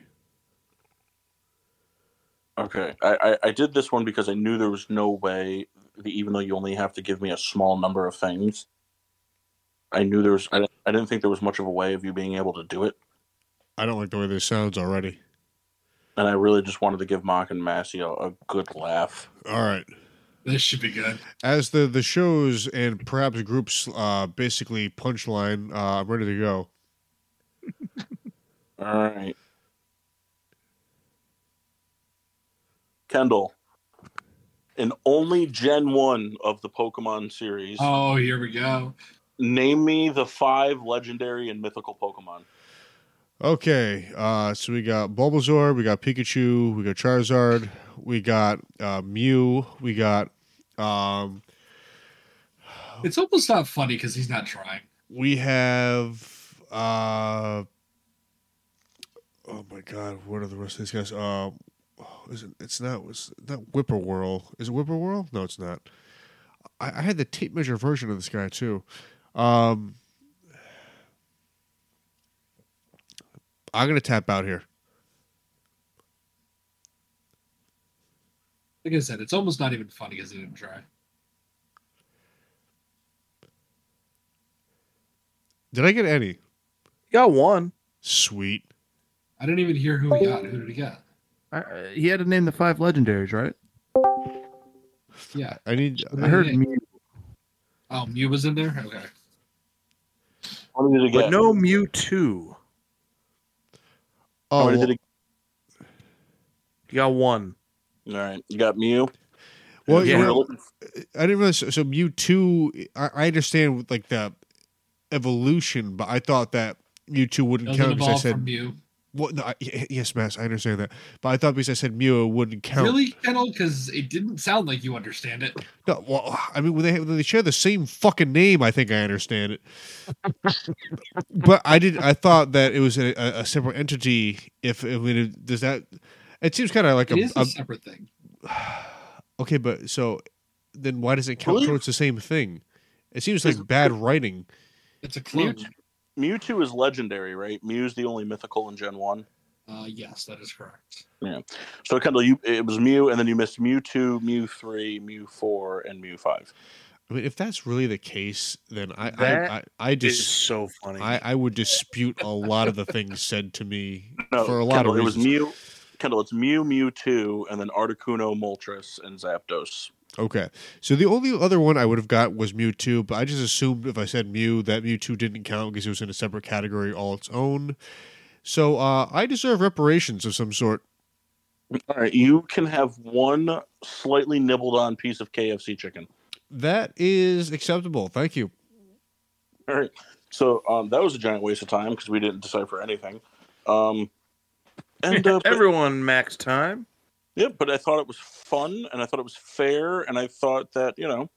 A: Okay. I, I, I did this one because I knew there was no way that even though you only have to give me a small number of things, I knew there was I, didn't- I didn't think there was much of a way of you being able to do it.
C: I don't like the way this sounds already.
A: And I really just wanted to give Mock and Massey a, a good laugh.
C: All right.
D: This should be good.
C: As the the shows and perhaps groups uh basically punchline, uh, I'm ready to go.
A: All right. Kendall, in only Gen 1 of the Pokemon series,
D: Oh, here we go.
A: name me the five legendary and mythical Pokemon.
C: Okay, uh, so we got Bulbasaur, we got Pikachu, we got Charizard, we got uh, Mew, we got um,
D: It's almost not funny because he's not trying.
C: we have uh, oh my god, what are the rest of these guys? Uh, is it, it's not it's not Whippoorwill. Is it Whippoorwill? No, it's not. I, I had the tape measure version of this guy too. Um, I'm gonna tap out here.
D: Like I said, it's almost not even funny because he didn't try.
C: Did I get any?
G: You got one.
C: Sweet.
D: I didn't even hear who he got. Who did he get?
B: uh, he had to name the five legendaries, right?
D: Yeah.
C: I need.
D: I heard Mew. Oh, Mew was in there? Okay.
A: How many did it
G: But
A: get?
G: no Mewtwo.
A: How
C: Oh,
A: many
C: well,
A: did it-
G: You got one.
A: All right. You got Mew.
C: well,
G: Yeah.
C: you know,
A: You're-
C: I didn't realize. So Mew two, I, I understand with, like the evolution, but I thought that Mew two wouldn't
D: Doesn't
C: count because I
D: evolve from
C: said,
D: Mew.
C: well, no, I, y- yes, Mass, I understand that, but I thought because I said Mew it wouldn't count.
D: Really, Kendall? Because it didn't sound like you understand it.
C: No, well, I mean when they when they share the same fucking name, I think I understand it. but I did. I thought that it was a, a, a separate entity. If I mean, it- does that? It seems kind of like
D: It
C: a,
D: is a
C: a
D: separate thing.
C: okay, but so then why does it count
A: Believe-
C: towards the same thing? It seems
A: Is-
C: like bad writing.
D: It's a clone.
A: Mewtwo, Mewtwo is legendary, right? Mew's the only mythical in Gen One.
D: Uh, yes, that is correct.
A: So Kendall, you it was Mew, and then you missed Mew two, Mew three, Mew four, and Mew five.
C: I mean, if that's really the case, then I
G: That
C: I, I, I
G: It is
C: just
G: so funny.
C: I, I would dispute a lot of the things said to me
A: No,
C: for a lot
A: Kendall,
C: of
A: it was
C: reasons.
A: Mew. Kendall, it's Mew, Mew two, and then Articuno, Moltres, and Zapdos.
C: Okay, so the only other one I would have got was Mewtwo, but I just assumed if I said Mew that Mewtwo didn't count because it was in a separate category all its own. So uh, I deserve reparations of some sort.
A: All right, you can have one slightly nibbled on piece of KFC chicken.
C: That is acceptable. Thank you.
A: All right. So um, that was a giant waste of time because we didn't decipher anything. Um, and uh, but-
G: Everyone max time.
A: yeah, but I thought it was fun and I thought it was fair and I thought that you know,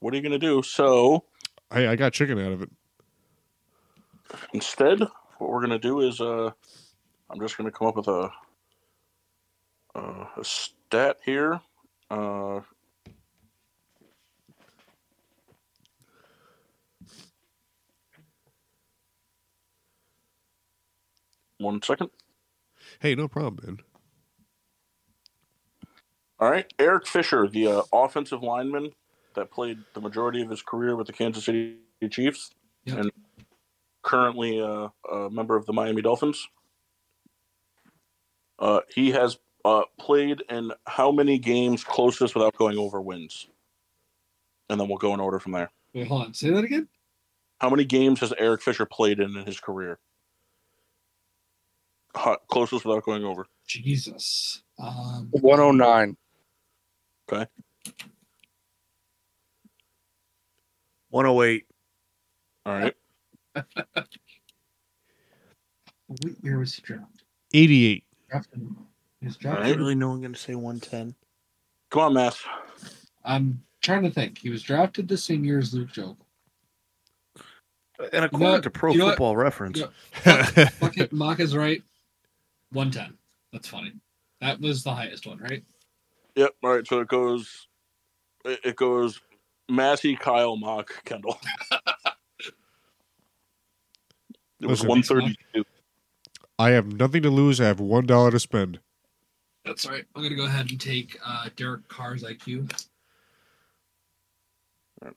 A: what are you gonna do? So
C: Hey, I got chicken out of it.
A: instead, what we're gonna do is uh, I'm just gonna come up with a uh, a stat here. Uh, one second.
C: Hey, no problem, man.
A: All right, Eric Fisher, the uh, offensive lineman that played the majority of his career with the Kansas City Chiefs,
D: Yep.
A: and currently uh, a member of the Miami Dolphins. Uh, he has uh, played in how many games closest without going over wins, and then we'll go in order from there.
D: Wait, hold on. Say that again.
A: How many games has Eric Fisher played in in his career? Ho- Closest without going over.
D: Jesus. Um,
F: 109.
G: 108.
A: All right.
D: what year was he drafted?
C: 88.
D: Drafted. He was
A: Right.
G: I
D: drafted.
G: really know I'm going to say 110.
A: Come on, Mass.
D: I'm trying to think. He was drafted the same year as Luke Jokel.
G: And according
D: what?
G: to Pro
D: You know what?
G: Football Reference,
D: You know- Fuck it, Mock is right. 110. That's funny. That was the highest one, right?
A: Yep. All right. So it goes. It it goes. Massey, Kyle, Mock, Kendall. it was
C: Listen.
A: one thirty-two.
C: I have nothing to lose. I have $1 to spend.
D: That's right. I'm going to go ahead and take uh, Derek Carr's IQ.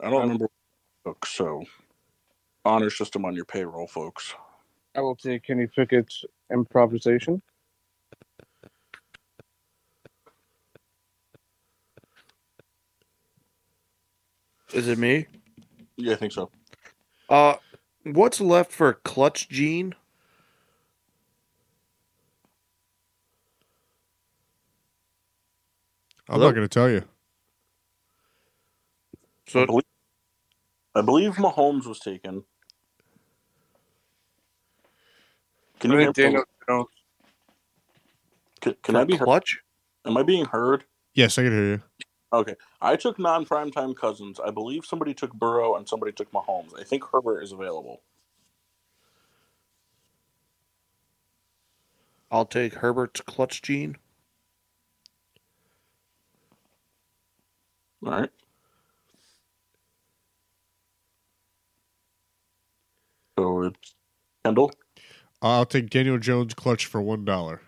A: I don't remember. what it took, So, honor system on your payroll, folks.
F: I will take Kenny Pickett's improvisation.
G: is it me?
A: Yeah, I think so.
G: Uh, what's left for Clutch Gene?
C: I'm
G: Hello?
C: not going to tell you.
G: So
A: I believe Mahomes was taken. Can you
F: I
A: hear
F: think
A: me?
F: Daniel Jones.
A: Can, can I
G: for
A: be heard?
G: Clutch?
A: Am I being heard?
C: Yes, I can hear you.
A: I took non-primetime cousins. I believe somebody took Burrow and somebody took Mahomes. I think Herbert is available.
G: I'll take Herbert's Clutch Gene.
A: All right. So it's Kendall.
C: I'll take Daniel Jones clutch for $1.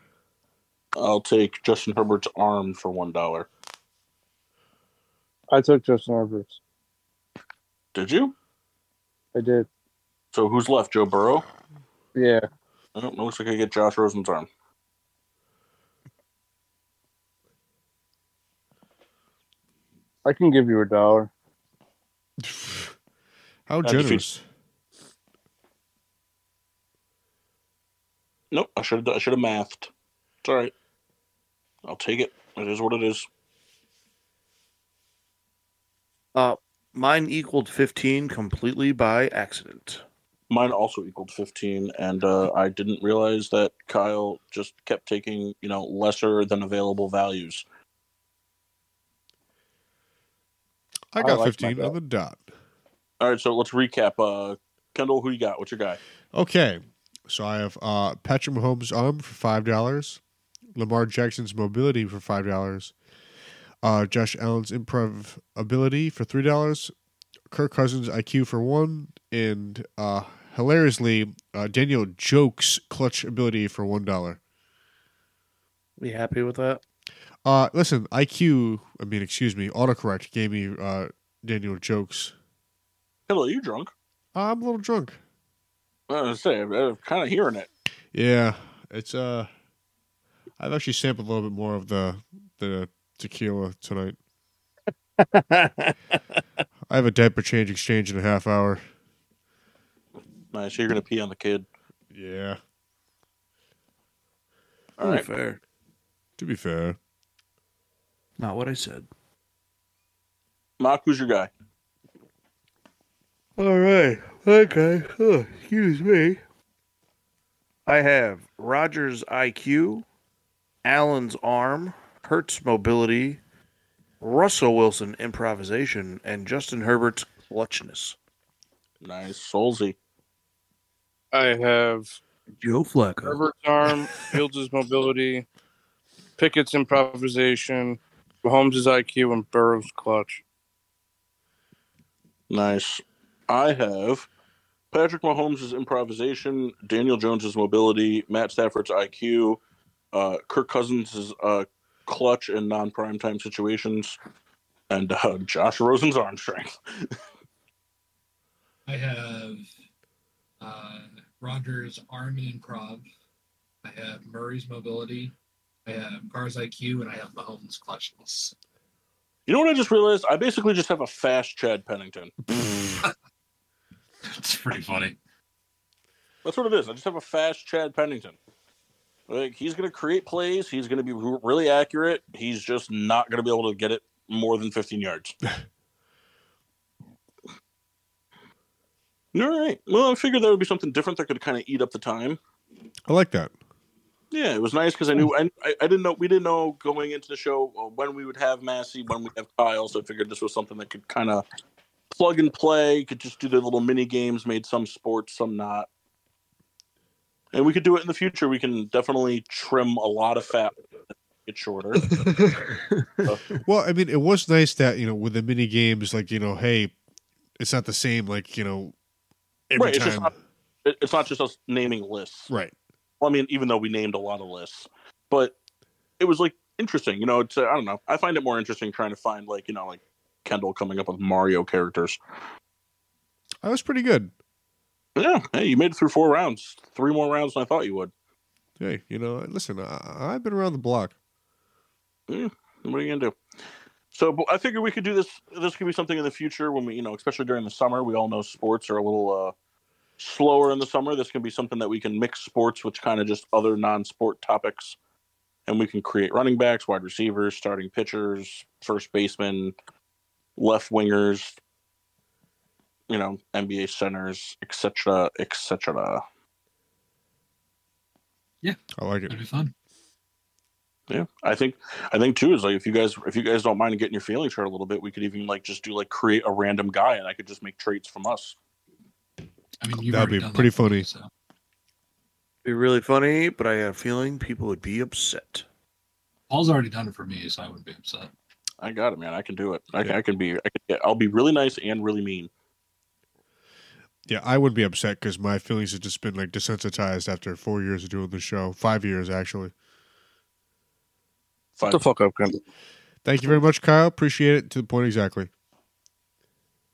A: I'll take Justin Herbert's arm for one dollar.
F: I took Justin Roberts.
A: Did you?
F: I did.
A: So who's left? Joe Burrow.
F: Yeah.
A: Oh, it looks like I get Josh Rosen's arm.
F: I can give you a dollar.
C: How
A: That'd be
C: generous.
A: Nope. I should have. I should have mathed. It's all right. I'll take it. It is what it is.
G: Mine equaled 15 completely by accident.
A: Mine also equaled fifteen, and uh, I didn't realize that Kyle just kept taking you know lesser than available values.
C: I
F: I
C: got
F: like
C: 15
F: my
C: on the dot.
A: All right. So let's recap. Uh, Kendall, who you got? What's your guy?
C: Okay. So I have uh, Patrick Mahomes' arm for five dollars, Lamar Jackson's mobility for five dollars, uh, Josh Allen's improv ability for three dollars, Kirk Cousins' IQ for one, and uh, hilariously uh, Daniel Jokes' clutch ability for one dollar.
G: Be happy with that?
C: Uh, listen, IQ. I mean, excuse me, autocorrect gave me uh, Daniel Jokes.
A: Kendall, are you drunk?
C: I'm a little drunk.
A: I was gonna say, I'm kind of hearing it.
C: Yeah, it's uh, I've actually sampled a little bit more of the the tequila tonight. I have a diaper change exchange in a half hour.
A: Nice. You're gonna pee on the kid.
C: Yeah,
A: All right.
G: Fair.
C: To be fair,
B: Not what I said.
A: Mock, who's your guy?
G: All right. Okay. Oh, excuse me. I have Rogers IQ, Allen's arm, Hertz mobility, Russell Wilson improvisation, and Justin Herbert's clutchness.
A: Nice, Soulsy.
F: I have
B: Joe Flacco.
F: Herbert's arm, Fields' mobility, Pickett's improvisation, Mahomes' IQ, and Burrow's clutch.
A: Nice. I have Patrick Mahomes' improvisation, Daniel Jones' mobility, Matt Stafford's IQ, uh, Kirk Cousins' uh, clutch in non prime time situations, and uh, Josh Rosen's arm strength.
D: I have uh, Rogers' arm and improv. I have Murray's mobility. I have Gar's IQ, and I have Mahomes' clutchness.
A: You know what I just realized? I basically just have a fast Chad Pennington. Mm.
D: It's pretty funny.
A: That's what it is. I just have a fast Chad Pennington. Like he's going to create plays. He's going to be r- really accurate. He's just not going to be able to get it more than 15 yards. All right. Well, I figured that would be something different that could kind of eat up the time.
C: I like that.
A: Yeah, it was nice because I knew I, I I didn't know we didn't know going into the show uh, when we would have Massey, when we have Kyle. So I figured this was something that could kind of plug and play. You Could just do the little mini games, made some sports, some not, and we could do it in the future. We can definitely trim a lot of fat, get shorter.
C: Well, I mean, it was nice that you know with the mini games, like you know, hey, it's not the same. Like you know, every
A: Right, it's just
C: time,
A: not- It- it's not just us naming lists.
C: right?
A: Well, I mean, even though we named a lot of lists, but it was like interesting. You know, it's uh, I don't know. I find it more interesting trying to find like you know like Kendall coming up with Mario characters.
C: That was pretty good.
A: Yeah, hey, you made it through four rounds, three more rounds than I thought you would.
C: Hey, you know, listen, I, I've been around the block.
A: What are you gonna do? So but I figure we could do this. This could be something in the future when we, you know, especially during the summer. We all know sports are a little uh, slower in the summer. This can be something that we can mix sports, which kind of just other non-sport topics, and we can create running backs, wide receivers, starting pitchers, first basemen, left wingers, you know, NBA centers, etc., etc.
C: I like it.
D: That'd be fun.
A: Yeah, I think I think too is like if you guys if you guys don't mind getting your feelings hurt a little bit, we could even like just do like create a random guy, and I could just make traits from us.
D: I mean, you've
C: That'd
D: already
C: be
D: done
C: pretty
D: that before,
C: funny.
D: So.
G: Be really funny, but I had a feeling people would be upset.
D: Paul's already done it for me, so I wouldn't be upset.
A: I got it, man. I can do it. I, can I can be. I can, yeah, I'll be really nice and really mean.
C: Yeah, I would be upset because my feelings have just been like desensitized after four years of doing the show, five years actually.
F: Shut the
A: Fine.
F: fuck up, Kendall.
C: Thank you very much, Kyle. Appreciate it to the point exactly.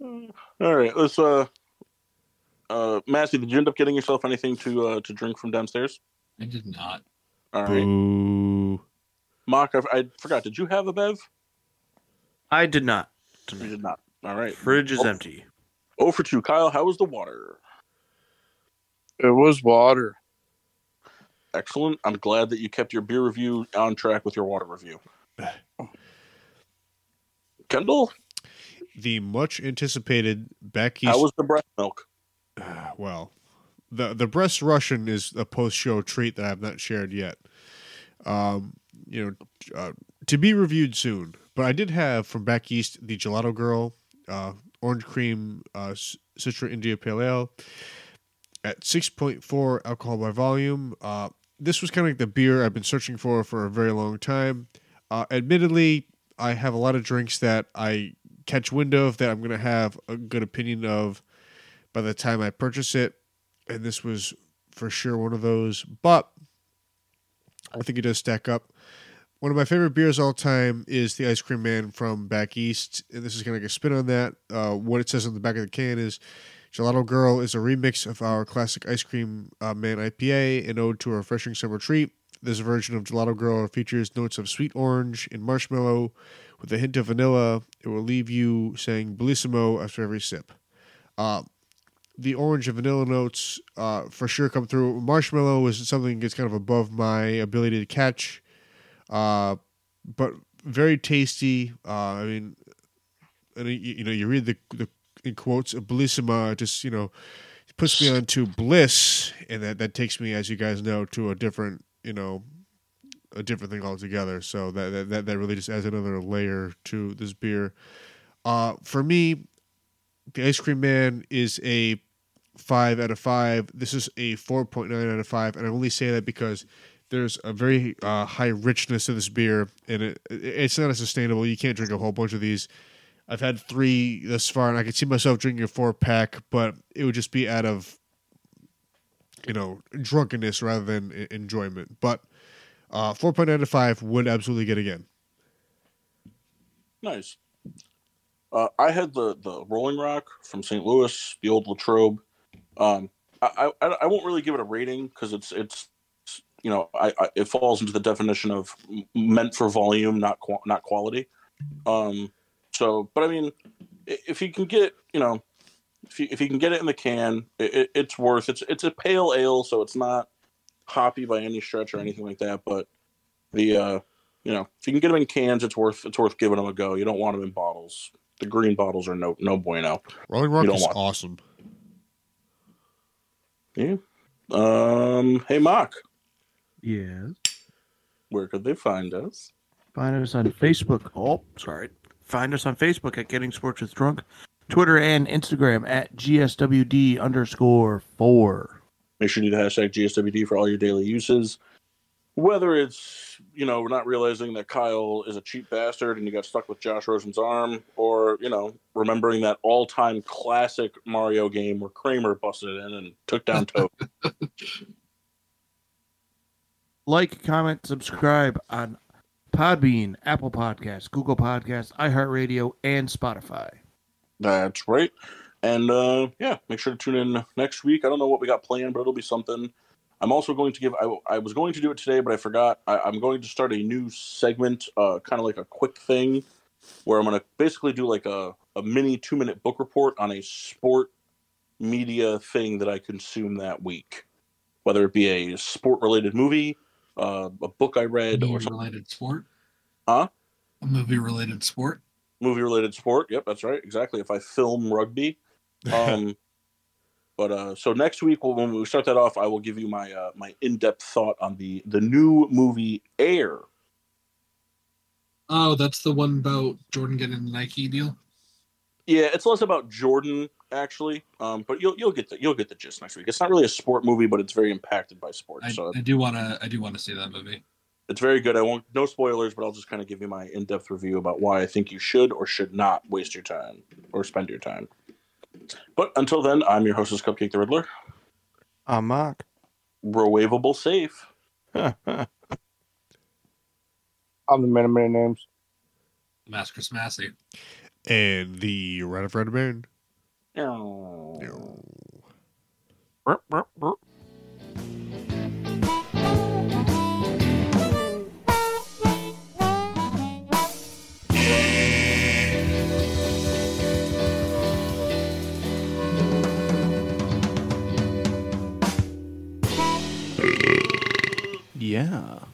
A: All right, let's. uh uh Massey, did you end up getting yourself anything to uh to drink from downstairs?
D: I did not.
A: All right,
C: Boo.
A: Mock. I, I forgot. Did you have a bev?
G: I did not.
A: You did not. All right.
G: Fridge is
A: Oh.
G: empty.
A: Oh for two, Kyle. How was the water?
F: It was water.
A: Excellent. I'm glad that you kept your beer review on track with your water review. Kendall,
C: The much anticipated Becky.
A: how was the breast milk?
C: Ah, well, the the breast Russian is a post show treat that I've not shared yet. Um, you know, uh, to be reviewed soon. But I did have from back east the Gelato Girl, uh, orange cream, uh, c- Citra India Pale Ale, at six point four alcohol by volume. Uh, this was kind of like the beer I've been searching for for a very long time. Uh, admittedly, I have a lot of drinks that I catch wind of that I'm gonna have a good opinion of by the time I purchase it, and this was for sure one of those. But I think it does stack up. One of my favorite beers all time is the Ice Cream Man from back east, and this is kind of like a spin on that. Uh, what it says on the back of the can is Gelato Girl is a remix of our classic Ice Cream uh, Man IPA, an ode to a refreshing summer treat. This version of Gelato Girl features notes of sweet orange and marshmallow with a hint of vanilla. It will leave you saying bellissimo after every sip. Uh, the orange and vanilla notes uh, for sure come through. Marshmallow is something that's kind of above my ability to catch. Uh, but very tasty. Uh, I mean, and you, you know, you read the the in quotes "bellissima." it Just you know, puts me on to bliss, and that that takes me, as you guys know, to a different you know, a different thing altogether. So that that that, that really just adds another layer to this beer. Uh, for me, the ice cream man is a five out of five. This is a four point nine out of five, and I only say that because there's a very uh, high richness to this beer, and it, it- it's not a sustainable. You can't drink a whole bunch of these. I've had three thus far, and I could see myself drinking a four pack, but it would just be out of you know drunkenness rather than e- enjoyment. But uh, four point nine to five would absolutely get again.
A: Nice. Uh, I had the the Rolling Rock from St. Louis, the old Latrobe. Um, I, I I won't really give it a rating because it's it's you know I, I it falls into the definition of m- meant for volume, not qua not quality. Um, so, but I mean, i- if you can get you know if you, if you can get it in the can, it, it, it's worth it's it's a pale ale, so it's not hoppy by any stretch or anything like that. But the uh, you know, if you can get them in cans, it's worth it's worth giving them a go. You don't want them in bottles. The green bottles are no no bueno.
C: Rolling Rock
A: You don't
C: is
A: want-
C: awesome.
A: Um, hey Mock,
G: Yes.
A: where could they find us?
B: Find us on Facebook. Oh, sorry. Find us on Facebook at Getting Sports with Drunk, Twitter and Instagram at GSWD underscore four.
A: Make sure you do the hashtag GSWD for all your daily uses. Whether it's you know not realizing that Kyle is a cheap bastard and you got stuck with Josh Rosen's arm, or you know remembering that all time classic Mario game where Kramer busted in and took down Toad.
B: Like, comment, subscribe on Podbean, Apple Podcasts, Google Podcasts, iHeartRadio, and Spotify.
A: That's right. And uh, yeah, make sure to tune in next week. I don't know what we got planned, but it'll be something. I'm also going to give. I, I was going to do it today, but I forgot. I, I'm going to start a new segment, uh, kind of like a quick thing, where I'm going to basically do like a, a mini two minute book report on a sport media thing that I consume that week, whether it be a sport related movie, uh, a book I read, or
D: movie
A: some
D: related sport.
A: Huh?
D: A movie related sport.
A: movie related sport. Yep, that's right. Exactly. If I film rugby, um, but uh, so next week we'll, when we start that off, I will give you my uh, my in depth thought on the the new movie Air.
D: Oh, that's the one about Jordan getting the Nike deal.
A: Yeah, it's less about Jordan actually, um, but you'll you'll get the you'll get the gist next week. It's not really a sport movie, but it's very impacted by sports,
D: I,
A: so
D: I do wanna I do wanna see that movie.
A: it's very good. I won't no spoilers, but I'll just kind of give you my in depth review about why I think you should or should not waste your time or spend your time. But until then, I'm your hostess, Cupcake the Riddler.
G: I'm Mark.
A: Rowavable safe.
F: I'm the man of many names.
D: Master Smassy.
C: And the Red of Red Baron.
A: Oh.
G: Burp, burp, burp. Yeah.